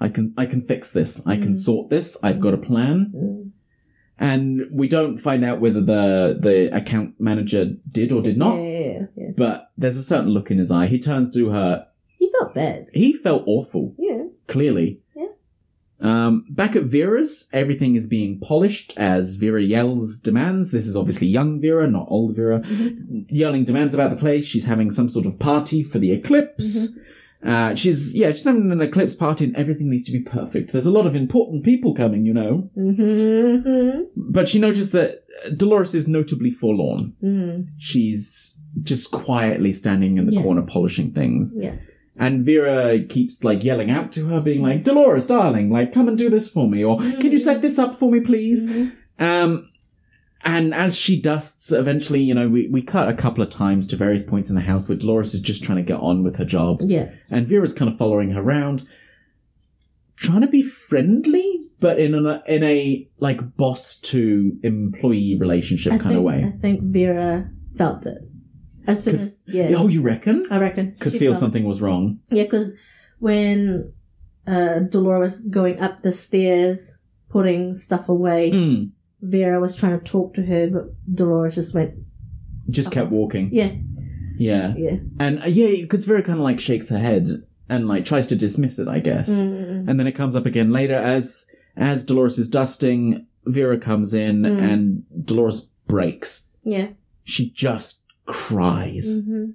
S2: I can I can fix this. I can
S3: Mm.
S2: sort this. I've got a plan.
S3: mm.
S2: and we don't find out whether the the account manager did or did not.
S3: Yeah, yeah, yeah.
S2: But there's a certain look in his eye. He turns to her.
S3: He felt bad.
S2: He felt awful,
S3: Yeah.
S2: clearly.
S3: Yeah.
S2: Um, back at Vera's, everything is being polished as Vera yells demands. This is obviously young Vera, not old Vera.
S3: Mm-hmm.
S2: Yelling demands about the place. She's having some sort of party for the eclipse.
S3: Mm-hmm.
S2: Uh, she's yeah, she's having an eclipse party, and everything needs to be perfect. There's a lot of important people coming, you know.
S3: Mm-hmm.
S2: But she noticed that uh, Dolores is notably forlorn.
S3: Mm.
S2: She's just quietly standing in the
S3: Yeah.
S2: corner polishing things.
S3: Yeah.
S2: And Vera keeps like yelling out to her, being like, Dolores, darling, like, come and do this for me, or can you set this up for me, please? Um, and as she dusts, eventually, you know, we, we cut a couple of times to various points in the house where Dolores is just trying to get on with her job.
S3: Yeah.
S2: And Vera's kind of following her around, trying to be friendly, but in a, in a like boss to employee relationship
S3: I
S2: kind
S3: think,
S2: of way.
S3: I think Vera felt it. As soon
S2: Could-
S3: as, yeah.
S2: Oh, you reckon?
S3: I reckon.
S2: Could
S3: Uh, she
S2: feel
S3: felt it.
S2: something was wrong.
S3: Yeah, because when uh, Dolores going up the stairs, putting stuff away,
S2: Mm.
S3: Vera was trying to talk to her, but Dolores just went,
S2: Just kept walking.
S3: yeah,
S2: Yeah.
S3: yeah.
S2: And uh, yeah, because Vera kind of like shakes her head and like tries to dismiss it, I guess.
S3: Mm.
S2: And then it comes up again later as as Dolores is dusting. Vera comes in
S3: Mm.
S2: and Dolores breaks.
S3: Yeah.
S2: She just cries,
S3: Mm-hmm.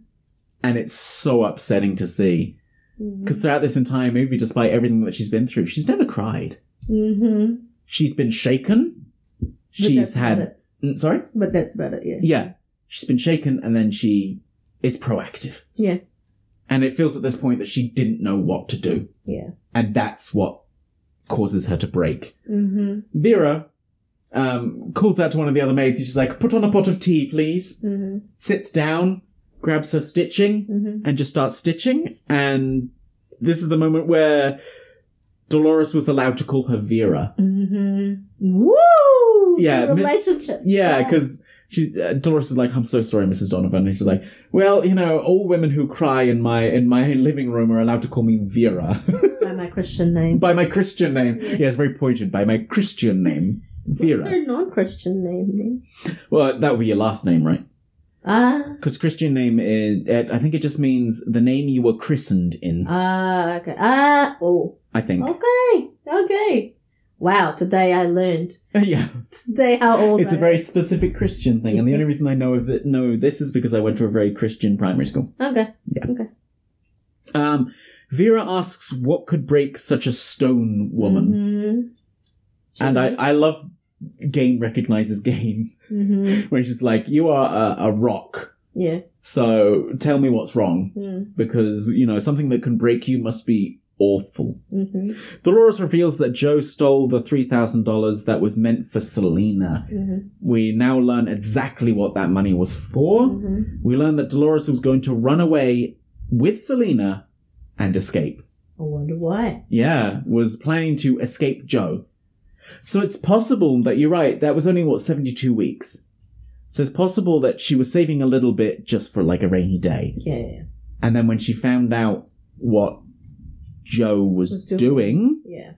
S2: and it's so upsetting to see. Because throughout this entire movie, despite everything that she's been through, she's never cried.
S3: Mm-hmm.
S2: She's been shaken. She's
S3: that's about
S2: had.
S3: it.
S2: Mm, Sorry.
S3: But that's about it, yeah.
S2: Yeah, she's been shaken, and then she is proactive.
S3: Yeah.
S2: And it feels at this point that she didn't know what to do.
S3: Yeah.
S2: And that's what causes her to break.
S3: Mm-hmm.
S2: Vera um, calls out to one of the other maids and she's like, put on a pot of tea, please.
S3: Mm-hmm.
S2: Sits down, grabs her stitching,
S3: Mm-hmm.
S2: and just starts stitching. And this is the moment where Dolores was allowed to call her Vera.
S3: Mm-hmm. Woo!
S2: Yeah, mi-
S3: Relationships.
S2: Yeah, because. She's, uh, Dolores is like, I'm so sorry, Mrs. Donovan. And she's like, Well, you know, all women who cry in my in my living room are allowed to call me Vera. [laughs]
S3: By my Christian name.
S2: by my Christian name.
S3: Yeah.
S2: Yeah, it's very pointed. By my Christian name,
S3: What's
S2: Vera.
S3: her non-Christian name then?
S2: Well, that would be your last name, right?
S3: Ah,
S2: Because Christian name is, it, I think it just means the name you were christened in.
S3: ah, okay. Ah, oh.
S2: I think.
S3: Okay, okay. Wow, today I learned.
S2: [laughs] yeah,
S3: Today how old
S2: it's a
S3: I
S2: very specific Christian thing, and the only reason I know of it, know this is because I went to a very Christian primary school.
S3: am. Okay.
S2: Um, Vera asks what could break such a stone woman,
S3: Mhm. She
S2: and I
S3: knows.
S2: I love game recognizes game
S3: Mhm.
S2: [laughs] where she's like, you are a, a rock,
S3: Yeah.
S2: so tell me what's wrong.
S3: Mm.
S2: because you know something that can break you must be awful.
S3: Mhm.
S2: Dolores reveals that Joe stole the three thousand dollars that was meant for Selena.
S3: Mhm.
S2: We now learn exactly what that money was for.
S3: Mhm.
S2: We learn that Dolores was going to run away with Selena and escape.
S3: I wonder why.
S2: Yeah, was planning to escape Joe. So it's possible that you're right. That was only what seventy-two weeks. So it's possible that she was saving a little bit just for like a rainy day.
S3: Yeah.
S2: And then when she found out what Joe was,
S3: Was
S2: doing,
S3: doing. Yeah.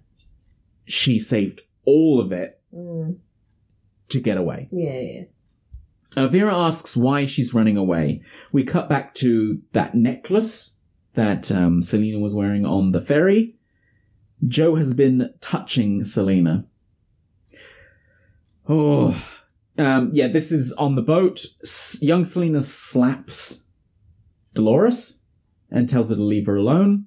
S2: she saved all of it
S3: Mm.
S2: to get away.
S3: Yeah. Yeah.
S2: Uh, Vera asks why she's running away. We cut back to that necklace that um, Selena was wearing on the ferry. Joe has been touching Selena. Oh, um, yeah, this is on the boat. S- young Selena slaps Dolores and tells her to leave her alone.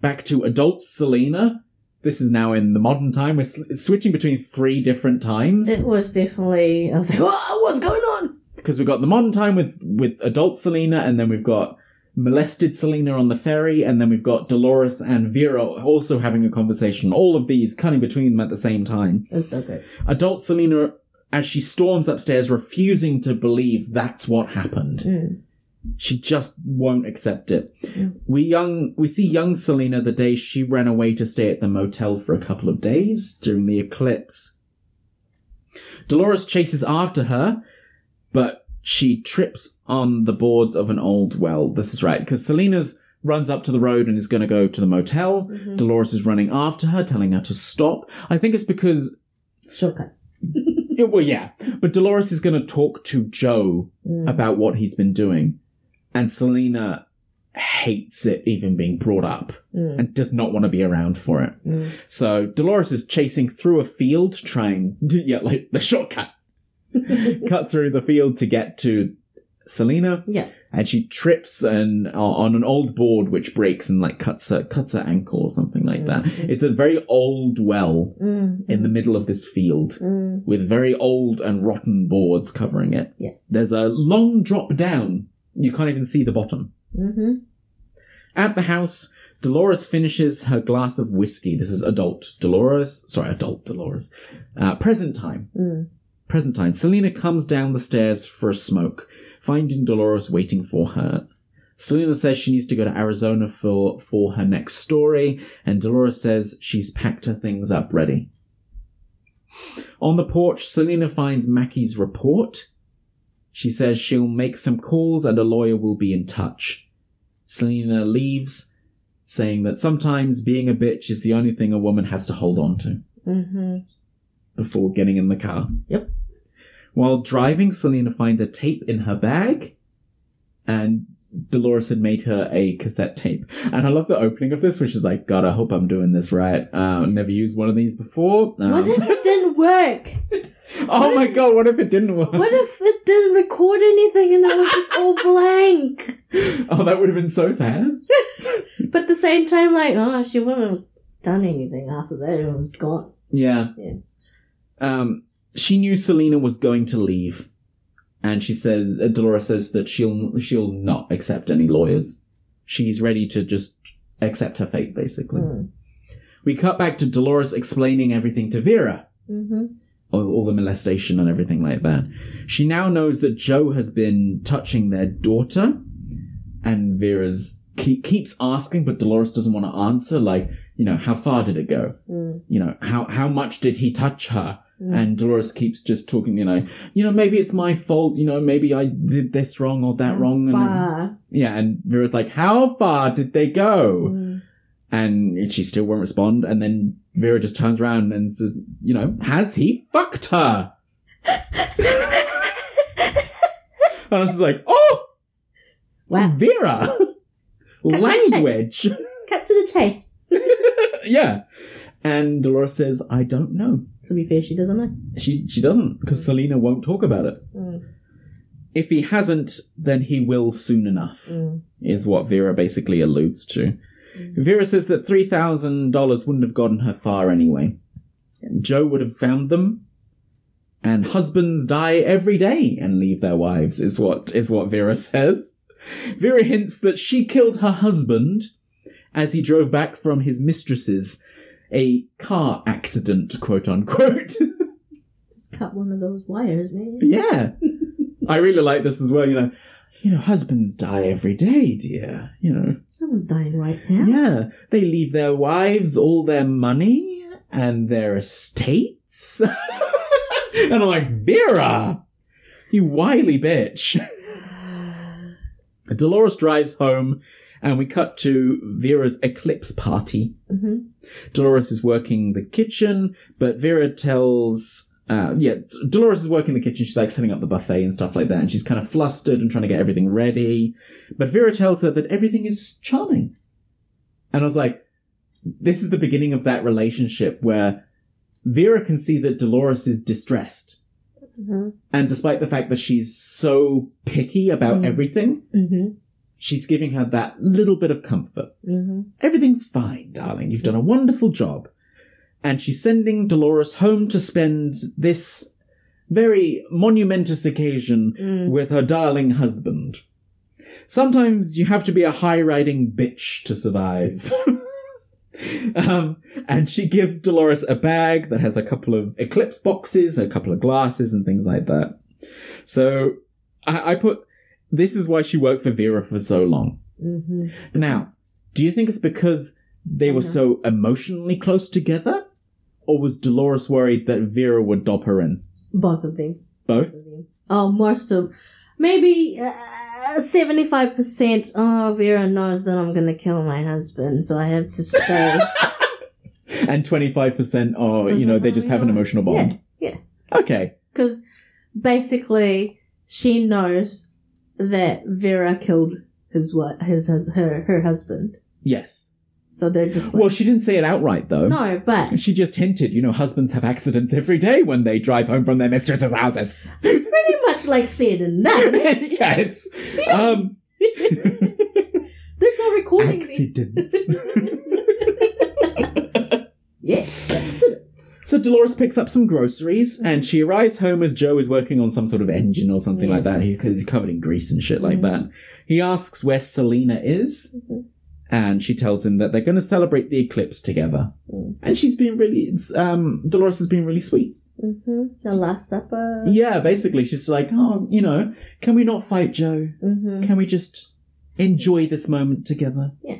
S2: Back to adult Selena. This is now in the modern time. We're sl- switching between three different times
S3: It was definitely. I was like, oh, what's going on?
S2: because we've got the modern time with with adult Selena, and then we've got molested Selena on the ferry, and then we've got Dolores and Vera also having a conversation. All of these cutting between them at the same time.
S3: It was so good.
S2: Adult Selena, as she storms upstairs, refusing to believe that's what happened.
S3: Mm.
S2: She just won't accept it.
S3: Yeah.
S2: We young we see young Selena the day she ran away to stay at the motel for a couple of days during the eclipse. Dolores chases after her, but she trips on the boards of an old well. This is right, because Selena's runs up to the road and is going to go to the motel. Dolores is running after her, telling her to stop. I think it's because
S3: Shortcut.
S2: yeah, well, yeah. But Dolores is going to talk to Joe
S3: Mm.
S2: about what he's been doing. And Selena hates it even being brought up
S1: Mm.
S2: and does not want to be around for it.
S3: Mm.
S2: So Dolores is chasing through a field, trying [laughs] yeah, like the
S3: [laughs]
S2: shortcut, cut through the field to get to Selena.
S3: Yeah.
S2: and she trips and on an old board which breaks and like cuts her cuts her ankle or something like that. It's a very old well
S3: Mm.
S2: in the middle of this field
S3: Mm.
S2: with very old and rotten boards covering it.
S3: Yeah.
S2: There's a long drop down. You can't even see the bottom.
S3: Mm-hmm.
S2: At the house, Dolores finishes her glass of whiskey. This is adult Dolores. Sorry, adult Dolores. Uh, present time.
S3: Mm.
S2: Present time. Selena comes down the stairs for a smoke, finding Dolores waiting for her. Selena says she needs to go to Arizona for, for her next story, and Dolores says she's packed her things up ready. On the porch, Selena finds Mackie's report. She says she'll make some calls and a lawyer will be in touch. Selena leaves, saying that sometimes being a bitch is the only thing a woman has to hold on to
S3: Mm-hmm.
S2: before getting in the car. Yep. While driving, Selena finds a tape in her bag, and Dolores had made her a cassette tape. And I love the opening of this, which is like, God, I hope I'm doing this right. Uh, never used one of these before. Um,
S3: What if it didn't work?
S2: [laughs] oh my God, what if it didn't work?
S3: What if it didn't record anything and it was just all blank?
S2: [laughs] oh, that would have been so sad.
S3: But at the same time, like, oh, she wouldn't have done anything after that. It was gone.
S2: Yeah.
S3: Yeah.
S2: Um, she knew Selena was going to leave, and she says uh, Dolores says that she'll she'll not accept any lawyers. She's ready to just accept her fate, basically.
S3: Hmm.
S2: We cut back to Dolores explaining everything to Vera
S3: Mm-hmm.
S2: all, all the molestation and everything like that. She now knows that Joe has been touching their daughter, and Vera's keep, keeps asking, but Dolores doesn't want to answer. Like, you know, how far did it go?
S3: Mm.
S2: You know, how how much did he touch her?
S3: Mm.
S2: And Dolores keeps just talking. You know, you know, maybe it's my fault. You know, maybe I did this wrong or
S3: Mm,
S2: that wrong. And,
S3: Far.
S2: yeah, and Vera's like, how far did they go?
S3: Mm.
S2: and she still won't respond. And then Vera just turns around and says, "You know, has he fucked her?" and I was just like, "Oh,
S3: Wow.
S2: Vera,
S3: [laughs] the chase.
S2: language." [laughs]
S3: Cut to the chase.
S2: yeah. And Dolores says, "I don't know."
S3: To be fair, she doesn't know.
S2: She she doesn't because Selena won't talk about it.
S3: Mm.
S2: If he hasn't, then he will soon enough.
S3: Mm.
S2: is what Vera basically alludes to. Vera says that $3,000 wouldn't have gotten her far anyway. Joe would have found them. And husbands die every day and leave their wives is what is what Vera [laughs] says. Vera hints that she killed her husband as he drove back from his mistress's a car accident, quote unquote. [laughs]
S3: Just cut one of those wires, man.
S2: Yeah. I really like this as well, you know. You know, husbands die every day, dear. You know,
S3: Someone's dying right now.
S2: yeah. They leave their wives all their money and their estates. [laughs] and I'm like, Vera, you wily bitch. Dolores drives home and we cut to Vera's eclipse party.
S3: Mm-hmm.
S2: Dolores is working the kitchen, but Vera tells. Uh, yeah, Dolores is working the kitchen. She's like setting up the buffet and stuff like that, and she's kind of flustered and trying to get everything ready. But Vera tells her that everything is charming. And I was like, this is the beginning of that relationship where Vera can see that Dolores is distressed.
S3: Mm-hmm.
S2: And despite the fact that she's so picky about
S3: Mm.
S2: everything,
S3: Mm-hmm.
S2: she's giving her that little bit of comfort.
S3: Mm-hmm.
S2: Everything's fine, darling. You've done a wonderful job. And she's sending Dolores home to spend this very monumentous occasion
S3: Mm.
S2: with her darling husband. Sometimes you have to be a high riding bitch to survive. [laughs] um, and she gives Dolores a bag that has a couple of eclipse boxes, a couple of glasses, and things like that. So I, I put this is why she worked for Vera for so long.
S3: Mm-hmm.
S2: Now, do you think it's because they were
S3: Mhm.
S2: so emotionally close together? Or was Dolores worried that Vera would dob her in?
S3: Both of them.
S2: Both?
S3: Oh, most of. Maybe uh, 75%. Oh, Vera knows that I'm going to kill my husband, so I have to stay.
S2: And 25% are, you know, they just have an emotional bond.
S3: Uh-huh. Yeah,
S2: Okay.
S3: Because basically, she knows that Vera killed his what his his her her husband.
S2: Yes.
S3: So they're just like,
S2: Well, she didn't say it outright, though.
S3: no, but
S2: She just hinted, you know, husbands have accidents every day when they drive home from their mistresses' houses. [laughs]
S3: it's pretty much like said in that.
S2: yeah, it's. Um,
S3: There's no recording.
S2: accidents.
S3: [laughs] Yes, accidents.
S2: So Dolores picks up some groceries and she arrives home as Joe is working on some sort of engine or something like that because he's covered in grease and shit like that. He asks where Selena is and she tells him that they're going to celebrate the eclipse together. And she's been really, um, Dolores has been really sweet.
S3: Mm-hmm. The Last Supper.
S2: Yeah, basically, she's like, oh, you know, can we not fight Joe?
S3: Mm-hmm.
S2: Can we just enjoy this moment together?
S3: Yeah.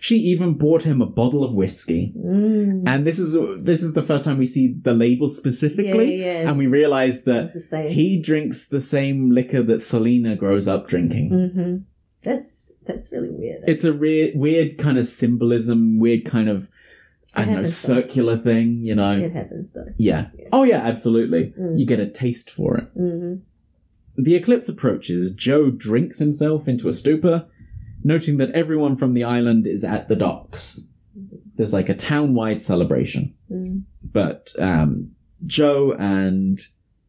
S2: She even bought him a bottle of whiskey.
S3: Mm.
S2: And this is this is the first time we see the label specifically,
S3: Yeah, yeah, yeah.
S2: and we realize
S3: I was
S2: that
S3: just saying.
S2: he drinks the same liquor that Selena grows up drinking.
S3: mm-hmm. That's that's really weird.
S2: It's a weird, weird kind of symbolism, weird kind of I don't
S3: It
S2: know,
S3: happens, though.
S2: circular thing, you know?
S3: it happens though.
S2: Yeah. Oh yeah, absolutely.
S3: Mm.
S2: You get a taste for it.
S3: Mm-hmm.
S2: The eclipse approaches. Joe drinks himself into a stupor, noting that everyone from the island is at the docks. There's like a town-wide celebration.
S3: mm
S2: but um, Joe and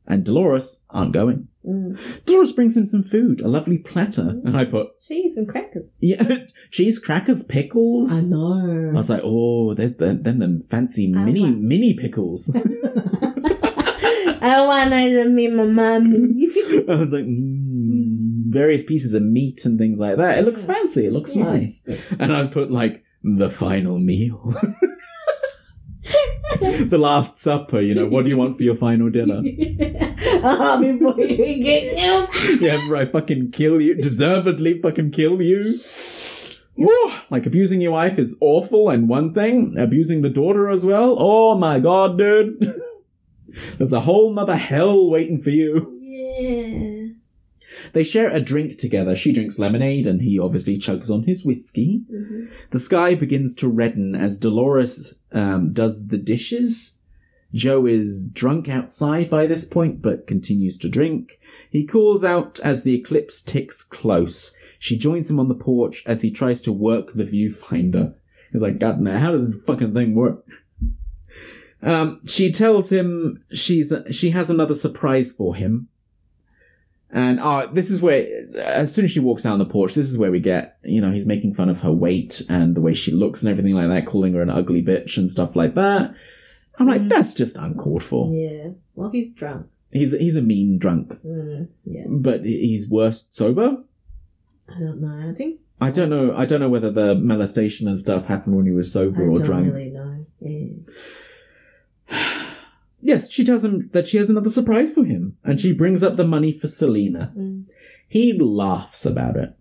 S2: and Dolores aren't going.
S3: Mm.
S2: Dolores brings him some food, a lovely platter, and I put,
S3: Cheese and crackers.
S2: yeah, [laughs] cheese crackers, pickles.
S3: I
S2: I
S3: know.
S2: was like, oh, there's the, them, them fancy
S3: I
S2: mini
S3: want-
S2: mini
S3: [laughs]
S2: pickles. [laughs]
S3: I want to meet my mommy. [laughs]
S2: I was like, mm, various pieces of meat and things like that. It looks
S3: Mm.
S2: fancy. It looks
S3: Yeah.
S2: nice. And I put like the final
S3: [laughs]
S2: meal, [laughs] the last supper. You know, what do you want for your final
S3: [laughs]
S2: dinner?
S3: oh, before you get him.
S2: yeah, before I fucking kill you, deservedly fucking kill you. Woo! Like abusing your wife is awful and one thing, abusing the daughter as well. Oh my god, dude. [laughs] There's a whole mother hell waiting for you.
S3: Yeah.
S2: They share a drink together. She drinks lemonade and he obviously chugs on his whiskey.
S3: Mhm.
S2: The sky begins to redden as Dolores um, does the dishes. Joe is drunk outside by this point, but continues to drink. He calls out as the eclipse ticks close. She joins him on the porch as he tries to work the viewfinder. He's like, God, man, how does this fucking thing work? Um, she tells him she's she has another surprise for him. And uh, this is where, as soon as she walks out on the porch, this is where we get, you know, he's making fun of her weight and the way she looks and everything like that, calling her an ugly bitch and stuff like that. I'm like,
S3: Mm.
S2: that's just uncalled for.
S3: Yeah. Well, he's drunk.
S2: He's he's a mean drunk,
S3: Mm, yeah.
S2: but he's worse sober.
S3: I don't know. I think
S2: I don't know. I don't know whether the molestation and stuff happened when he was
S3: I
S2: sober or
S3: don't
S2: drunk.
S3: really know. Yeah.
S2: Yes, she tells him that she has another surprise for him, and she brings up the money for Selena.
S3: Mm.
S2: he laughs about it.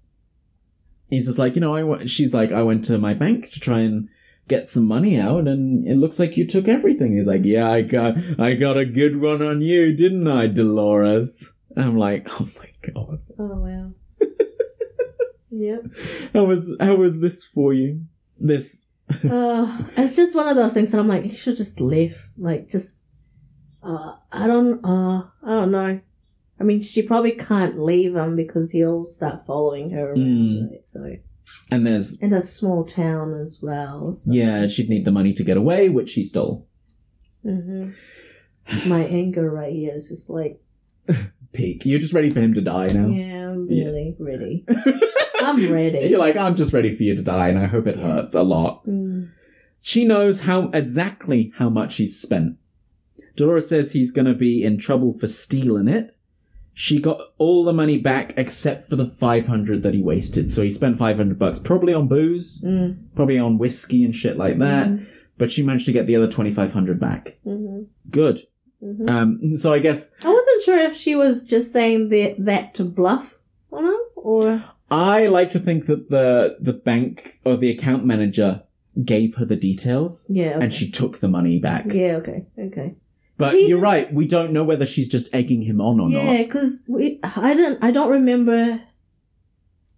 S2: He's just like, you know, I went, she's like, I went to my bank to try and get some money out, and it looks like you took everything. He's like, yeah, I got, I got a good one on you, didn't I, Dolores? I'm like, [laughs] oh my god,
S3: Oh wow. yep.
S2: how was, how was this for you? This,
S3: Uh, it's just one of those things that I'm like, you should just leave. Like, just. Uh, I don't. Uh, I don't know. I mean, she probably can't leave him because he'll start following her around.
S2: Mm.
S3: Right? So,
S2: and there's,
S3: and that's a small town as well. So.
S2: yeah, she'd need the money to get away, which he stole.
S3: hmm My anger right here is just like,
S2: Peak. You're just ready for him to die now.
S3: yeah, I'm
S2: Yeah.
S3: really
S2: [laughs]
S3: ready. I'm ready.
S2: You're like, I'm just ready for you to die, and I hope it hurts a lot.
S3: Mm.
S2: She knows how exactly how much he's spent. Dolores says he's going to be in trouble for stealing it. She got all the money back except for the 500 that he wasted. So he spent 500 bucks probably on booze,
S3: Mm. Mm-hmm.
S2: probably on whiskey and shit like that, but she managed to get the other 2500 back.
S3: hmm
S2: Good.
S3: hmm
S2: Um so I guess
S3: I wasn't sure if she was just saying that, that to bluff on him or.
S2: I like to think that the the bank or the account manager gave her the details
S3: Yeah. Okay.
S2: and she took the money back.
S3: yeah, okay. Okay.
S2: But
S3: He
S2: you're
S3: didn't-
S2: right, we don't know whether she's just egging him on or not.
S3: Yeah, because I don't, I don't remember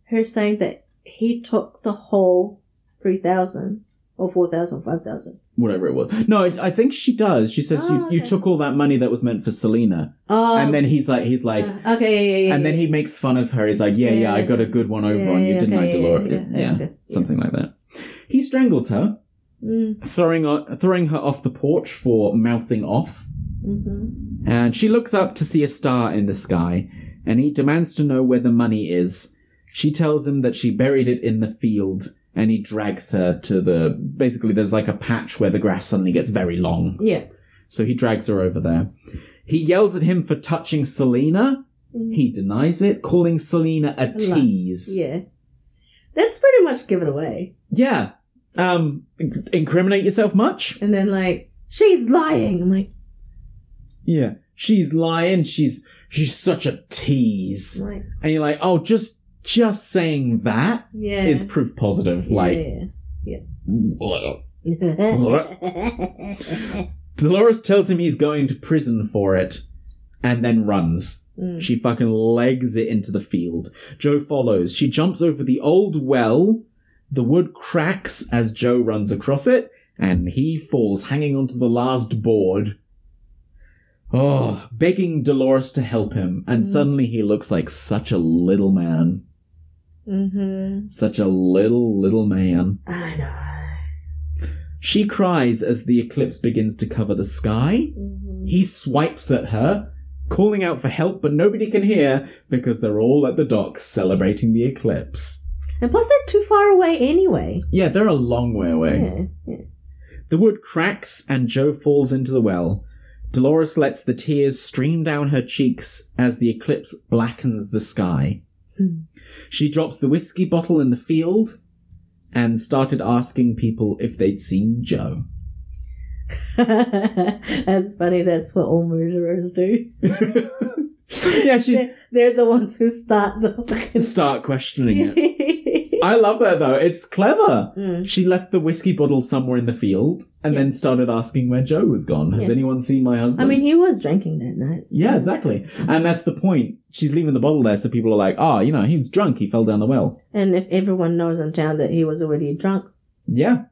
S3: her saying that he took the whole 3,000. or 4,000, 5,000.
S2: whatever it was. No, I, I think she does. She says
S3: Oh,
S2: you, you
S3: okay.
S2: took all that money that was meant for Selena,
S3: Oh,
S2: and then he's like he's like,
S3: uh, okay, yeah, yeah, yeah,
S2: and then he makes fun of her. He's like, yeah, yeah,
S3: Yeah,
S2: I
S3: yeah,
S2: got a good one over
S3: yeah,
S2: on you,
S3: yeah,
S2: didn't I,
S3: okay, yeah,
S2: Dolores?
S3: yeah,
S2: Yeah,
S3: yeah, okay,
S2: something like that. He strangles her,
S3: Mm,
S2: throwing her, throwing her off the porch for mouthing off,
S3: mhm.
S2: and she looks up to see a star in the sky, and he demands to know where the money is. She tells him that she buried it in the field. And he drags her to the basically there's like a patch where the grass suddenly gets very long.
S3: Yeah.
S2: So he drags her over there. He yells at him for touching Selena.
S3: Mhm.
S2: He denies it, calling Selena a
S3: lie.
S2: tease.
S3: Yeah. That's pretty much given away.
S2: Yeah. Um, inc- incriminate yourself much?
S3: And then, like, she's lying. I'm like,
S2: Yeah. She's lying. She's she's such a tease.
S3: I'm like
S2: And you're like, oh, just just saying that
S3: yeah.
S2: is proof positive.
S3: [laughs]
S2: Like,
S3: Yeah.
S2: [laughs] Dolores tells him he's going to prison for it, and then runs.
S3: Mm.
S2: She fucking legs it into the field. Joe follows. She jumps over the old well. The wood cracks as Joe runs across it, and he falls, hanging onto the last board. Oh, begging Dolores to help him, and
S3: Mm.
S2: suddenly he looks like such a little man.
S3: hmm
S2: Such a little, little man.
S3: I know.
S2: She cries as the eclipse begins to cover the sky.
S3: Mhm.
S2: He swipes at her, calling out for help, but nobody can hear because they're all at the docks celebrating the eclipse.
S3: And plus, they're too far away anyway.
S2: Yeah, they're a long way away.
S3: Yeah. [laughs] yeah.
S2: The wood cracks and Joe falls into the well. Dolores lets the tears stream down her cheeks as the eclipse blackens the sky.
S3: Hmm.
S2: She drops the whiskey bottle in the field and started asking people if they'd seen Joe.
S3: that's funny. That's what all
S2: [laughs]
S3: murderers do.
S2: yeah, she
S3: They're, they're the ones who start the fucking.
S2: start questioning
S3: [laughs]
S2: it.
S3: mm.
S2: I love her though. It's clever. She left the whiskey bottle somewhere in the field and
S3: Yeah.
S2: then started asking where Joe was gone. Has
S3: Yeah.
S2: anyone seen my husband?
S3: I mean, he was drinking that night.
S2: yeah, exactly. And that's the point. She's leaving the bottle there so people are like, oh, you know, he was drunk. He fell down the well.
S3: And if everyone knows in town that he was already drunk,
S2: Yeah.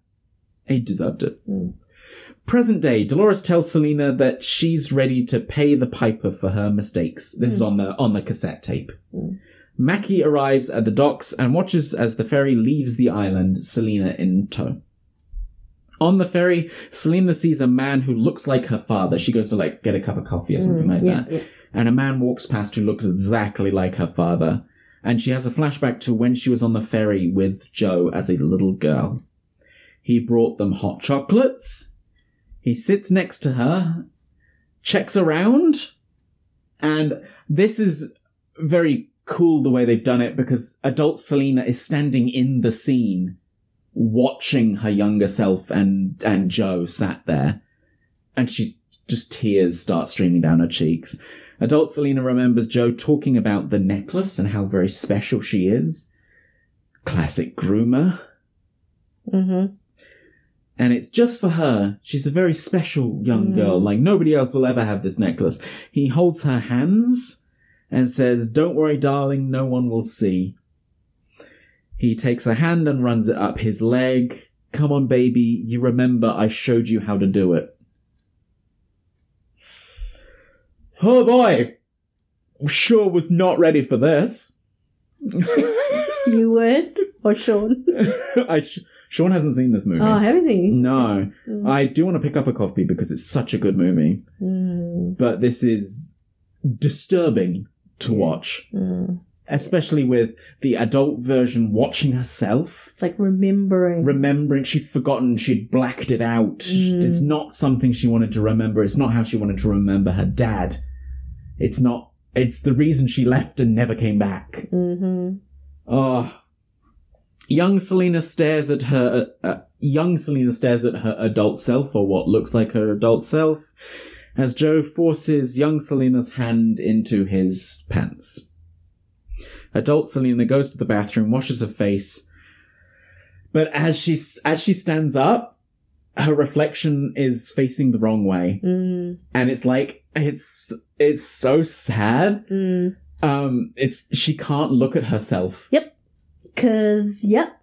S2: He deserved it.
S3: Mm.
S2: Present day, Dolores tells Selena that she's ready to pay the piper for her mistakes. This is on the on the cassette tape.
S3: Mm.
S2: Mackie arrives at the docks and watches as the ferry leaves the island, Selena in tow. On the ferry, Selena sees a man who looks like her father. She goes to like get a cup of coffee or something
S3: Mm,
S2: like
S3: yeah,
S2: that
S3: yeah.
S2: and a man walks past who looks exactly like her father. And she has a flashback to when she was on the ferry with Joe as a little girl. He brought them hot chocolates. He sits next to her, checks around, and this is very cool the way they've done it because adult Selena is standing in the scene watching her younger self and and Joe sat there and she's just tears start streaming down her cheeks. Adult Selena remembers Joe talking about the necklace and how very special she is. Classic groomer.
S3: Mm-hmm.
S2: And it's just for her. She's a very special young
S3: Mm.
S2: girl. Like, nobody else will ever have this necklace. He holds her hands and says, Don't worry, darling, no one will see. He takes her hand and runs it up his leg. Come on, baby, you remember I showed you how to do it. Oh boy! Sure was not ready for this. [laughs]
S3: You would? Or Sean?
S2: I sh- Sean hasn't seen this movie.
S3: Oh, haven't you?
S2: No,
S3: Mm.
S2: I do want to pick up a copy because it's such a good movie,
S3: Mm,
S2: but this is disturbing to watch,
S3: mm.
S2: especially with the adult version watching herself,
S3: It's like remembering.
S2: remembering she'd forgotten, she'd blacked it out.
S3: Mm.
S2: It's not something she wanted to remember, it's not how she wanted to remember her dad. It's not, it's the reason she left and never came back.
S3: mm-hmm.
S2: Oh. Young Selena stares at her. Uh, young Selena stares at her adult self, or what looks like her adult self, as Joe forces young Selena's hand into his pants. Adult Selena goes to the bathroom, washes her face, but as she s- as she stands up, her reflection is facing the wrong way,
S3: Mm,
S2: and it's like it's it's so sad.
S3: mm.
S2: Um, it's she can't look at herself.
S3: Cause, yep.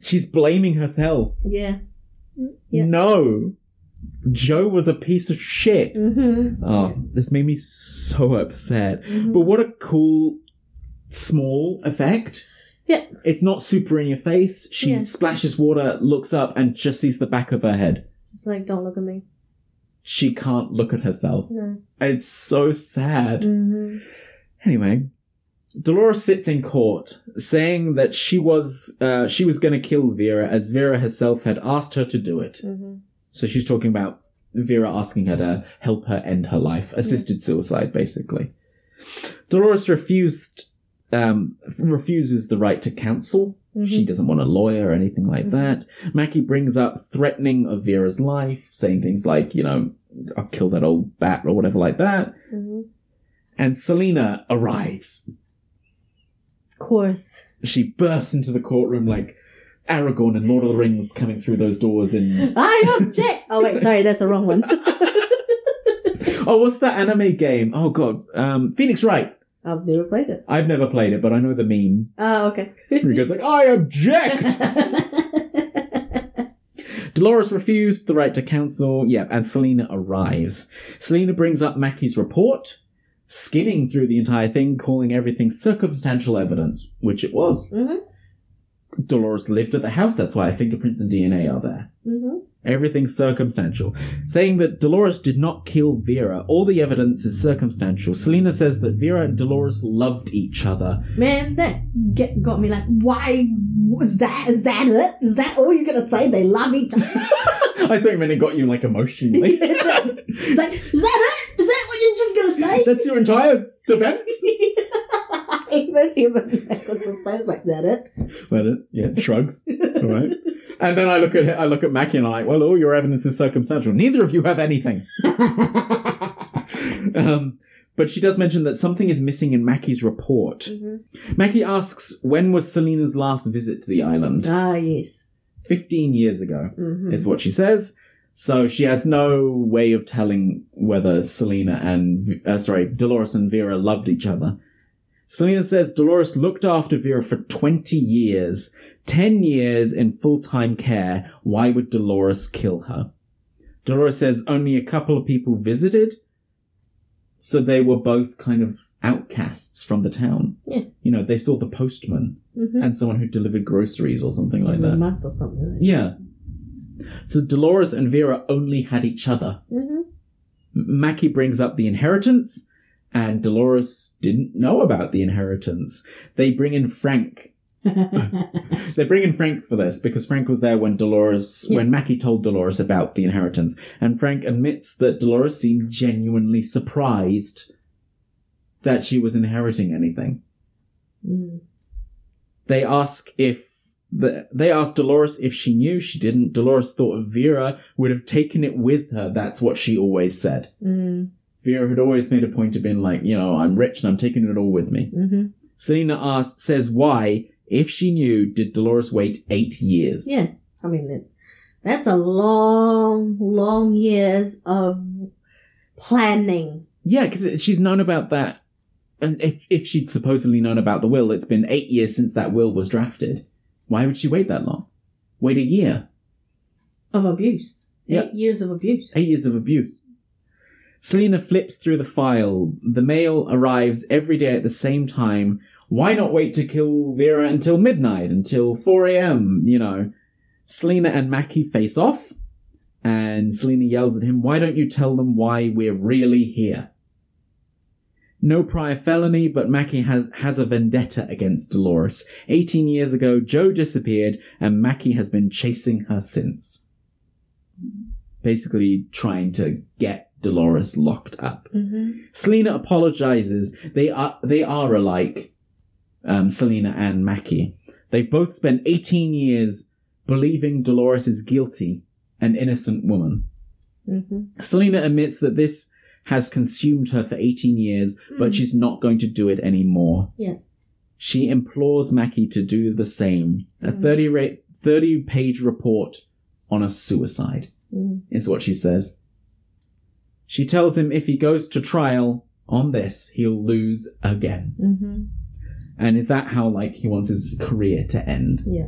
S2: She's blaming herself.
S3: Yeah. Yeah.
S2: No. Joe was a piece of shit.
S3: Mm-hmm.
S2: Oh, this made me so upset. But what a cool, small effect.
S3: Yeah.
S2: It's not super in your face. She
S3: Yeah.
S2: splashes water, looks up, and just sees the back of her head.
S3: Just like, don't look at me.
S2: She can't look at herself.
S3: No.
S2: It's so sad.
S3: Mm-hmm.
S2: Anyway, Dolores sits in court, saying that she was uh, she was going to kill Vera as Vera herself had asked her to do it.
S3: Mm-hmm.
S2: So she's talking about Vera asking her to help her end her life, assisted suicide, basically. Dolores refused um, refuses the right to counsel. She doesn't want a lawyer or anything like that. Mackie brings up threatening of Vera's life, saying things like, you know, I'll kill that old bat or whatever like that.
S3: Mm-hmm.
S2: And Selena arrives.
S3: Of course.
S2: She bursts into the courtroom like Aragorn and Lord of the Rings coming through those doors
S3: [laughs]
S2: in
S3: I object. Oh wait, sorry, that's the wrong one. [laughs]
S2: Oh, what's that anime game? Oh god. Um Phoenix Wright.
S3: I've never played it.
S2: I've never played it, but I know the meme.
S3: Oh, okay. [laughs]
S2: Where he goes like, I object! Dolores refused the right to counsel. Yep, and Selena arrives. Selena brings up Mackie's report, skimming through the entire thing, calling everything circumstantial evidence, which it was.
S3: Mhm.
S2: Dolores lived at the house, that's why her fingerprints and DNA are there.
S3: hmm
S2: Everything's circumstantial. Saying that Dolores did not kill Vera, all the evidence is circumstantial. Selena says that Vera and Dolores loved each other. [laughs]
S3: Man, that get, got me like, why was that? Is that it? Is that all you're gonna say? They love each other. [laughs]
S2: I think man, it got you like emotionally.
S3: It's like, is that it? Is that what you're just gonna say?
S2: That's your entire defense.
S3: [laughs] even even because the sounds like that. It.
S2: Let it, yeah, shrugs. all right. And then I look at I look at Mackie and I'm like, well, all your evidence is circumstantial. Neither of you have [laughs] anything. um, but she does mention that something is missing in Mackie's report. Mackie asks, when was Selena's last visit to the island?
S3: Ah yes.
S2: 15 years ago,
S3: Mhm.
S2: is what she says. So she has no way of telling whether Selena and, uh, sorry, Dolores and Vera loved each other. Selena says Dolores looked after Vera for 20 years, 10 years in full time care. Why would Dolores kill her? Dolores says only a couple of people visited, so they were both kind of outcasts from the town.
S3: Yeah.
S2: You know, they saw the postman
S3: Mm-hmm.
S2: and someone who delivered groceries or something like
S3: A
S2: that.
S3: month or something. Like
S2: Yeah. So Dolores and Vera only had each other.
S3: that. Mm-hmm.
S2: M- Mackie brings up the inheritance, and Dolores didn't know about the inheritance. They bring in Frank. they bring in Frank for this because Frank was there when Dolores,
S3: Yeah.
S2: when Mackie told Dolores about the inheritance, and Frank admits that Dolores seemed genuinely surprised that she was inheriting anything
S3: Mm.
S2: they ask if the, they asked Dolores if she knew. She didn't. Dolores thought Vera would have taken it with her. That's what she always said.
S3: Mm.
S2: Vera had always made a point of being like, you know, I'm rich and I'm taking it all with me.
S3: Mm-hmm.
S2: Selena asks, says why, if she knew, did Dolores wait eight years?
S3: Yeah. I mean, that- that's a long, long years of planning.
S2: Yeah, because she's known about that. And if, if she'd supposedly known about the will, it's been eight years since that will was drafted. Why would she wait that long? Wait a year.
S3: Of abuse.
S2: Yeah.
S3: Eight years of abuse.
S2: Eight years of abuse. Selena flips through the file. The mail arrives every day at the same time. Why not wait to kill Vera until midnight, until 4 a.m., you know? Selena and Mackie face off, and Selena yells at him, Why don't you tell them why we're really here? No prior felony, but Mackie has, has a vendetta against Dolores. 18 years ago, Joe disappeared, and Mackie has been chasing her since basically trying to get Dolores locked up.
S3: Mm-hmm.
S2: Selena apologizes. They are they are alike, um, Selena and Mackie. They've both spent 18 years believing Dolores is guilty, an innocent woman.
S3: Mm-hmm.
S2: Selena admits that this has consumed her for 18 years, but
S3: Mm.
S2: she's not going to do it anymore.
S3: Yeah.
S2: She implores Mackie to do the same. A 30 ra- 30 page report on a suicide
S3: Mm.
S2: is what she says. She tells him if he goes to trial on this, he'll lose again.
S3: Mm-hmm.
S2: And is that how like he wants his career to end?
S3: Yeah.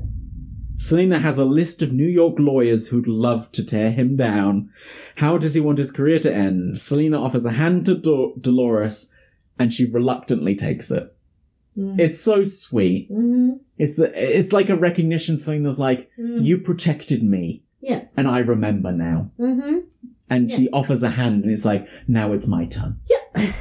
S2: Selena has a list of New York lawyers who'd love to tear him down. How does he want his career to end? Selena offers a hand to Do- Dolores, and she reluctantly takes it.
S3: Mm.
S2: It's so sweet.
S3: Mhm.
S2: It's a, it's like a recognition. Selena's like,
S3: Mm.
S2: "You protected me,
S3: Yeah.
S2: and I remember now."
S3: Mm-hmm.
S2: And
S3: Yeah.
S2: she offers a hand, and it's like, "Now it's my turn.
S3: [laughs] Yeah.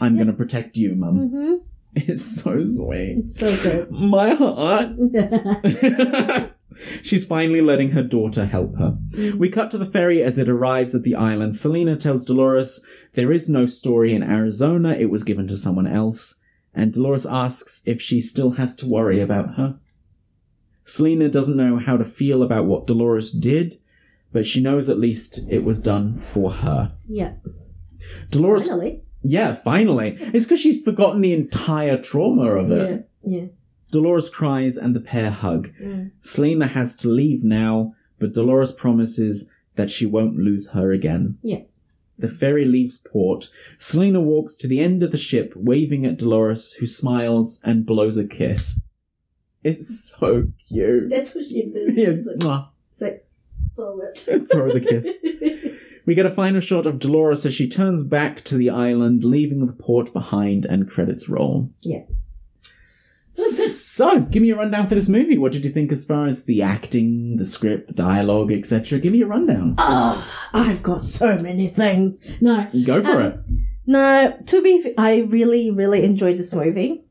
S2: I'm gonna protect you, mum."
S3: Mm-hmm.
S2: [laughs] It's so sweet.
S3: It's so good. [laughs]
S2: My heart.
S3: Mhm.
S2: [laughs] She's finally letting her daughter help her. We cut to the ferry as it arrives at the island. Selena tells Dolores there is no story in Arizona, it was given to someone else. And Dolores asks if she still has to worry about her. Selena doesn't know how to feel about what Dolores did, but she knows at least it was done for her.
S3: yeah.
S2: Dolores,
S3: Finally.
S2: yeah, finally. It's because she's forgotten the entire trauma of it.
S3: Yeah. Yeah.
S2: Dolores cries and the pair hug.
S3: Mm.
S2: Selena has to leave now, but Dolores promises that she won't lose her again.
S3: Yeah.
S2: The ferry leaves port. Selena walks to the end of the ship, waving at Dolores, who smiles and blows a kiss. It's so cute.
S3: That's what she did. She
S2: Yeah,
S3: was like,
S2: [laughs] mwah.
S3: it's like, throw it.
S2: [laughs] Throw the kiss. We get a final shot of Dolores as she turns back to the island, leaving the port behind, and credits roll.
S3: [laughs] Yeah.
S2: So, give me a rundown for this movie. What did you think as far as the acting, the script, the dialogue, etc.? Give me a rundown.
S3: Ah, I've got so many things. No,
S2: Go for
S3: Um,
S2: it.
S3: no. To be, f- I really, really enjoyed this movie.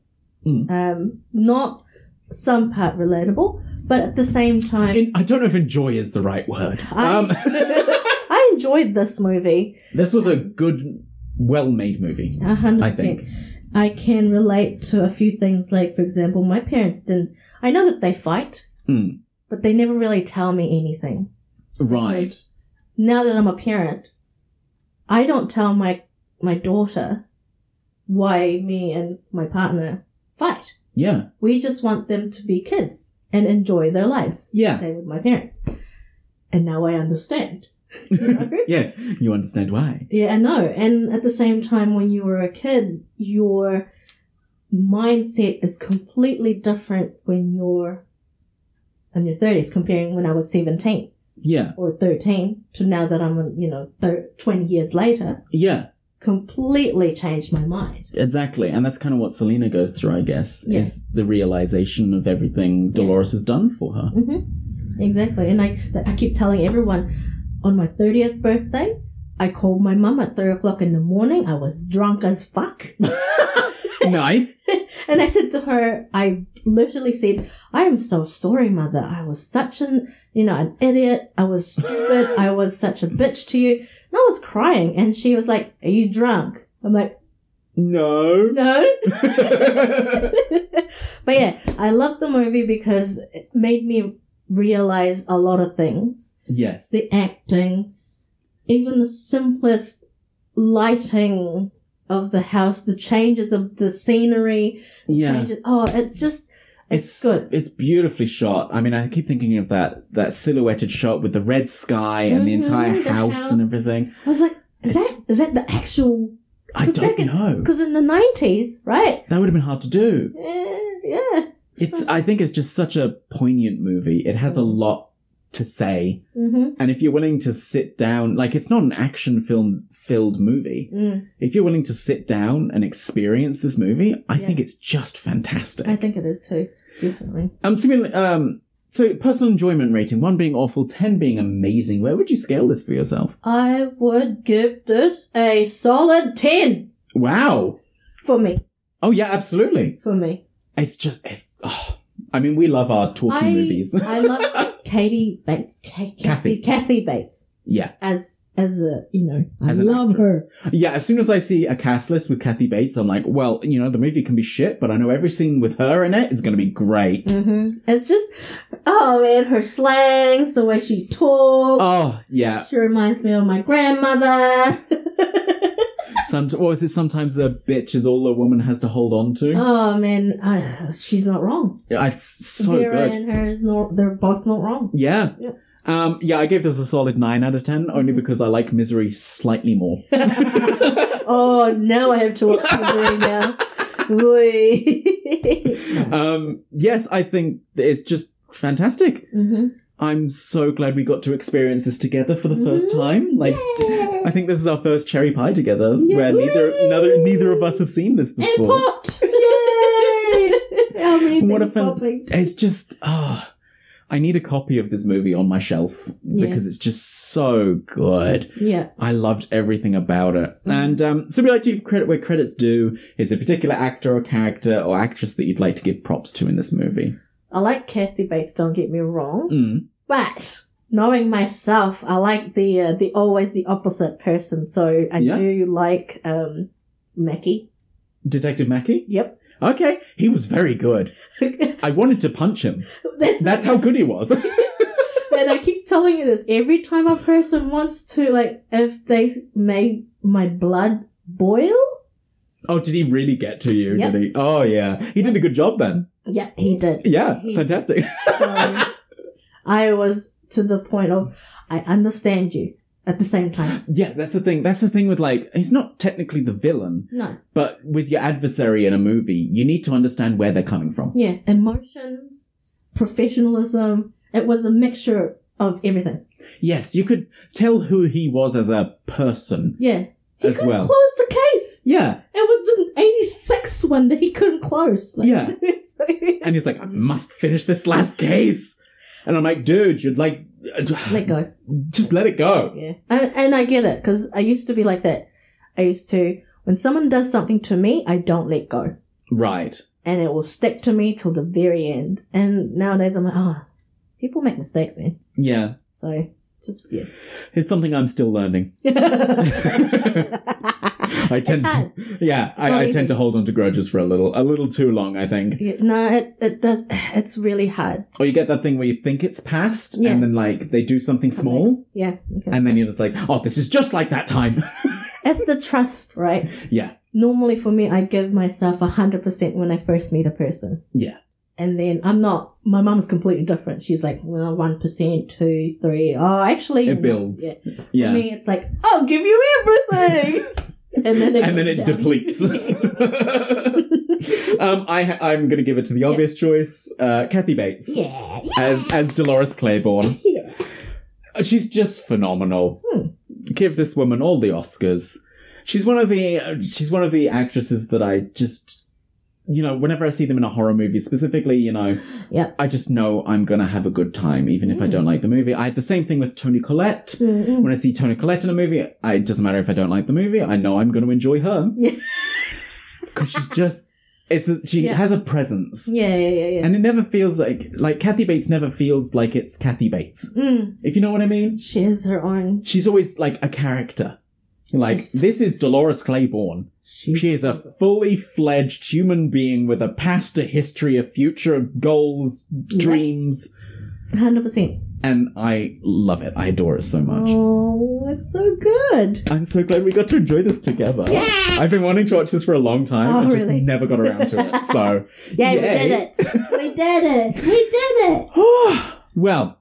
S2: Mm.
S3: Um, not some part relatable, but at the same time,
S2: In, I don't know if enjoy is the right word. Um,
S3: I- [laughs]
S2: [laughs]
S3: I enjoyed this movie.
S2: this was a good, well made movie,
S3: A hundred
S2: I
S3: percent.
S2: think.
S3: I can relate to a few things, like for example, my parents didn't. I know that they fight,
S2: Mm.
S3: but they never really tell me anything.
S2: Right.
S3: Because now that I'm a parent, I don't tell my my daughter why me and my partner fight.
S2: Yeah.
S3: We just want them to be kids and enjoy their lives.
S2: Yeah.
S3: Same with my parents. And now I understand. You know?
S2: yes. You understand why.
S3: Yeah, I know. And at the same time, when you were a kid, your mindset is completely different when you're in your 30s comparing when I was 17
S2: Yeah.
S3: or 13 to now that I'm, you know, thir 20 years later,
S2: Yeah.
S3: completely changed my mind.
S2: Exactly, and that's kind of what Selena goes through, I guess.
S3: Yeah.
S2: Is the realization of everything Dolores has done for
S3: [laughs]
S2: her.
S3: Exactly. And I, th- I keep telling everyone on my 30th birthday, I called my mum at 3 o'clock in the morning. I was drunk as fuck.
S2: nice.
S3: and I said to her, I literally said, I am so sorry, mother. I was such an, you know, an idiot. I was stupid. I was such a bitch to you. And I was crying. And she was like, Are you drunk? I'm like,
S2: No.
S3: No. [laughs] but yeah, I love the movie because it made me realize a lot of things.
S2: yes.
S3: The acting, even the simplest lighting of the house, the changes of the scenery,
S2: Yeah.
S3: changes, oh, it's just it's, good.
S2: It's beautifully shot. I mean, I keep thinking of that that silhouetted shot with the red sky and the
S3: Mhm,
S2: entire
S3: the
S2: house, and
S3: house.
S2: everything.
S3: I was like, is
S2: it's-
S3: that is that the actual?
S2: I
S3: Cause
S2: don't
S3: back in-
S2: know.
S3: Because in the nineties, right?
S2: That would have been hard to do.
S3: Yeah, yeah.
S2: It's. I think it's just such a poignant movie. It has a
S3: Mm.
S2: lot to say,
S3: Mm-hmm.
S2: and if you're willing to sit down, like it's not an action film filled movie.
S3: Mm,
S2: if you're willing to sit down and experience this movie, I
S3: Yeah.
S2: think it's just fantastic.
S3: I think it is too. Definitely.
S2: um, so, we- um, so personal enjoyment rating: one being awful, ten being amazing. Where would you scale this for yourself?
S3: I would give this a solid 10
S2: Wow.
S3: for me.
S2: Oh yeah, absolutely.
S3: For me.
S2: It's just. It's, oh, I mean, we love our talking
S3: I,
S2: movies. [laughs]
S3: I love Katie Bates. Ka-
S2: Kathy.
S3: Kathy. Kathy Bates.
S2: yeah,
S3: As, as a, you know, I
S2: As an
S3: love
S2: actress.
S3: her.
S2: yeah. As soon as I see a cast list with Kathy Bates, I'm like, well, you know, the movie can be shit, but I know every scene with her in it is going to be great.
S3: hmm It's just, oh man, her slangs, the way she talks.
S2: Oh yeah.
S3: She reminds me of my grandmother. [laughs]
S2: Some what is it? Sometimes a bitch is all a woman has to hold on to.
S3: oh man, I, she's not wrong.
S2: Yeah, It's so
S3: Vera
S2: good.
S3: and her is not, they're both not wrong.
S2: Yeah.
S3: Yeah.
S2: Um, yeah, I gave this a solid 9 out of 10, only
S3: Mhm.
S2: because I like Misery slightly more.
S3: [laughs] Oh, now I have to watch Misery
S2: [laughs]
S3: now. Whey.
S2: um, yes, I think it's just Fantastic.
S3: Mm-hmm.
S2: I'm so glad we got to experience this together for the first time. Like, I think this is our first cherry pie together, where neither neither neither of us have seen this
S3: It
S2: before.
S3: popped! [laughs] Yay! I mean,
S2: What
S3: what
S2: a
S3: a
S2: fan-
S3: popping.
S2: It's just ah, I need a copy of this movie on my shelf
S3: Yeah.
S2: because it's just so good.
S3: Yeah.
S2: I loved everything about it. And um, so we like to give credit where credit's due. Is a particular actor or character or actress that you'd like to give props to in this movie?
S3: I like Kathy Bates, don't get me wrong.
S2: Mm.
S3: But knowing myself, I like the uh, the always the opposite person. So I
S2: Yeah.
S3: do like um, Mackie.
S2: Detective Mackey.
S3: Yep. [laughs]
S2: Okay, he was very good. I wanted to punch him.
S3: That's,
S2: That's how good he was. [laughs]
S3: [laughs] and I keep telling you this every time a person wants to like if they made my blood boil.
S2: oh, did he really get to you?
S3: Yep.
S2: Did he? Oh yeah, he did a good job then.
S3: Yeah, he did.
S2: Yeah,
S3: He-
S2: fantastic. [laughs]
S3: So I was to the point of I understand you at the same time.
S2: Yeah, that's the thing. That's the thing with like he's not technically the villain,
S3: No.
S2: but with your adversary in a movie, you need to understand where they're coming from.
S3: Yeah, emotions, professionalism. It was a mixture of everything.
S2: Yes, you could tell who he was as a person.
S3: Yeah. He
S2: As
S3: couldn't
S2: well.
S3: close the case.
S2: Yeah,
S3: It was an 86 one that he couldn't close. [laughs] Like,
S2: Yeah.
S3: so-
S2: and he's like, I must finish this last case. And I'm like, dude, you'd like, [sighs]
S3: let go.
S2: just let it go.
S3: Yeah. And, and I get it because I used to be like that. I used to, when someone does something to me, I don't let go.
S2: Right.
S3: And it will stick to me till the very end. And nowadays I'm like, oh, people make mistakes, man.
S2: Yeah,
S3: So just,
S2: [laughs]
S3: yeah.
S2: it's something I'm still learning. I tend, to,
S3: hard.
S2: [laughs] yeah,
S3: not
S2: I, I
S3: easy.
S2: tend to hold on to grudges for a little, a little too long, I think.
S3: Yeah, no, it, it does. It's really hard.
S2: Or Oh, you get that thing where you think it's past,
S3: Yeah.
S2: and then like they do something small,
S3: Yeah. Okay.
S2: and then you're
S3: [laughs]
S2: just like, oh, this is just like that time. [laughs]
S3: It's the trust, right?
S2: yeah,
S3: Normally for me, I give myself 100% when I first meet a person.
S2: yeah,
S3: And then I'm not, my mum's completely different. She's like, well, 1%, 2 3 Oh, actually.
S2: it
S3: no.
S2: builds.
S3: Yeah.
S2: Yeah,
S3: For me, it's like, I'll give you
S2: [laughs]
S3: everything. and then it,
S2: and then it
S3: goes down.
S2: depletes. [laughs] um, I, ha- I'm going to give it to the obvious choice, uh, Kathy Bates
S3: [laughs] yeah.
S2: as as Dolores Claiborne.
S3: [laughs]
S2: Uh,
S3: Yeah.
S2: She's just phenomenal.
S3: Hmm.
S2: Give this woman all the Oscars. She's one of the uh, she's one of the actresses that I just you know whenever I see them in a horror movie specifically you know
S3: Yep.
S2: I just know I'm gonna have a good time even if I
S3: Hmm.
S2: don't like the movie. I had the same thing with Tony Collette.
S3: Mm-mm.
S2: When I see Tony Collette in a movie, I, it doesn't matter if I don't like the movie. I know I'm going to enjoy her
S3: [laughs] Yeah.
S2: because she's just it's a, she
S3: Yeah.
S2: has a presence,
S3: Yeah, yeah, yeah, yeah.
S2: and it never feels like like Kathy Bates never feels like it's Kathy Bates.
S3: Mm.
S2: If you know what I mean,
S3: She has her own.
S2: she's always like a character. Like
S3: She's-
S2: this is Dolores Claiborne. She is a fully fledged human being with a past, a history, a future, goals, dreams,
S3: 100%.
S2: and I love it. I adore it so much.
S3: Oh, it's so good.
S2: I'm so glad we got to enjoy this together. I've been wanting to watch this for a long time.
S3: Oh,
S2: I just
S3: really?
S2: never got around to
S3: [laughs]
S2: it. So, [sighs]
S3: Yeah, we
S2: Yay.
S3: did it. We did it. We did
S2: [laughs]
S3: it.
S2: well,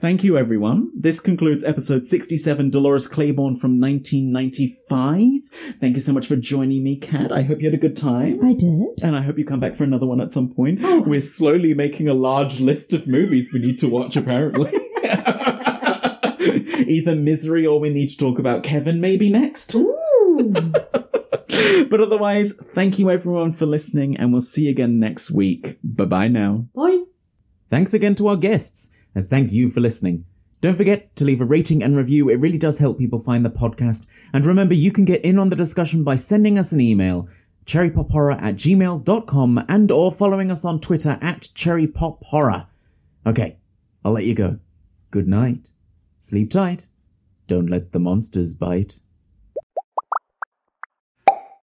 S2: thank you, everyone. This concludes episode 67, Dolores Claiborne from 1995. Thank you so much for joining me, Kat. I hope you had a good time.
S3: I did.
S2: And I hope you come back for another one at some point.
S3: Oh.
S2: We're slowly making a large list of movies we need to watch,
S3: [laughs]
S2: apparently. [laughs] Either Misery or we need to talk about Kevin maybe next. [laughs]
S3: Ooh.
S2: but otherwise, thank you everyone for listening, and we'll see you again next week. Bye bye now.
S3: Boy.
S2: Thanks again to our guests, and thank you for listening. Don't forget to leave a rating and review, it really does help people find the podcast. And remember, you can get in on the discussion by sending us an email cherrypophorror at gmail.com and or following us on Twitter at cherrypophorror. Okay, I'll let you go. Good night. Sleep tight. Don't let the monsters bite.